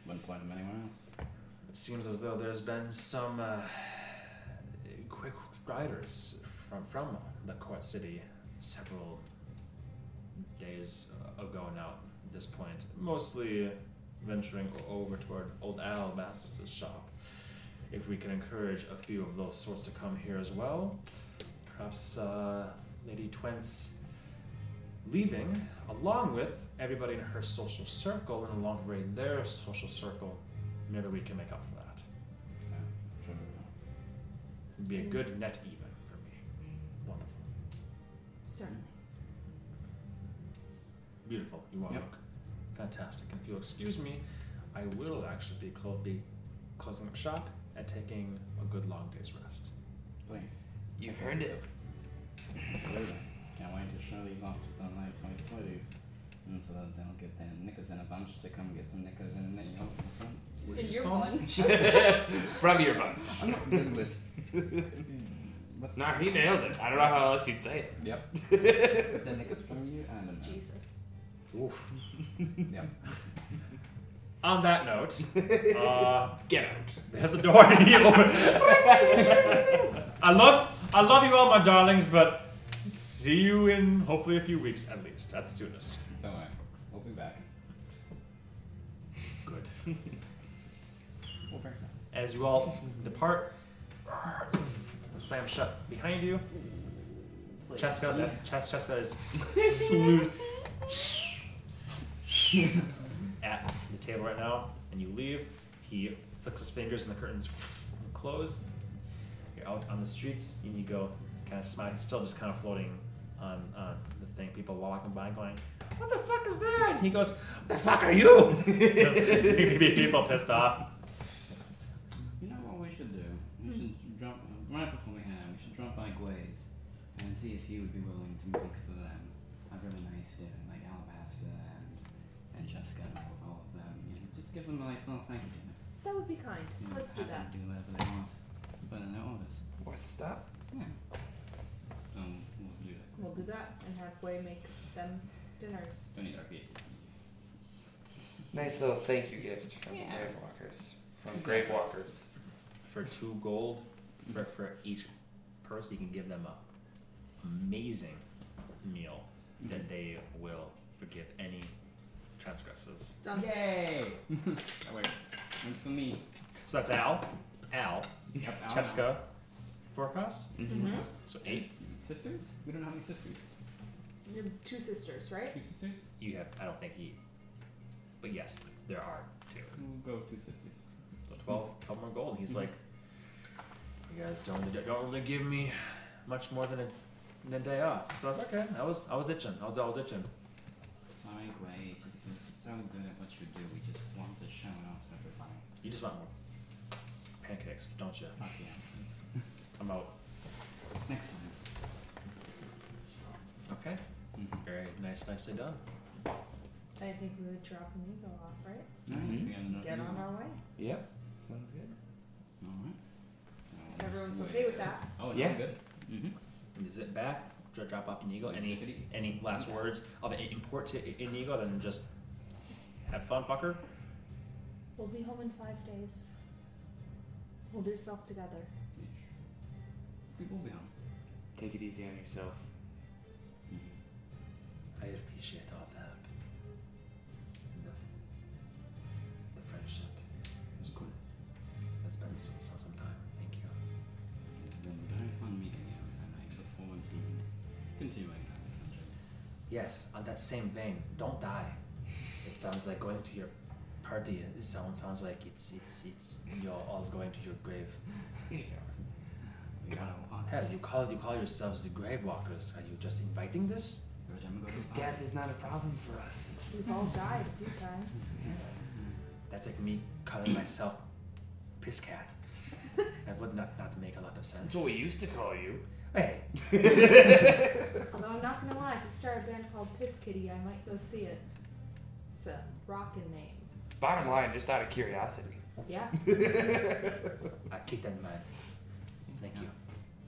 Speaker 4: Wouldn't point him anyone else.
Speaker 3: It seems as though there's been some uh, quick riders from from the court city several days ago now. At this point, mostly venturing o- over toward old Al Bastis's shop. If we can encourage a few of those sorts to come here as well, perhaps uh, Lady Twence leaving along with everybody in her social circle and along with their social circle Maybe we can make up for that.
Speaker 4: Yeah, sure. we
Speaker 3: It'd be a good net even for me. Wonderful.
Speaker 2: Certainly.
Speaker 3: Beautiful. You all
Speaker 4: Yep.
Speaker 3: look fantastic. And if you'll excuse me, I will actually be, clo- be closing up shop and taking a good long day's rest.
Speaker 4: will. Please.
Speaker 5: You've earned it.
Speaker 4: Absolutely. Can't wait to show these off to the nice white ladies. And so that they'll get their knickers in a bunch to come get some knickers in their yoke.
Speaker 3: Which is called-
Speaker 2: one?
Speaker 5: From your bunch.
Speaker 4: I'm not good with. What's
Speaker 5: Nah, he nailed it. I don't know how else you'd say it.
Speaker 4: Yep. the knickers from you? I don't know.
Speaker 2: Jesus.
Speaker 3: Oof.
Speaker 12: Yep.
Speaker 3: On that note, uh,
Speaker 6: Get out.
Speaker 3: there's the door. and he opened- I love, I love you all, my darlings, but see you in hopefully a few weeks at least, at the soonest.
Speaker 12: Don't worry. We'll be back.
Speaker 3: Good.
Speaker 12: We'll break fast.
Speaker 3: As you all depart, slam shut behind you. Cheska, that Ches- Cheska is sleuth at the table right now, and you leave. He flicks his fingers, and the curtains close. You're out on the streets, and you go kind of smiling, still just kind of floating on, on the thing. People walking by, going, "What the fuck is that?" And he goes, "What the fuck are you?" people pissed off.
Speaker 4: You know what we should do?
Speaker 2: Hmm.
Speaker 4: We should drop right before we head out. We should drop by Glaze and see if he would be willing to make for them a really nice dinner, like Alabasta and and Jessica and all- all of them. You know, just give them a nice little thank you dinner.
Speaker 2: That would be kind.
Speaker 4: You know,
Speaker 2: Let's do
Speaker 4: have
Speaker 2: that.
Speaker 4: Them do whatever they want, but in their orders.
Speaker 6: Worth a stop.
Speaker 4: Yeah. Um, we'll do that.
Speaker 2: We'll do that and have Way make them dinners.
Speaker 4: Don't need our PhD.
Speaker 5: Nice little thank you gift from the
Speaker 4: Yeah.
Speaker 5: Gravewalkers. From Gravewalkers.
Speaker 3: for two gold for, for each person you can give them a amazing meal that they will forgive any transgresses
Speaker 2: Done.
Speaker 4: Yay! that works. Works Oh, for me.
Speaker 3: so that's al al
Speaker 4: Yep, I'll-
Speaker 3: cheska forecast
Speaker 2: Mhm.
Speaker 3: so eight
Speaker 4: Sisters? We don't have any sisters.
Speaker 2: You're two sisters, right?
Speaker 4: Two sisters?
Speaker 3: you have i don't think he but yes there are two
Speaker 4: We'll go with two sisters.
Speaker 3: so 12, 12 more gold and he's like you guys don't don't really give me much more than a, than a day off so it's okay i was i was itching i was i was itching
Speaker 4: Sorry, Grace, it's been so good at what you do. We just want to show it off to everybody.
Speaker 3: you just want more pancakes don't you
Speaker 4: Fuck yes.
Speaker 3: i'm out
Speaker 4: Next time.
Speaker 3: Okay.
Speaker 4: Mhm.
Speaker 3: Very nice, nicely done.
Speaker 2: I think we would drop an eagle off, right?
Speaker 4: Alright, we got another
Speaker 2: Get on
Speaker 4: one.
Speaker 2: our way.
Speaker 3: Yep.
Speaker 6: Sounds good.
Speaker 4: Alright.
Speaker 2: If everyone's
Speaker 4: Wait.
Speaker 2: okay with that.
Speaker 4: Oh,
Speaker 3: Yeah.
Speaker 4: yeah. Good. Mm-hmm.
Speaker 3: You zip back, dr- drop off Inigo. Any
Speaker 4: Zippity.
Speaker 3: any last
Speaker 4: Okay.
Speaker 3: words of i- import to I- Inigo? Then just have fun, fucker.
Speaker 2: We'll be home in five days. We'll do stuff together.
Speaker 4: We will be home.
Speaker 6: Take it easy on yourself.
Speaker 4: Mm-hmm.
Speaker 3: I appreciate all the help. The, the friendship is cool. That's been so, so some time. Thank you.
Speaker 4: It's been very fun meeting you, and I look forward to continuing that adventure.
Speaker 3: Yes, on that same vein, don't die. It sounds like going to your party. It sounds sounds like it's it's it's you're all going to your grave.
Speaker 4: We gotta walk.
Speaker 3: Hell, you call you call yourselves the grave walkers. Are you just inviting this?
Speaker 4: Every time we go to
Speaker 5: Because
Speaker 4: the
Speaker 5: death is not a problem for us.
Speaker 2: We've all died a few times.
Speaker 3: That's like me calling myself piss cat. That would not, not make a lot of sense.
Speaker 6: That's what we used to call you.
Speaker 3: Hey,
Speaker 2: Although I'm not gonna lie, if you start a band called Piss Kitty, I might go see it. It's a rockin' name.
Speaker 6: Bottom line, just out of curiosity.
Speaker 2: Yeah.
Speaker 3: I keep that in mind. Thank you.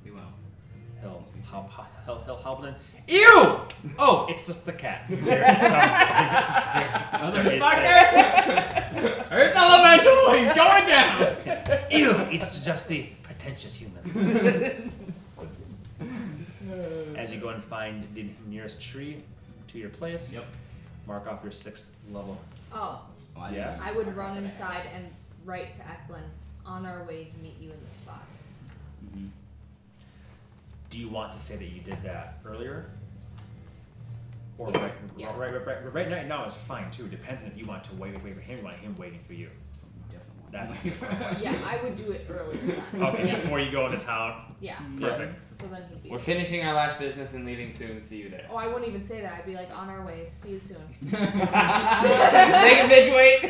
Speaker 4: We will.
Speaker 3: Hell, hell, hell, hell, hobblin. Ew! Oh, it's just the cat. You dirty
Speaker 4: Oh,
Speaker 3: dumb-
Speaker 4: Earth Elemental, he's going down!
Speaker 3: Ew! It's just the pretentious human. As you go and find the nearest tree to your place,
Speaker 4: Yep.
Speaker 3: mark off your sixth level.
Speaker 2: Oh,
Speaker 3: Yes.
Speaker 2: I would run inside and write to Eklund on our way to meet you in the spot.
Speaker 4: Mm-hmm.
Speaker 3: Do you want to say that you did that earlier? Or
Speaker 2: Yeah,
Speaker 3: right,
Speaker 2: yeah.
Speaker 3: right, right, right, right, right now is fine too. Depends on if you want to wait, wait for him, you want him waiting for you.
Speaker 4: Definitely.
Speaker 3: That's-
Speaker 2: Yeah, I would do it earlier then.
Speaker 3: Okay,
Speaker 2: Yeah.
Speaker 3: before you go into town.
Speaker 2: yeah.
Speaker 3: Perfect.
Speaker 2: So then he'd be.
Speaker 6: We're finishing our last business and leaving soon. See you there.
Speaker 2: Oh, I wouldn't even say that. I'd be like, on our way. See you soon.
Speaker 6: Make a bitch wait.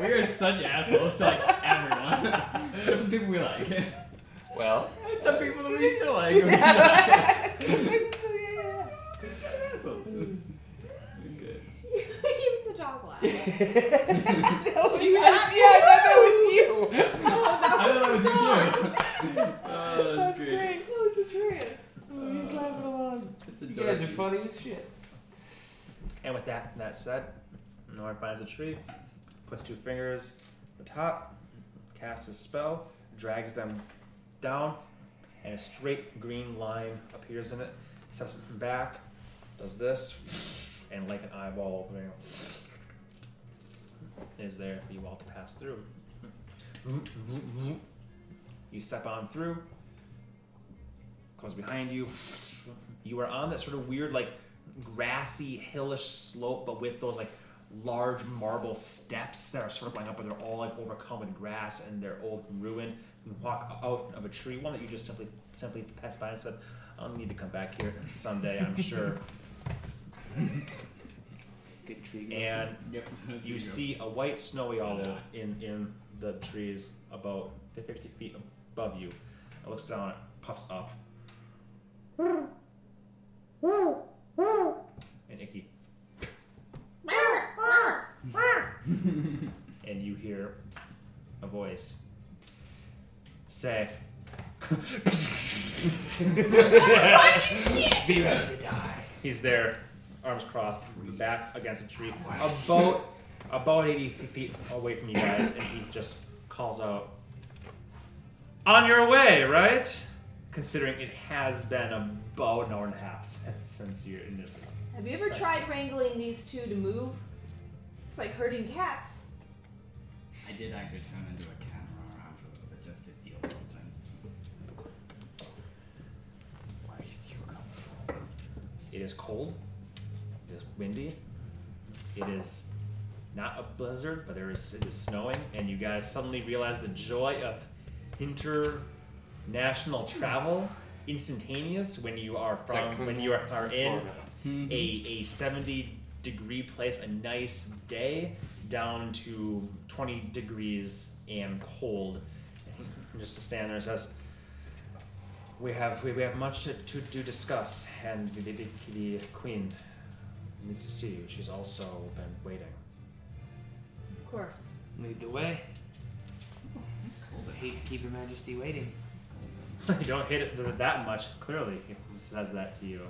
Speaker 4: We are such assholes to like everyone. Different people we like.
Speaker 6: well,
Speaker 4: And some people that we still like. yeah. assholes. Good.
Speaker 2: Even the dog Oh, laugh.
Speaker 6: yeah, I thought that was you.
Speaker 4: I don't know what you do. Oh, that's, great.
Speaker 2: That was hilarious.
Speaker 4: It's
Speaker 6: You guys are funny as shit.
Speaker 3: And with that that said, Nora finds a tree, puts two fingers on the top, casts a spell, drags them down, and a straight green line appears in it. Steps back, does this, and like an eyeball opening is there for you all to pass through. You step on through, comes behind you. You are on that sort of weird, like grassy, hillish slope, but with those like large marble steps that are circling up, but they're all like overcome with grass and they're old ruin. You walk out of a tree, one that you just simply simply passed by and said, "I'll need to come back here someday, I'm sure."
Speaker 5: Good tree.
Speaker 3: and
Speaker 6: Yep.
Speaker 3: you see a white snowy owl in, in the trees about 50 feet above you. It looks down, it puffs up. And Icky. and you hear a voice say, Be ready to die. He's there, arms crossed, back against a tree, about about eighty feet away from you guys, and he just calls out, "On your way, right?" Considering it has been about an hour and a half since, since your initial.
Speaker 2: Have you ever
Speaker 3: Psycho.
Speaker 2: tried wrangling these two to move? It's like herding cats.
Speaker 6: I did actually turn into a cat and run around for a little bit just to feel something.
Speaker 3: It is cold. It is windy. It is not a blizzard, but there is it is snowing, and you guys suddenly realize the joy of international travel instantaneous when you are
Speaker 5: It's like
Speaker 3: from when you are,
Speaker 5: Cleveland,
Speaker 3: are in
Speaker 5: Florida.
Speaker 3: a, a 70 degree place a nice day down to 20 degrees and cold and just stand there and says we have we, we have much to, to, to discuss and the, the, the queen needs to see you she's also been waiting
Speaker 2: Of course.
Speaker 5: Lead the way. I hate to keep Your Majesty waiting.
Speaker 3: you don't hate it that much. Clearly, he says that to you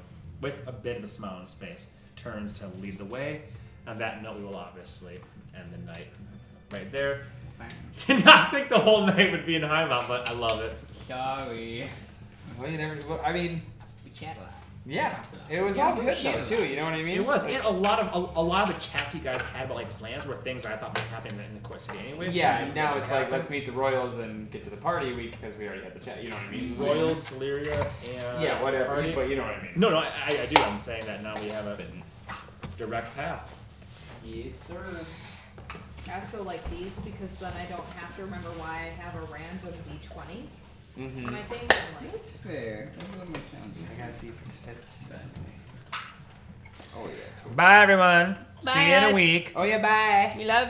Speaker 3: with a bit of a smile on his face. Turns to lead the way. On that note, we will obviously end the night right there. Did not think the whole night would be in Heimat, but I love it.
Speaker 6: Sorry.
Speaker 5: Well, you never. Well, I mean,
Speaker 6: We chat a lot.
Speaker 5: yeah, it was all good though too. You know what I mean?
Speaker 3: It was, and a lot of a, a lot of the chats you guys had about like plans were things I thought would happen in the course of the day anyways.
Speaker 5: Yeah, and now it's like let's meet the Royals and get to the party week because we already had the chat. You know what I mean?
Speaker 3: Royal Celeria and
Speaker 5: Yeah, whatever.
Speaker 3: Mm-hmm. Party.
Speaker 5: But you know what I mean.
Speaker 3: No, no, I, I I do. I'm saying that now we have a direct path.
Speaker 6: Yes, sir.
Speaker 2: I also like these because then I don't have to remember why I have a random d20
Speaker 5: Mm-hmm.
Speaker 2: in my thing. I'm like,
Speaker 6: That's fair. That's a little more challenging.
Speaker 5: I gotta see if this fits.
Speaker 6: Oh, yeah.
Speaker 3: Bye everyone.
Speaker 6: Oh,
Speaker 13: Bye, See you in a guys.
Speaker 3: week.
Speaker 5: Oh yeah, bye.
Speaker 13: We love